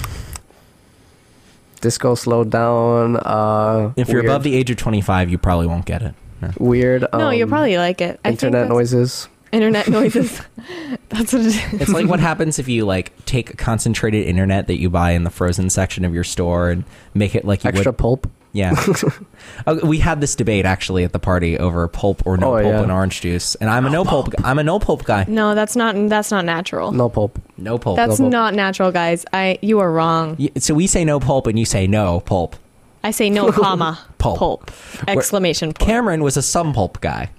Speaker 3: disco slowed down. Uh,
Speaker 2: If you're
Speaker 3: weird-
Speaker 2: above the age of 25, you probably won't get it. No.
Speaker 3: weird. Um,
Speaker 1: no, you'll probably like it. I think
Speaker 3: internet
Speaker 1: that's-
Speaker 3: noises.
Speaker 1: Internet noises. that's what it is.
Speaker 2: It's like what happens if you like take concentrated internet that you buy in the frozen section of your store and make it like you
Speaker 3: Extra
Speaker 2: would.
Speaker 3: pulp.
Speaker 2: Yeah, Uh, we had this debate actually at the party over pulp or no
Speaker 3: Oh,
Speaker 2: pulp
Speaker 3: yeah.
Speaker 2: and orange juice, and I'm a no pulp. I'm a no pulp guy.
Speaker 1: No, that's not. That's not natural.
Speaker 3: No pulp.
Speaker 2: No pulp.
Speaker 1: that's
Speaker 3: no, no.
Speaker 1: not natural, guys. I. You are wrong.
Speaker 2: Y- So we say no pulp, and you say no pulp.
Speaker 1: I say no, comma
Speaker 2: Pulp.
Speaker 1: exclamation point.
Speaker 2: Cameron was a some pulp guy.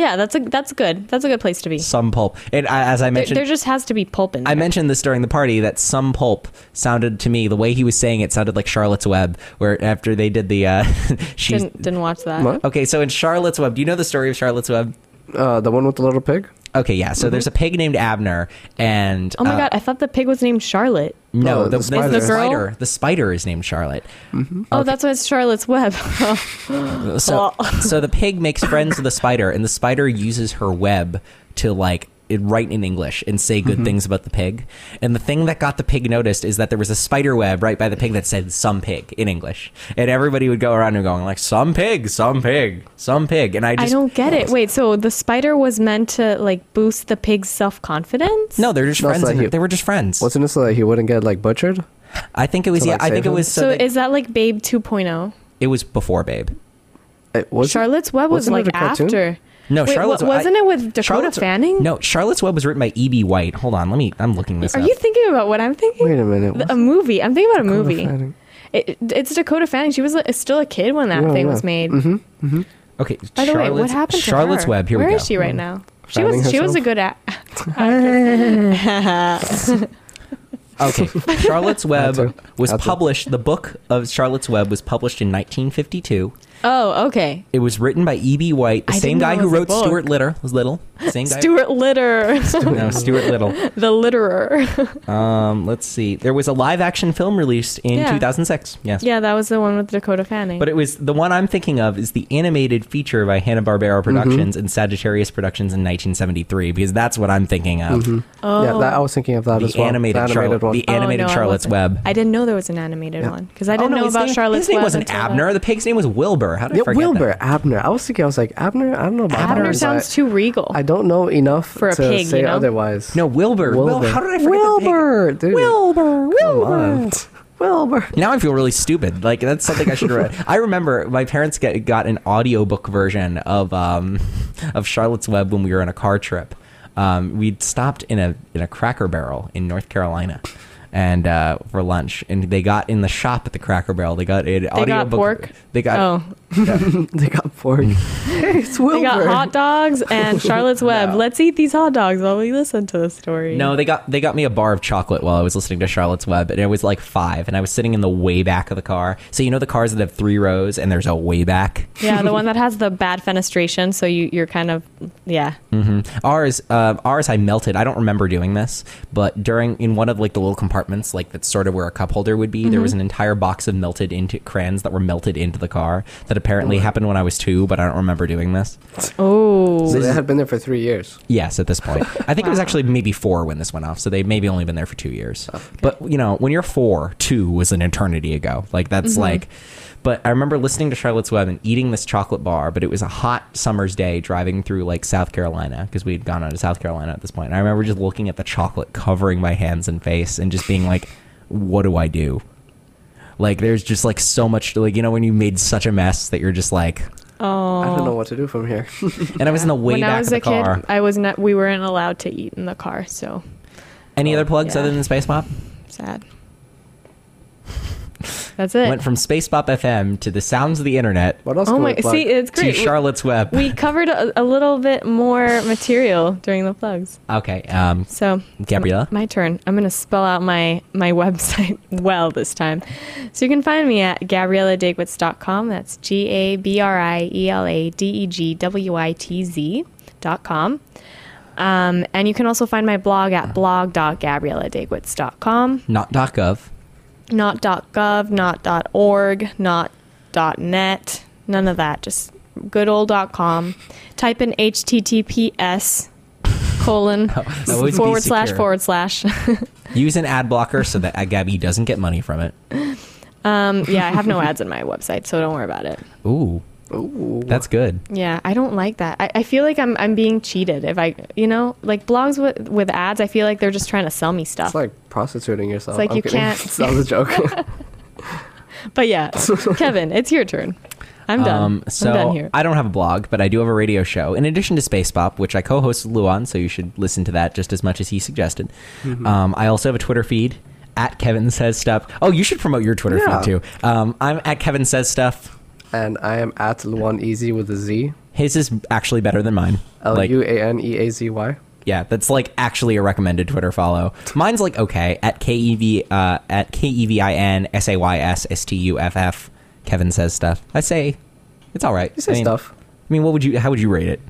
Speaker 1: yeah, that's a that's good. That's a good place to be.
Speaker 2: Some pulp, and I, as I
Speaker 1: There,
Speaker 2: mentioned,
Speaker 1: there just has to be pulp in there.
Speaker 2: I mentioned this during the party that some pulp sounded to me the way he was saying it sounded like Charlotte's Web, where after they did the uh, she's
Speaker 1: didn't didn't watch that.
Speaker 3: What?
Speaker 2: okay. So in Charlotte's Web, do you know the story of Charlotte's Web?
Speaker 3: Uh, the one with the little pig.
Speaker 2: Okay, yeah. So there's a pig named Abner, and
Speaker 1: Oh my
Speaker 2: uh,
Speaker 1: god, I thought the pig was named Charlotte.
Speaker 2: no,
Speaker 3: No,
Speaker 2: the,
Speaker 3: the
Speaker 2: the-
Speaker 1: spider.
Speaker 2: the spider, the spider is named Charlotte.
Speaker 3: Mm-hmm.
Speaker 1: Oh, that's why it's Charlotte's Web.
Speaker 2: So,
Speaker 1: Well.
Speaker 2: so the pig makes friends with the spider, and the spider uses her web to like it- write in English and say
Speaker 3: Mm-hmm.
Speaker 2: good things about the pig. And the thing that got the pig noticed is that there was a spider web right by the pig that said "some pig" in English, and everybody would go around and going like "some pig, some pig, some pig," and I
Speaker 1: I
Speaker 2: just.
Speaker 1: don't get it. Wait, so the spider was meant to like boost the pig's self confidence?
Speaker 2: no, they're just
Speaker 3: No, it's
Speaker 2: friends.
Speaker 3: not
Speaker 2: and
Speaker 3: you.
Speaker 2: they were just friends.
Speaker 3: Wasn't it so that he wouldn't get like butchered?
Speaker 2: I think it was.
Speaker 3: To,
Speaker 2: yeah,
Speaker 3: like,
Speaker 2: I think
Speaker 3: save
Speaker 2: it
Speaker 3: him?
Speaker 2: was. So,
Speaker 1: So
Speaker 2: that-
Speaker 1: is that like Babe 2.0?
Speaker 2: it was before Babe.
Speaker 3: It was
Speaker 1: Charlotte's Web was
Speaker 3: wasn't it
Speaker 1: like
Speaker 3: a cartoon?
Speaker 1: after.
Speaker 2: No,
Speaker 1: Wait,
Speaker 2: Oh, Charlotte's
Speaker 1: wa-
Speaker 2: I-
Speaker 1: wasn't it with Dakota
Speaker 2: Charlotte's-
Speaker 1: Fanning?
Speaker 2: No, Charlotte's Web was written by E.B. White. Hold on, let me. I'm looking this
Speaker 1: Are
Speaker 2: up.
Speaker 1: you thinking about what I'm thinking?
Speaker 3: Wait a minute.
Speaker 1: The-
Speaker 3: what?
Speaker 1: a movie. I'm thinking about a movie.
Speaker 3: Fanning.
Speaker 1: It, it's Dakota Fanning. She was like, still a kid when that
Speaker 3: Yeah,
Speaker 1: thing
Speaker 3: yeah.
Speaker 1: was made.
Speaker 3: Mm-hmm.
Speaker 2: okay,
Speaker 1: By the way, what
Speaker 2: Charlotte's-
Speaker 1: happened to
Speaker 2: Charlotte's
Speaker 1: her?
Speaker 2: Web. Here we
Speaker 1: Where
Speaker 2: go.
Speaker 1: is she right now? She
Speaker 3: Fanning
Speaker 1: was she was a
Speaker 3: herself?
Speaker 1: good a-
Speaker 2: Okay, Charlotte's Web
Speaker 3: too.
Speaker 2: was
Speaker 3: That too.
Speaker 2: published. The book of Charlotte's Web was published in 1952.
Speaker 1: Oh, okay.
Speaker 2: It was written by E.B. White, the
Speaker 1: I
Speaker 2: same
Speaker 1: didn't know
Speaker 2: guy
Speaker 1: it
Speaker 2: who
Speaker 1: was a
Speaker 2: wrote
Speaker 1: book.
Speaker 2: Stuart Little. Was Little same guy?
Speaker 1: Stuart Litter,
Speaker 2: No, Stuart Little.
Speaker 1: the litterer.
Speaker 2: Um, let's see. There was a live-action film released in
Speaker 1: Yeah.
Speaker 2: 2006. Yes.
Speaker 1: Yeah, that was the one with Dakota Fanning.
Speaker 2: But it was the one I'm thinking of is the animated feature by Hanna
Speaker 3: Mm-hmm.
Speaker 2: Barbera Productions and Sagittarius Productions in 1973 because that's what I'm thinking of.
Speaker 1: oh,
Speaker 3: Yeah, that, I was thinking of Mm-hmm. that as
Speaker 2: The
Speaker 3: well.
Speaker 2: animated,
Speaker 3: the animated
Speaker 2: Charlotte,
Speaker 3: one.
Speaker 2: the
Speaker 1: Oh,
Speaker 2: animated
Speaker 1: no, I
Speaker 2: Charlotte's
Speaker 1: wasn't.
Speaker 2: Web.
Speaker 1: I didn't know there was an animated one because I
Speaker 2: Oh,
Speaker 1: didn't
Speaker 2: no,
Speaker 1: know
Speaker 2: his
Speaker 1: about
Speaker 2: name,
Speaker 1: Charlotte's
Speaker 2: His name
Speaker 1: Web
Speaker 2: wasn't
Speaker 1: until that-
Speaker 2: Abner. The pig's name was Wilbur. How did I
Speaker 3: Yeah,
Speaker 2: forget
Speaker 3: Wilbur
Speaker 2: that?
Speaker 3: Abner. I was thinking. I was like Abner. I don't know about
Speaker 1: Abner
Speaker 3: that,
Speaker 1: sounds
Speaker 3: but
Speaker 1: too regal.
Speaker 3: I don't know enough
Speaker 1: For a
Speaker 3: to
Speaker 1: pig,
Speaker 3: say
Speaker 1: you know?
Speaker 3: otherwise.
Speaker 2: No, Wilbur. Wil-
Speaker 3: Wilbur.
Speaker 2: how did I forget
Speaker 3: Wilbur,
Speaker 2: the pig?
Speaker 3: dude.
Speaker 2: Wilbur.
Speaker 3: Come
Speaker 2: Wilbur.
Speaker 3: on. Wilbur.
Speaker 2: Now I feel really stupid. Like that's something I should read. I remember my parents get, got an audiobook version of um, of Charlotte's Web when we were on a car trip. Um, we'd stopped in a in a Cracker Barrel in North Carolina. And uh, for lunch, and they got in the shop at the Cracker Barrel. They got an
Speaker 1: They got
Speaker 2: audiobook.
Speaker 1: pork.
Speaker 2: They got
Speaker 1: oh,
Speaker 3: They got pork. hey, it's Wilbur.
Speaker 1: they got hot dogs and Charlotte's Web. Let's eat these hot dogs while we listen to the story.
Speaker 2: No, they got they got me a bar of chocolate while I was listening to Charlotte's Web, and it was like five, and I was sitting in the way back of the car. So you know the cars that have three rows, and there's a way back.
Speaker 1: yeah, the one that has the bad fenestration, so you you're kind of yeah.
Speaker 2: Mm. Ours, uh, ours, I melted. I don't remember doing this, but during in one of like the little compartments, like that's sort of where a cup holder would be. There was an entire box of melted into crayons that were melted into the car that apparently happened when I was two, but I don't remember doing this.
Speaker 1: Oh.
Speaker 3: So they had been there for three years.
Speaker 2: Yes, at this point. I think it was
Speaker 1: Wow.
Speaker 2: actually maybe four when this went off, so they maybe only been there for two years. But you know, when you're four, two was an eternity ago. Like that's
Speaker 1: Mm-hmm.
Speaker 2: like. But I remember listening to Charlotte's Web and eating this chocolate bar. But it was a hot summer's day driving through like South Carolina because we had gone out to South Carolina at this point. And I remember just looking at the chocolate covering my hands and face and just being like, "What do I do?" Like there's just like so much like you know when you made such a mess that you're just like.
Speaker 1: Oh.
Speaker 3: I don't know what to do from here.
Speaker 2: And I was in the way
Speaker 1: when
Speaker 2: back
Speaker 1: I was
Speaker 2: of the
Speaker 1: a
Speaker 2: car.
Speaker 1: kid, I was not. We weren't allowed to eat in the car, so
Speaker 2: Any other plugs
Speaker 1: Yeah.
Speaker 2: other than Space Pop?
Speaker 1: sad. That's it.
Speaker 2: went from Space Bop FM to the sounds of the internet
Speaker 3: what else?
Speaker 1: oh
Speaker 3: can
Speaker 1: my!
Speaker 3: we plug?
Speaker 1: See, it's
Speaker 2: to
Speaker 1: great. We-
Speaker 2: Charlotte's Web.
Speaker 1: We covered a, a little bit more material during the plugs.
Speaker 2: okay, um,
Speaker 1: So,
Speaker 2: Gabriella?
Speaker 1: my turn. I'm going to spell out my my website well this time. So you can find me at gabrielladigwitz.com. That's G A B R I E L A D E G W I T Z dot com. Um, and you can also find my blog at blog.gabrielladigwitz.com.
Speaker 2: not .gov.
Speaker 1: Not .gov, not .org, not .net, none of that. Just good old dot .com. Type in HTTPS colon
Speaker 2: that would be
Speaker 1: forward slash
Speaker 2: secure.
Speaker 1: forward slash.
Speaker 2: Use an ad blocker so that Gabby doesn't get money from it.
Speaker 1: um, yeah, I have no ads on my website, so don't worry about it.
Speaker 2: Ooh,
Speaker 3: Ooh.
Speaker 2: that's good.
Speaker 1: Yeah, I don't like that. I, I feel like I'm I'm being cheated if I you know like blogs with with ads. I feel like they're just trying to sell me stuff.
Speaker 3: It's like prostituting yourself.
Speaker 1: It's like
Speaker 3: I'm
Speaker 1: you
Speaker 3: kidding.
Speaker 1: can't-
Speaker 3: that was a joke.
Speaker 1: but yeah, Kevin, it's your turn. I'm done.
Speaker 2: Um, so
Speaker 1: I'm done here.
Speaker 2: I don't have a blog, but I do have a radio show. In addition to Space Bop, which I co-host with Luan, so you should listen to that just as much as he suggested.
Speaker 1: Mm-hmm.
Speaker 2: Um, I also have a Twitter feed at Kevin Says Stuff. Oh, you should promote your Twitter
Speaker 3: Yeah.
Speaker 2: feed too. Um, I'm at Kevin Says Stuff.
Speaker 3: and I am at Luan Easy with a Z.
Speaker 2: His is actually better than mine.
Speaker 1: Oh,
Speaker 3: L
Speaker 2: Like-
Speaker 3: U A N E A Z Y.
Speaker 2: Yeah, that's like actually a recommended Twitter follow. Mine's like okay at k e v uh, at k e v i n s a y s s t u f f. Kevin says stuff. I say it's all right.
Speaker 3: You say
Speaker 2: I mean,
Speaker 3: stuff.
Speaker 2: I mean, what would you? How would you rate it?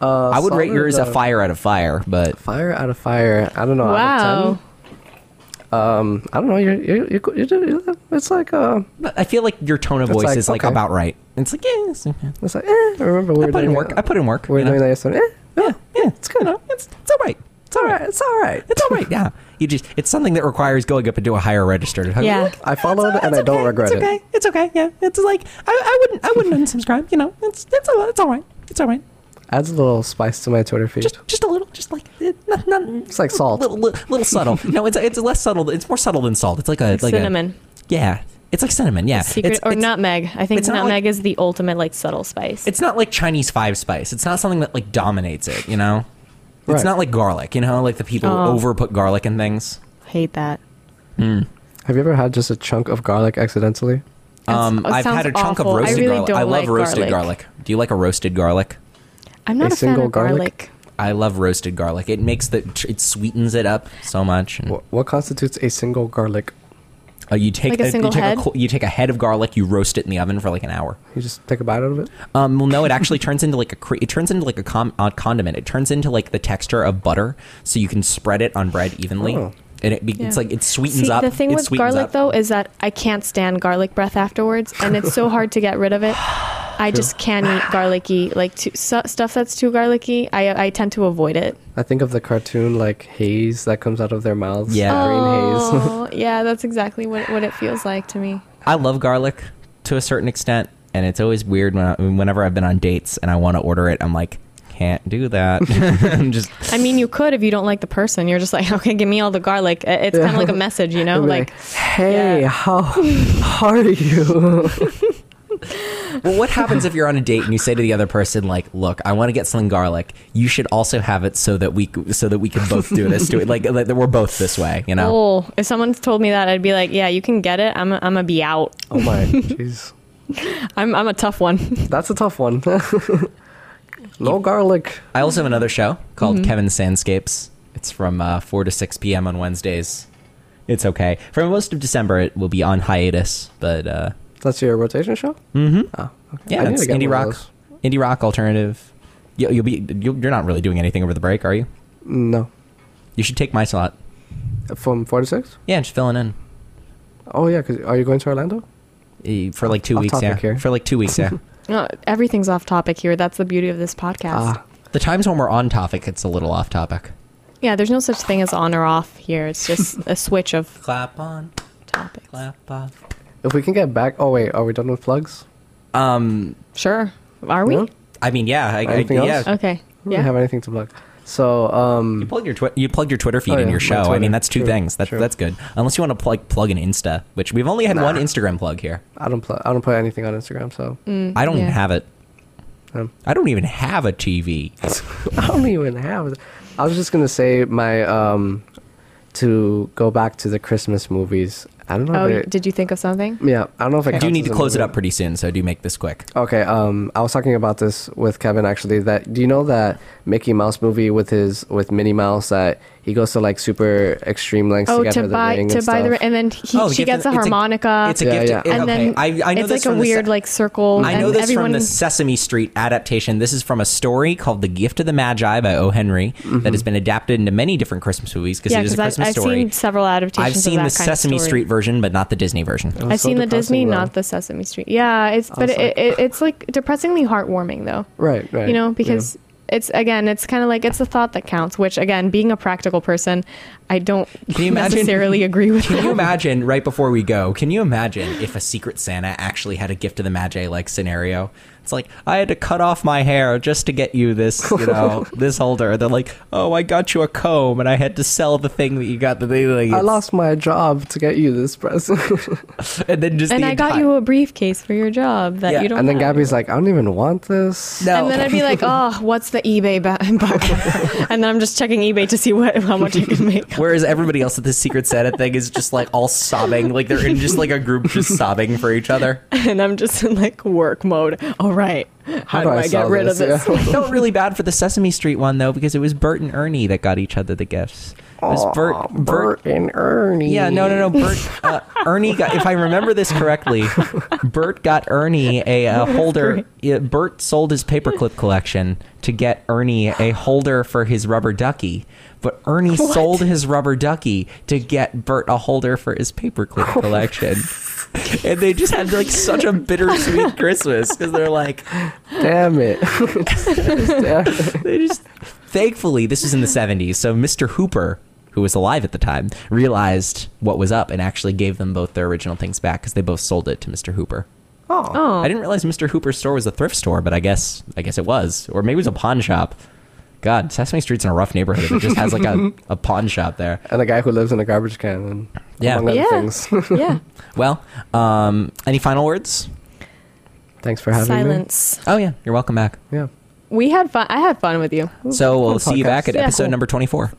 Speaker 3: Uh,
Speaker 2: I would rate
Speaker 3: solid,
Speaker 2: yours a
Speaker 3: uh,
Speaker 2: fire out of fire, but
Speaker 3: Fire out of fire. I don't know. Out of
Speaker 1: wow.
Speaker 3: 10? Um, I don't know. You're, you're, you're, go- you're, doing- it's like uh,
Speaker 2: I feel like your tone of
Speaker 3: It's
Speaker 2: voice
Speaker 3: like,
Speaker 2: is like
Speaker 3: okay.
Speaker 2: about right. It's like yeah, it's, I
Speaker 3: it's like. Eh, I remember we were
Speaker 2: put
Speaker 3: doing
Speaker 2: in work.
Speaker 3: that-
Speaker 2: I put in work.
Speaker 3: we were
Speaker 2: you know?
Speaker 3: doing that yesterday. Eh,
Speaker 2: Yeah, yeah, it's good. It's it's all right. It's all right.
Speaker 3: It's all right.
Speaker 2: It's all right. Yeah, you just it's something that requires going up into a higher register.
Speaker 1: Yeah.
Speaker 3: I followed and I don't regret
Speaker 2: it's okay.
Speaker 3: it.
Speaker 2: It's okay. Yeah. It's like I, I wouldn't I wouldn't unsubscribe. You know, it's it's all, it's all right. It's all right.
Speaker 3: Adds a little spice to my Twitter feed.
Speaker 2: Just just a little. Just like eh, not, not
Speaker 3: it's like salt.
Speaker 2: little, little, little subtle. No, it's it's less subtle. It's more subtle than salt. It's like a like a-
Speaker 1: cinnamon.
Speaker 2: yeah. It's like cinnamon. Yeah.
Speaker 1: Secret
Speaker 2: it's,
Speaker 1: or
Speaker 2: it's,
Speaker 1: nutmeg. I think
Speaker 2: it's not
Speaker 1: nutmeg
Speaker 2: like-
Speaker 1: is the ultimate like subtle spice.
Speaker 2: It's not like Chinese five spice. It's not something that like dominates it. You know. It's
Speaker 3: Right.
Speaker 2: not like garlic. You know, like the people
Speaker 1: Oh.
Speaker 2: over put garlic in things.
Speaker 1: hate that.
Speaker 3: Have you ever had just a chunk of garlic accidentally?
Speaker 2: Um,
Speaker 1: it
Speaker 2: I've had
Speaker 1: sounds
Speaker 2: a chunk
Speaker 1: awful.
Speaker 2: of
Speaker 1: I
Speaker 2: roasted
Speaker 1: really
Speaker 2: garlic.
Speaker 1: don't
Speaker 2: I love
Speaker 1: like
Speaker 2: roasted garlic.
Speaker 1: garlic.
Speaker 2: Do you like a roasted garlic?
Speaker 1: I'm not a, fan
Speaker 3: single
Speaker 1: of
Speaker 3: garlic?
Speaker 1: garlic.
Speaker 2: I love roasted garlic. It makes the it sweetens it up so much. And,
Speaker 3: What, what constitutes a single garlic?
Speaker 2: uh, you take
Speaker 1: Like a
Speaker 2: uh,
Speaker 1: single
Speaker 2: you take
Speaker 1: head?
Speaker 2: A, co- you take a head of garlic, you roast it in the oven for like an hour.
Speaker 3: You just take a bite out of it.
Speaker 2: Um, well, no, it actually turns into like a cre- it turns into like a com- uh, condiment. It turns into like the texture of butter, so you can spread it on bread evenly,
Speaker 3: Oh.
Speaker 2: and it be- it's
Speaker 1: Yeah.
Speaker 2: like it sweetens up.
Speaker 1: The thing
Speaker 2: it
Speaker 1: with
Speaker 2: sweetens
Speaker 1: garlic
Speaker 2: up.
Speaker 1: though is that I can't stand garlic breath afterwards, and it's so hard to get rid of it. I just can't eat garlicky like too, su- stuff that's too garlicky. I I tend to avoid it.
Speaker 3: I think of the cartoon like haze that comes out of their mouths.
Speaker 2: Yeah.
Speaker 3: green haze.
Speaker 1: Oh, yeah, that's exactly what what it feels like to me.
Speaker 2: I love garlic to a certain extent, and it's always weird when I, whenever I've been on dates and I want to order it, I'm like, can't do that. I'm just
Speaker 1: I mean, you could if you don't like the person. You're just like, okay, give me all the garlic. Uh, It's kind of like a message, you know,
Speaker 3: They'll be
Speaker 1: like.
Speaker 3: hey,
Speaker 1: yeah.
Speaker 3: how how are you?
Speaker 2: Well, what happens if you're on a date and you say to the other person, like, "Look, I want to get something garlic. You should also have it so that we so that we can both do this. Do it like, like that we're both this way, you know."
Speaker 1: Oh, if someone told me that, I'd be like, "Yeah, you can get it. I'm, a, I'm gonna be out.
Speaker 3: oh my, jeez,
Speaker 1: I'm, I'm a tough one."
Speaker 3: that's a tough one. no garlic.
Speaker 2: I also have another show called Kevin Sandscapes. It's from uh, four to six p.m. on Wednesdays. It's okay. For most of December, it will be on hiatus, but uh,
Speaker 3: That's your rotation show.
Speaker 2: mhm.
Speaker 3: Oh, okay. I
Speaker 2: yeah,
Speaker 3: need
Speaker 2: it's
Speaker 3: to get
Speaker 2: indie
Speaker 3: one of
Speaker 2: rock,
Speaker 3: those.
Speaker 2: indie rock alternative. You, you'll be you'll, you're not really doing anything over the break, are you?
Speaker 3: No,
Speaker 2: You should take my slot.
Speaker 3: from four to six.
Speaker 2: Yeah, just filling in.
Speaker 3: Oh yeah, 'cause- are you going to Orlando?
Speaker 2: Eh, for like two
Speaker 3: Off
Speaker 2: weeks, yeah.
Speaker 3: topic here.
Speaker 2: For like two weeks, yeah.
Speaker 1: No, Uh, everything's off topic here. That's the beauty of this podcast.
Speaker 3: Ah,
Speaker 2: The times when we're on topic, it's a little off topic.
Speaker 1: Yeah, there's no such thing as on or off here. It's just a switch of
Speaker 2: Clap on,
Speaker 1: topics.
Speaker 2: clap off.
Speaker 3: if we can get back. Oh wait, are we done with plugs?
Speaker 2: Um,
Speaker 1: Sure. Are we?
Speaker 3: No?
Speaker 2: I mean, yeah, I, I
Speaker 3: Anything else?
Speaker 2: yeah.
Speaker 1: Okay.
Speaker 3: We don't have
Speaker 1: Yeah.
Speaker 3: anything to plug. So um,
Speaker 2: You plug your twi- you plug your Twitter feed
Speaker 3: Oh,
Speaker 2: in
Speaker 3: yeah,
Speaker 2: your
Speaker 3: my
Speaker 2: show. I
Speaker 3: Twitter.
Speaker 2: mean, that's two
Speaker 3: True,
Speaker 2: things. That's
Speaker 3: true.
Speaker 2: that's good. Unless you want to plug plug an Insta, which we've only had
Speaker 3: Nah.
Speaker 2: one Instagram plug here.
Speaker 3: I don't plug. I don't put anything on Instagram. So
Speaker 1: Mm.
Speaker 2: I don't
Speaker 1: yeah.
Speaker 2: have it.
Speaker 3: Mm, Um.
Speaker 2: I don't even have a TV.
Speaker 3: I don't even have. it. I was just gonna say my um, to go back to the Christmas movies. I don't know.
Speaker 1: Oh,
Speaker 3: if
Speaker 1: y-
Speaker 3: it,
Speaker 1: did you think of something?
Speaker 3: yeah, I don't know if I
Speaker 2: I do need to close it up pretty soon, so do make this quick.
Speaker 3: Okay, um, I was talking about this with Kevin actually. That do you know that Mickey Mouse movie with his with Minnie Mouse that he goes to like super extreme lengths
Speaker 1: Oh,
Speaker 3: to get
Speaker 1: to
Speaker 3: her the
Speaker 1: buy
Speaker 3: ring
Speaker 1: to
Speaker 3: and
Speaker 1: buy the
Speaker 3: stuff.
Speaker 1: ring, and then he,
Speaker 2: Oh,
Speaker 1: she
Speaker 2: gift and-
Speaker 1: gets a
Speaker 2: it's a-
Speaker 1: harmonica.
Speaker 2: It's a
Speaker 3: Yeah,
Speaker 2: gift.
Speaker 3: yeah.
Speaker 2: it-
Speaker 1: and
Speaker 2: okay.
Speaker 1: then
Speaker 2: I, I know
Speaker 1: it's
Speaker 2: this
Speaker 1: like a
Speaker 2: from the se-
Speaker 1: weird like circle.
Speaker 2: I
Speaker 1: and
Speaker 2: know this
Speaker 1: everyone,
Speaker 2: from the Sesame Street adaptation. This is from a story called The Gift of the Magi by O. Henry
Speaker 3: Mm-hmm.
Speaker 2: that has been adapted into many different Christmas movies because
Speaker 1: yeah,
Speaker 2: it is a
Speaker 1: because
Speaker 2: Christmas
Speaker 1: I've
Speaker 2: story.
Speaker 1: seen several adaptations.
Speaker 2: I've seen
Speaker 1: of
Speaker 2: the
Speaker 1: that kind of
Speaker 2: Sesame
Speaker 1: story.
Speaker 2: Street version, but not the Disney version.
Speaker 3: It was
Speaker 1: I've
Speaker 3: so
Speaker 1: seen the
Speaker 3: depressing,
Speaker 1: Disney,
Speaker 3: though.
Speaker 1: not the Sesame Street. Yeah, it's but
Speaker 3: was
Speaker 1: it,
Speaker 3: like-
Speaker 1: it, it's like depressingly heartwarming though.
Speaker 3: right, right.
Speaker 1: you know
Speaker 3: yeah.
Speaker 1: because it's again it's kind of like it's the thought that counts which again being a practical person i don't
Speaker 2: Can you imagine-
Speaker 1: necessarily agree with
Speaker 2: Can
Speaker 1: that.
Speaker 2: you imagine, right before we go, can you imagine if a Secret Santa actually had a gift of the Magi like scenario? It's like, I had to cut off my hair just to get you this, you know, this holder. They're like, oh, I got you a comb and I had to sell the thing that you got. The thing, like,
Speaker 3: I
Speaker 2: it's-
Speaker 3: lost my job to get you this present.
Speaker 2: And then just
Speaker 1: and
Speaker 2: the
Speaker 1: i got
Speaker 2: entire-
Speaker 1: you a briefcase for your job that
Speaker 2: Yeah,
Speaker 1: you don't
Speaker 3: and then
Speaker 1: have.
Speaker 3: Gabby's like, I don't even want this.
Speaker 2: No.
Speaker 1: and then i'd be like oh what's the ebay ba- bargain and then i'm just checking ebay to see what how much i can make
Speaker 2: Whereas everybody else at the Secret Santa thing is just like all sobbing, like they're in just like a group just sobbing for each other.
Speaker 1: and i'm just in like work mode all right how,
Speaker 3: How
Speaker 1: do, i, get
Speaker 3: sell
Speaker 1: rid of this
Speaker 3: Yeah.
Speaker 2: I felt really bad for the Sesame Street one though, because it was Bert and Ernie that got each other the gifts. It was
Speaker 3: Aw, Bert and Ernie.
Speaker 2: Yeah, no, no, no. Bert, uh, Ernie got. If I remember this correctly, Bert got Ernie a, uh holder. Yeah, Bert sold his paperclip collection to get Ernie a holder for his rubber ducky. But Ernie sold his rubber ducky to get Bert a holder for his paperclip collection. and they just had like such a bittersweet Christmas because they're like,
Speaker 3: Damn it. Damn it.
Speaker 2: they just thankfully this was in the 70s so mr hooper who was alive at the time realized what was up and actually gave them both their original things back because they both sold it to mr hooper
Speaker 3: Oh.
Speaker 1: oh
Speaker 2: i didn't realize mr hooper's store was a thrift store but i guess i guess it was or maybe it was a pawn shop god sesame street's in a rough neighborhood if it just has like a, a pawn shop there
Speaker 3: And the guy who lives in a garbage can and
Speaker 2: Yeah.
Speaker 3: among other
Speaker 1: Yeah.
Speaker 3: things.
Speaker 1: yeah
Speaker 2: well um any final words
Speaker 3: Thanks for having
Speaker 1: silence
Speaker 2: oh yeah you're welcome back
Speaker 3: me. Yeah.
Speaker 1: we had fun i had fun with you
Speaker 2: so we'll see you
Speaker 3: podcast.
Speaker 2: back at
Speaker 1: Yeah,
Speaker 2: episode
Speaker 1: cool.
Speaker 2: number 24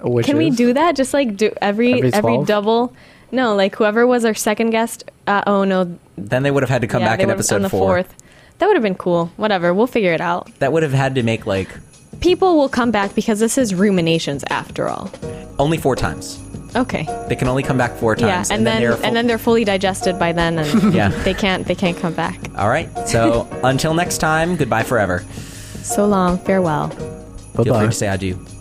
Speaker 3: Which
Speaker 1: Can we
Speaker 3: is-
Speaker 1: do that? Just like do every
Speaker 3: Every
Speaker 1: every,
Speaker 3: 12?
Speaker 1: double. No, like whoever was our second guest. Uh, oh no,
Speaker 2: then they would have had to come
Speaker 1: yeah,
Speaker 2: back
Speaker 1: they
Speaker 2: in
Speaker 1: were on
Speaker 2: episode
Speaker 1: the
Speaker 2: 4
Speaker 1: fourth. That would have been cool. Whatever, we'll figure it out.
Speaker 2: that would have had to make like
Speaker 1: People will come back because this is ruminations after all.
Speaker 2: only four times
Speaker 1: Okay.
Speaker 2: They can only come back four
Speaker 1: Yeah,
Speaker 2: times.
Speaker 1: and, then,
Speaker 2: they're full-
Speaker 1: and then they're fully digested by then, and
Speaker 2: Yeah.
Speaker 1: they can't they can't come back.
Speaker 2: All right. So until next time, goodbye forever.
Speaker 1: So long, farewell.
Speaker 2: Feel free
Speaker 3: Bye-bye.
Speaker 2: to say adieu.